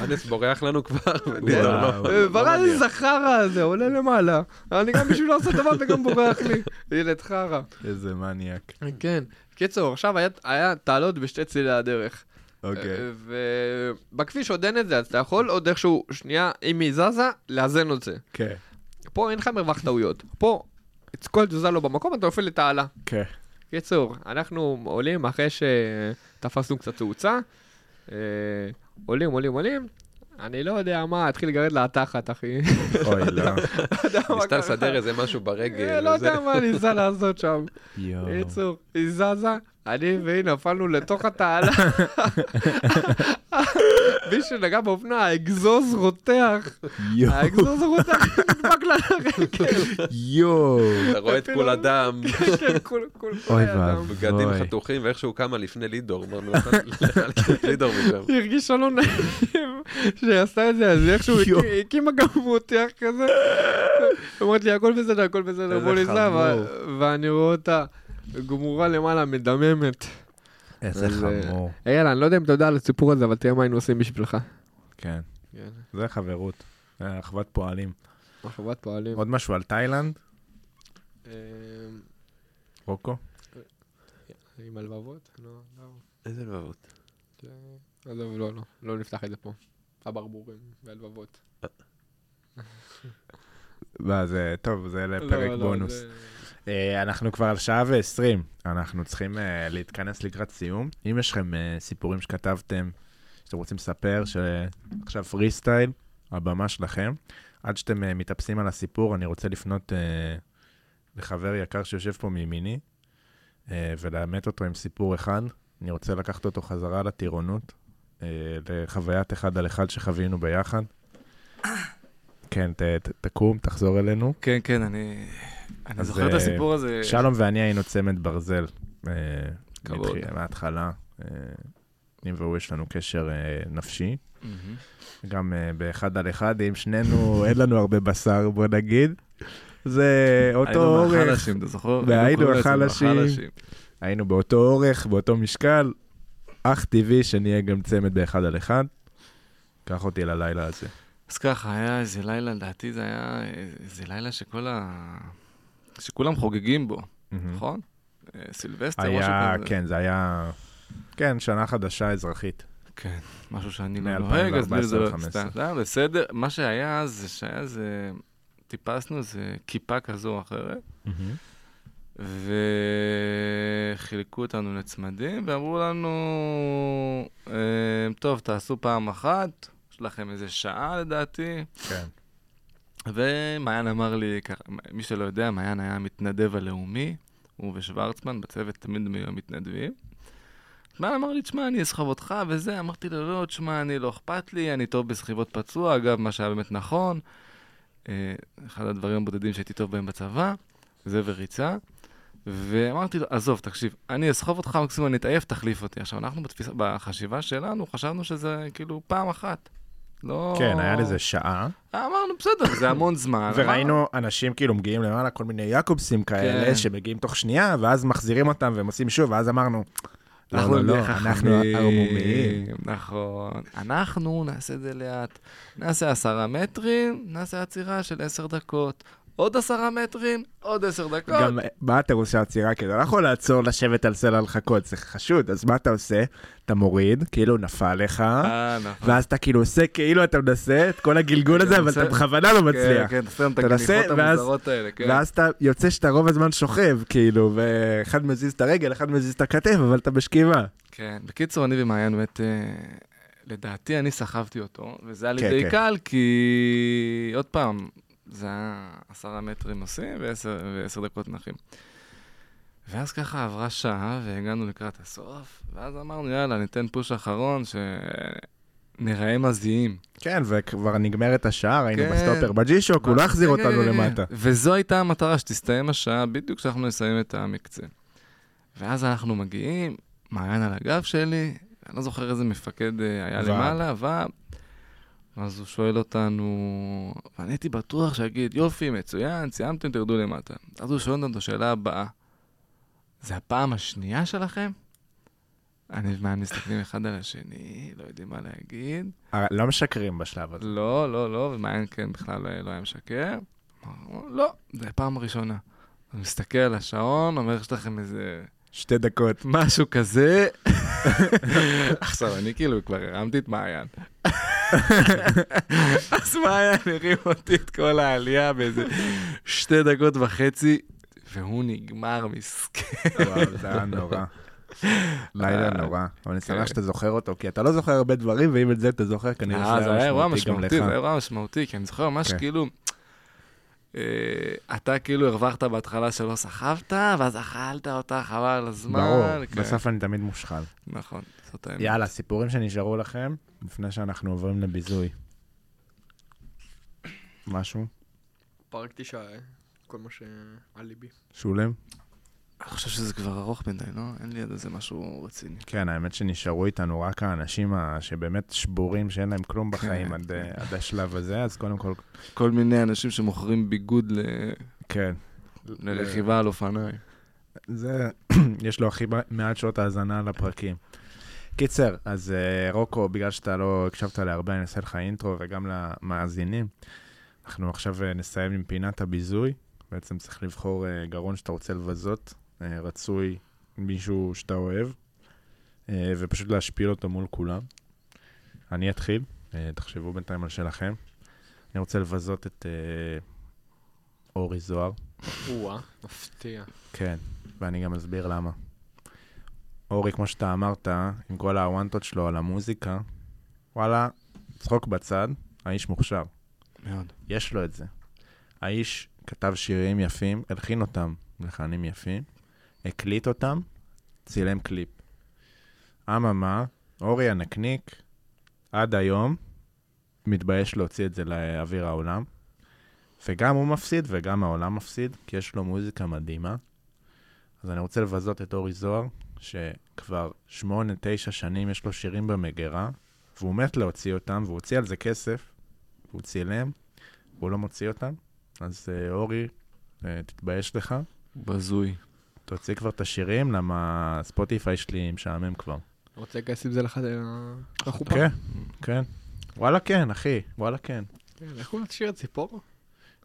S4: ברנס בורח לנו כבר, ולידור לא.
S1: וואו.
S2: אה, ברז
S4: מניע.
S2: זכרה הזה עולה למעלה, אני גם בשביל לעשות דבר וגם בורח לי, ילד חרא.
S1: איזה מניאק.
S2: כן, קיצור, עכשיו היה- היה תעלות בשתי צידי הדרך. אה,
S1: אוקיי.
S2: ובכביש עוד אין את זה, אז אתה יכול עוד איכשהו, שנייה, אם היא זזה, לאזן את זה.
S1: כן.
S2: פה אין לך מרווח טעויות. פה, את כל תזוזה לא במקום, אתה נופל לתעלה.
S1: כן.
S2: קיצור, אנחנו עולים אחרי שתפסנו קצת תאוצה. אה, עולים, עולים, עולים. אני לא יודע מה, התחיל לגרד לה התחת, אחי.
S1: <laughs>
S2: לא
S1: אוי, לא.
S2: יודע מה
S4: ניסתה
S2: קרה.
S4: לסדר איזה משהו ברגל.
S2: אה, לא
S4: וזה.
S2: יודע מה אני ניסה
S1: <laughs>
S2: לעשות שם.
S1: יואו.
S2: בקיצור, היא זזה, אני והיא נפלנו
S1: <laughs>
S2: לתוך התעלה. מי שנגע באופנה, האגזוז רותח.
S1: יואו.
S2: האגזוז
S1: <laughs>
S2: רותח, נדבק לה לרגל.
S1: יואו.
S4: אתה רואה את כול אדם,
S2: כן, כן, כול, כול, כול
S1: אוי
S2: היה אדם.
S4: בגדים
S1: ואבוי.
S4: חתוכים, ואיכשהו קמה לפני לידור. אמרנו, "לך את לידור משם.
S2: היא הרגישה לא נעים שהיא עשתה את זה, אז היא איכשהו
S1: יואו.
S2: הק- הקימה גם מותח כזה. אמרתי לי, הכל בסדר, הכל בסדר,
S1: איזה
S2: בוא ניסע,
S1: חמור.
S2: ו- ואני רואה אותה גמורה למעלה, מדממת.
S1: איזה
S2: אז, אה,
S1: חמור.
S2: אייל, אני לא יודע אם אתה יודע על הסיפור הזה, אבל תראה מה היינו עושים בשבילך.
S1: כן. זה חברות. אה, אחוות פועלים.
S2: חברת פועלים.
S1: עוד משהו על תאילנד?
S2: אמ,
S1: רוקו?
S2: עם הלבבות? לא, לא.
S4: איזה לבבות.
S2: זה- עזוב, לא, לא. לא נפתח את זה פה. הברבורים והלבבות.
S1: לא, זה טוב, זה לפרק
S2: לא, לא,
S1: בונוס.
S2: זה-
S1: אה, אנחנו כבר על שעה ועשרים, אנחנו צריכים אה, להתכנס לקראת סיום. אם יש לכם אה, סיפורים שכתבתם, שאתם רוצים לספר, שעכשיו פרי סטייל, הבמה שלכם, עד שאתם אה, מתאפסים על הסיפור, אני רוצה לפנות אה, לחבר יקר שיושב פה מימיני, אה, ולאמת אותו עם סיפור אחד. אני רוצה לקחת אותו חזרה לטירונות, אה, לחוויית אחד על אחד שחווינו ביחד. כן, ת, ת, תקום, תחזור אלינו.
S3: כן, כן, אני... אני
S1: אז,
S3: זוכר את
S1: אה,
S3: הסיפור הזה.
S1: שלום ואני היינו צמד ברזל. אה,
S3: כבוד.
S1: מתחיל- מההתחלה. אה, אני והוא יש לנו קשר אה, נפשי.
S3: מהמם.
S1: גם אה, באחד על אחד, עם שנינו, <laughs> אין לנו הרבה בשר, בוא נגיד. זה אותו
S3: היינו
S1: אורך,
S3: מהחלשים, אתה זוכר?
S1: והיינו
S3: קוראים לעצמנו
S1: החלשים. היינו באותו אורך, באותו משקל. אך טבעי שנהיה גם צמד באחד על אחד. קח אותי ללילה הזה.
S3: אז ככה, היה איזה לילה, לדעתי זה היה איזה לילה שכל ה... שכולם חוגגים בו,
S1: מהמם.
S3: נכון? אה, סילבסטר, משהו
S1: היה,
S3: כזה.
S1: כן, זה היה... כן, שנה חדשה אזרחית.
S3: כן, משהו שאני לא
S1: מ-
S3: נוהג, אז בלי זה לא...
S1: 2014,
S3: סתם, לא, בסדר, מה שהיה זה שהיה איזה... טיפסנו איזה כיפה כזו או אחרת, וחילקו אותנו לצמדים, ואמרו לנו, אה, טוב, תעשו פעם אחת, יש לכם איזה שעה לדעתי,
S1: כן.
S3: ומעיין אמר לי, ככה, מי שלא יודע, מעיין היה המתנדב הלאומי, הוא ושוורצמן בצוות תמיד היו המתנדבים. מעיין אמר לי, תשמע, אני אסחב אותך וזה, אמרתי לו, לא, תשמע, אני לא אכפת לי, אני טוב בסחיבות פצוע, אגב, מה שהיה באמת נכון. אה, אחד הדברים הבודדים שהייתי טוב בהם בצבא, זה וריצה. ואמרתי לו, עזוב, תקשיב, אני אסחוב אותך מקסימום, אני אתעייף, תחליף אותי. עכשיו, אנחנו בתפיסה, בחשיבה שלנו, חשבנו שזה כאילו פעם אחת. לא...
S1: כן, היה לזה שעה.
S3: אמרנו, בסדר, זה המון זמן.
S1: וראינו אנשים כאילו מגיעים למעלה, כל מיני יעקובסים
S3: כן.
S1: כאלה, שמגיעים תוך שנייה, ואז מחזירים אותם והם עושים שוב, ואז אמרנו, לא,
S3: אנחנו
S1: לא, לא,
S3: נהיה
S1: אנחנו
S3: חכמים."
S1: ערמומיים.
S3: נכון. אנחנו נעשה את זה לאט. נעשה עשרה מטרים, נעשה עצירה של עשר דקות. עוד עשרה מטרים, עוד עשר דקות.
S1: גם אה, מה אתה עושה עצירה? כי אתה לא יכול לעצור לשבת על סלע לחכות, זה חשוד, אז מה אתה עושה? אתה מוריד, כאילו נפל לך,
S3: אה, נכון.
S1: ואז אתה כאילו עושה כאילו אתה מנסה את כל הגלגול הזה, אבל אתה
S3: עושה-
S1: בכוונה לא
S3: כן,
S1: מצליח.
S3: כן, תעשה את
S1: אתה מנסה,
S3: הכניפות
S1: ואז-
S3: המוזרות האלה, כן.
S1: ואז אתה יוצא שאתה רוב הזמן שוכב, כאילו, ואחד מזיז את הרגל, אחד מזיז את הכתף, אבל אתה בשכיבה.
S3: כן, בקיצור, אני ומעיין באמת, אה, לדעתי אני סחבתי אותו, וזה היה לי
S1: כן,
S3: די
S1: כן.
S3: קל, כי עוד פעם, זה היה עשרה מטרים עושים ועשר, ועשר דקות נחים. ואז ככה עברה שעה והגענו לקראת הסוף, ואז אמרנו, יאללה, ניתן פוש אחרון שנראה מזיעים.
S1: כן, וכבר נגמרת השעה, ראינו
S3: כן.
S1: בסטופר בג'ישוק, הוא לא החזיר
S3: כן, כן,
S1: אותנו
S3: כן, כן.
S1: למטה.
S3: וזו הייתה המטרה, שתסתיים השעה בדיוק כשאנחנו נסיים את המקצה. ואז אנחנו מגיעים, מעיין על הגב שלי, אני לא זוכר איזה מפקד אה, היה
S1: ועד.
S3: למעלה, ועד. אז הוא שואל אותנו, ואני הייתי בטוח שיגיד, יופי, מצוין, סיימתם, תרדו למטה. אז הוא שואל אותנו את השאלה הבאה, זה הפעם השנייה שלכם? אני ומעיין מסתכלים אחד על השני, לא יודעים מה להגיד.
S1: אה, לא משקרים בשלב הזה.
S3: לא, לא, לא, ומעיין כן בכלל לא- לא היה משקר. אמרנו, לא, זה פעם ראשונה. אני מסתכל על השעון, אומר, יש לכם איזה
S1: שתי
S3: <laughs>
S1: דקות.
S3: משהו כזה. <laughs> עכשיו, אני כאילו כבר הרמתי את מעיין. <laughs> אז מעיין הרים אותי את כל העלייה באיזה שתי דקות וחצי, והוא נגמר מסכן.
S1: וואו, זה היה נורא. לילה
S3: אה,
S1: נורא. אבל אני
S3: כן.
S1: שמח שאתה זוכר אותו, כי אתה לא זוכר הרבה דברים, ואם את זה אתה זוכר, כנראה
S3: אה, זה היה אירוע משמעותי, זה
S1: גם
S3: היה
S1: לך.
S3: אירוע משמעותי, כי אני זוכר ממש
S1: כן.
S3: כאילו... אה, אתה כאילו הרווחת בהתחלה שלא סחבת, ואז אכלת אותה חבל על הזמן.
S1: ברור,
S3: כן,
S1: בסוף אני תמיד מושחל.
S3: נכון, זאת האמת.
S1: יאללה, סיפורים שנשארו לכם, לפני שאנחנו עוברים לביזוי. משהו?
S2: פרקתי שעה, אה? כל מה שעל ליבי.
S1: שולם?
S3: אני חושב שזה כבר ארוך מדי, לא? אין לי עוד איזה משהו רציני.
S1: כן, האמת שנשארו איתנו רק האנשים ה- שבאמת שבורים, שאין להם כלום בחיים עד אה, עד השלב הזה, אז קודם כל,
S3: כל מיני אנשים שמוכרים ביגוד ל...
S1: כן.
S3: לרכיבה על אופניים.
S1: זה, <clears throat> יש לו הכי מעט שעות האזנה לפרקים. קיצר, אז אה, רוקו, בגלל שאתה לא הקשבת להרבה, אני אעשה לך אינטרו וגם למאזינים. אנחנו עכשיו אה, נסיים עם פינת הביזוי. בעצם צריך לבחור אה, גרון שאתה רוצה לבזות, אה, רצוי מישהו שאתה אוהב, אה, ופשוט להשפיל אותו מול כולם. אני אתחיל, אה, תחשבו בינתיים על שלכם. אני רוצה לבזות את אה, אורי זוהר.
S2: או-אה, מפתיע.
S1: כן, ואני גם אסביר למה. אורי, כמו שאתה אמרת, עם כל הוואנטות שלו על המוזיקה, וואלה, צחוק בצד, האיש מוכשר.
S3: מאוד.
S1: יש לו את זה. האיש כתב שירים יפים, הלחין אותם לחנים יפים, הקליט אותם, צילם קליפ. אממה, אורי הנקניק, עד היום, מתבייש להוציא את זה לאוויר העולם, וגם הוא מפסיד וגם העולם מפסיד, כי יש לו מוזיקה מדהימה. אז אני רוצה לבזות את אורי זוהר, שכבר שמונה, תשע שנים יש לו שירים במגירה, והוא מת להוציא אותם, והוא הוציא על זה כסף, והוא צילם, והוא לא מוציא אותם. אז אה, אורי, אה, תתבייש לך,
S3: בזוי.
S1: תוציא כבר את השירים, למה ספוטיפיי שלי משעמם כבר.
S2: רוצה לגייס עם זה לך לחופה?
S1: כן, כן. וואלה כן, אחי, וואלה כן.
S2: כן, איך הוא שיר ציפור?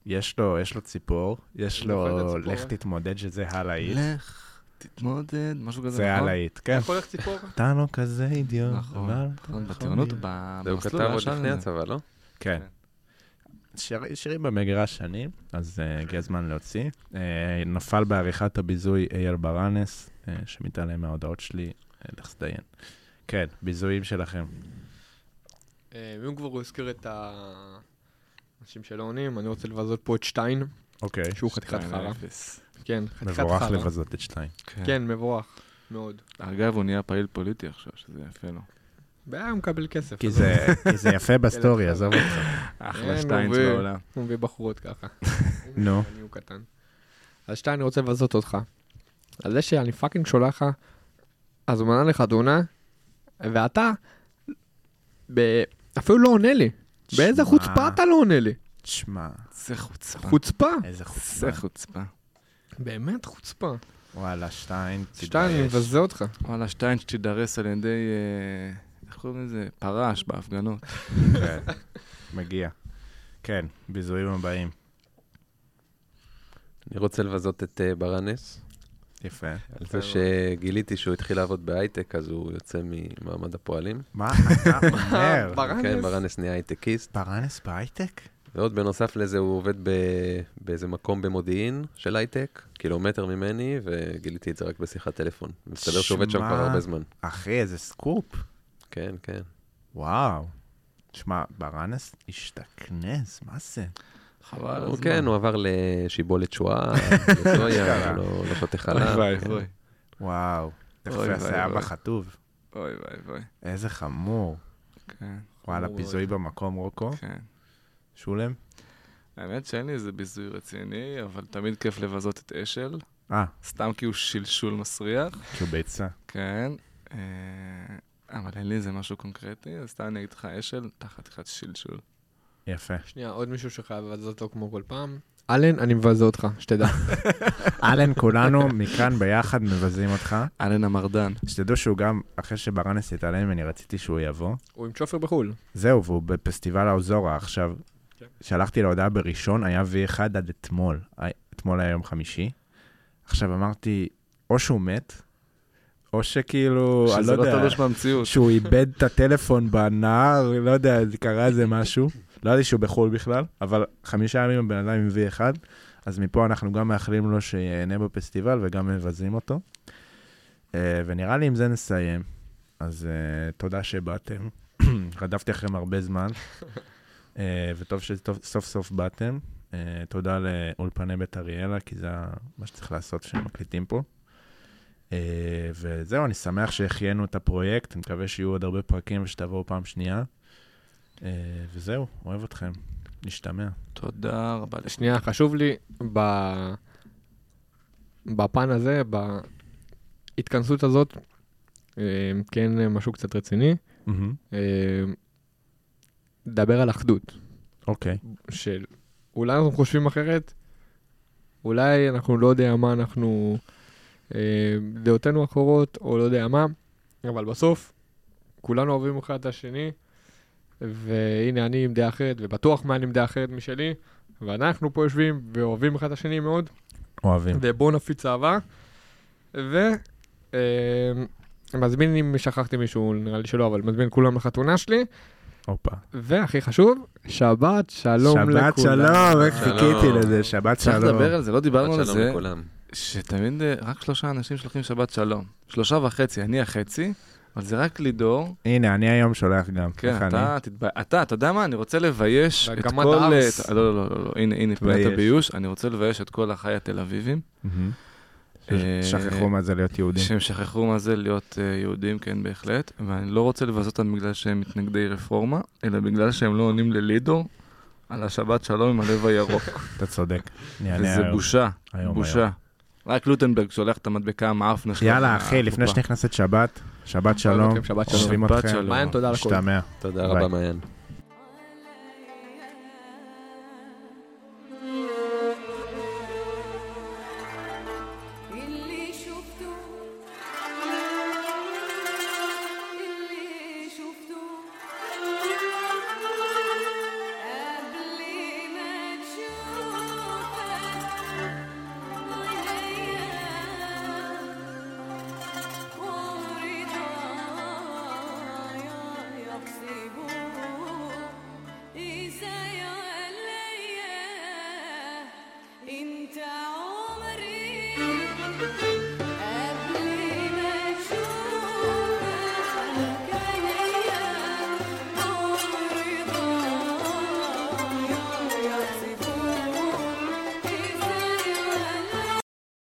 S1: יש לו, יש לו ציפור, יש
S2: אני זוכר את
S1: לו,
S2: הציפור,
S1: לך
S2: אה.
S1: תתמודד שזה הלהיט.
S3: לך, תתמודד, משהו כזה,
S1: זה הלהיט, כן.
S2: איך הולך ציפור?
S1: אתה לא כזה אידיוט,
S3: נכון,
S1: אבל...
S3: נכון, בטירונות,
S4: זה הוא
S3: במסלול
S4: כתב עוד
S3: הישר
S4: לפני
S3: הזה.
S4: הצבא, לא?
S1: כן. שיר, שירים במגירה שנים, אז uh, הגיע הזמן להוציא. Uh, נפל בעריכת הביזוי אייל ברנס, uh, שמתעלם מההודעות שלי, uh, לך תדיין. כן, ביזויים שלכם.
S2: אה, אם כבר הוא הזכיר את האנשים שלא עונים, אני רוצה לבזות פה את שטיין,
S1: אוקיי,
S2: שהוא חתיכת חרא.
S3: אפס.
S2: כן, חתיכת חרא.
S1: מבורך לבזות את שתיים.
S2: כן, מבורך. מאוד.
S3: אגב, הוא נהיה פעיל פוליטי עכשיו, שזה יפה לו.
S2: בעיה, הוא מקבל כסף.
S1: כי
S2: אז
S1: זה, <laughs> כי זה כן, נכון. יפה
S2: ילד
S1: בסטורי,
S2: חרא.
S1: עזוב אותך.
S3: אחלה
S2: אין,
S3: שטיינץ
S2: ו-
S3: בעולם.
S2: הוא מביא בחורות ככה. <laughs>
S1: נו.
S2: אני הוא קטן. אז שתיים, אני רוצה לבזות אותך. על זה שאני פאקינג שולח לך הזמנה לחתונה, ואתה ב- אפילו לא עונה לי.
S1: שמע.
S2: באיזה
S1: אה.
S2: חוצפה אתה לא עונה לי?
S1: תשמע,
S3: זה חוצפה.
S2: חוצפה.
S1: איזה חוצפה.
S3: זה חוצפה.
S2: באמת חוצפה.
S1: וואלה, שתיים,
S2: שתיים, אני
S1: תתבייש.
S2: מבזה אותך.
S3: וואלה, שטיינץ שתידרס על ידי, אה, איך קוראים לזה? פרש בהפגנות.
S1: כן, מגיע. כן, ביזויים הבאים.
S4: אני רוצה לבזות את אה, ברנס,
S1: יפה.
S4: על זה שגיליתי שהוא התחיל לעבוד בהייטק, אז הוא יוצא ממעמד הפועלים.
S1: מה אתה אומר? <laughs>
S2: ברנס?
S4: כן, ברנס נהיה הייטקיסט.
S1: ברנס בהייטק?
S4: ועוד בנוסף לזה, הוא עובד ב- באיזה מקום במודיעין של הייטק, קילומטר ממני, וגיליתי את זה רק בשיחת טלפון. מסתבר שהוא עובד שם
S1: שמע.
S4: כבר הרבה זמן.
S1: אחי, איזה סקופ.
S4: כן, כן.
S1: וואו. תשמע, ברנס השתכנס, מה זה?
S3: חבל,
S4: הוא
S3: הזמן.
S4: כן, הוא עבר לשיבולת
S3: <laughs>
S4: שואה, לזויה,
S1: אשכרה.
S4: לא לא שותה חלב.
S3: אוי
S4: כן.
S3: ואבוי.
S1: וואו. תכף
S3: אוי,
S1: יעשה
S3: אוי,
S1: אבא
S3: אוי.
S1: חטוב.
S3: אוי ואבוי.
S1: איזה חמור.
S3: כן,
S1: וואלה,
S2: מאוד.
S1: ביזוי במקום, רוקו.
S3: כן.
S1: שולם?
S3: האמת שאין לי איזה ביזוי רציני, אבל תמיד כיף לבזות את אשל.
S1: אה,
S3: סתם כי הוא שלשול מסריח.
S1: כי הוא ביצה.
S3: כן. אה, אבל אין לי איזה משהו קונקרטי, אז סתם אני אגיד לך אשל, אתה חתיכת שלשול.
S1: יפה.
S2: שנייה, עוד מישהו שחייב לבזות אותו כמו כל פעם. אלן, אני מבזה אותך, שתדע.
S1: אלן, <laughs> כולנו מכאן ביחד מבזים אותך.
S3: אלן המרדן.
S1: שתדעו שהוא גם, אחרי שברנס יתעלם ממני, רציתי שהוא יבוא.
S2: הוא עם צ'ופר בחו"ל.
S1: זהו, והוא בפסטיבל האוזורה עכשיו.
S2: כן.
S1: שלחתי לו הודעה בראשון, היה V1 עד אתמול. הי- אתמול היה יום חמישי. עכשיו אמרתי, או שהוא מת, או שכאילו, אני לא
S3: שזה לא
S1: יודע,
S3: תלוש במציאות.
S1: שהוא איבד את הטלפון בנהר, לא יודע, קרה איזה משהו. לא ידעתי שהוא בחו"ל בכלל, אבל חמישה ימים הבן אדם עם V1, אז מפה אנחנו גם מאחלים לו שיהנה בפסטיבל וגם מבזים אותו. אה, ונראה לי עם זה נסיים. אז אה, תודה שבאתם. <clears throat> רדפתי אחריכם הרבה זמן, אה, וטוב שסוף סוף באתם. אה, תודה לאולפני בית אריאלה, כי זה מה שצריך לעשות כשמקליטים פה. אה, וזהו, אני שמח שהחיינו את הפרויקט, אני מקווה שיהיו עוד הרבה פרקים ושתבואו פעם שנייה. אה, וזהו, אוהב אתכם, נשתמע.
S3: תודה רבה לך.
S2: שנייה, חשוב לי ב... בפן הזה, בהתכנסות הזאת, אה, כן אה, משהו קצת רציני, אה, דבר על אחדות,
S1: אוקיי,
S2: של אולי אנחנו חושבים אחרת, אולי אנחנו לא יודע מה אנחנו, אה, דעותינו אחרות, או לא יודע מה, אבל בסוף, כולנו אוהבים אחד את השני, והנה אני עם דעה אחרת, ובטוח מה אני עם דעה אחרת משלי, ואנחנו פה
S1: כן.
S2: יושבים ואוהבים אחד את השני מאוד.
S1: אוהבים.
S2: ובואו נפיץ אהבה. ו... אה, מזמין אם שכחתי מישהו, נראה לי שלא, אבל מזמין כולם לחתונה שלי.
S1: הופה.
S2: והכי חשוב, שבת שלום לכולם.
S1: שבת שלום, איך
S4: שלום.
S1: חיכיתי לזה, שבת
S3: צריך
S1: שלום.
S3: לדבר על זה, לא דיברנו על
S4: שלום
S3: זה,
S4: לכולם.
S3: שתמיד אה, רק שלושה אנשים שולחים שבת שלום. שלושה וחצי, אני החצי, אבל זה רק לידור.
S1: הנה, אני היום שולח גם. איך
S3: כן,
S1: אני?
S3: אתה, תתבייש. אתה, אתה יודע מה? אני רוצה לבייש את
S2: והקמת
S3: כל...
S2: הארס.
S3: את- לא, לא, לא, לא, לא, הנה, הנה, פינת
S1: תתבייש.
S3: הביוש. אני רוצה לבייש את כל אחיי התל אביבים.
S1: מהמם.
S3: אה,
S1: שכחו מה זה להיות יהודים.
S3: שהם שכחו מה זה להיות אה, יהודים, כן, בהחלט. ואני לא רוצה לבזות אותם בגלל שהם מתנגדי רפורמה, אלא בגלל שהם לא עונים ללידור על השבת שלום עם הלב הירוק.
S1: אתה צודק. אני אענה
S3: וזה
S1: היום.
S3: בושה,
S1: היום,
S3: בושה. רק לוטנברג שולח את המדבקה המעפנה שלו.
S1: יאללה,
S3: מהקופה.
S1: אחי, לפני שנכנסת שבת, שבת שלום.
S2: לכם שבת שלום.
S1: אוהבים
S3: שבת
S1: אתכם.
S3: שלום.
S2: מעיין, תודה על הכל.
S1: משתמע.
S4: תודה
S1: ביי.
S4: רבה, מעיין.
S5: اللي شفته اللي شفته قبل ما تشوفك عينيا عمري ضايع يقصبوه إذا يا عليا انت عمري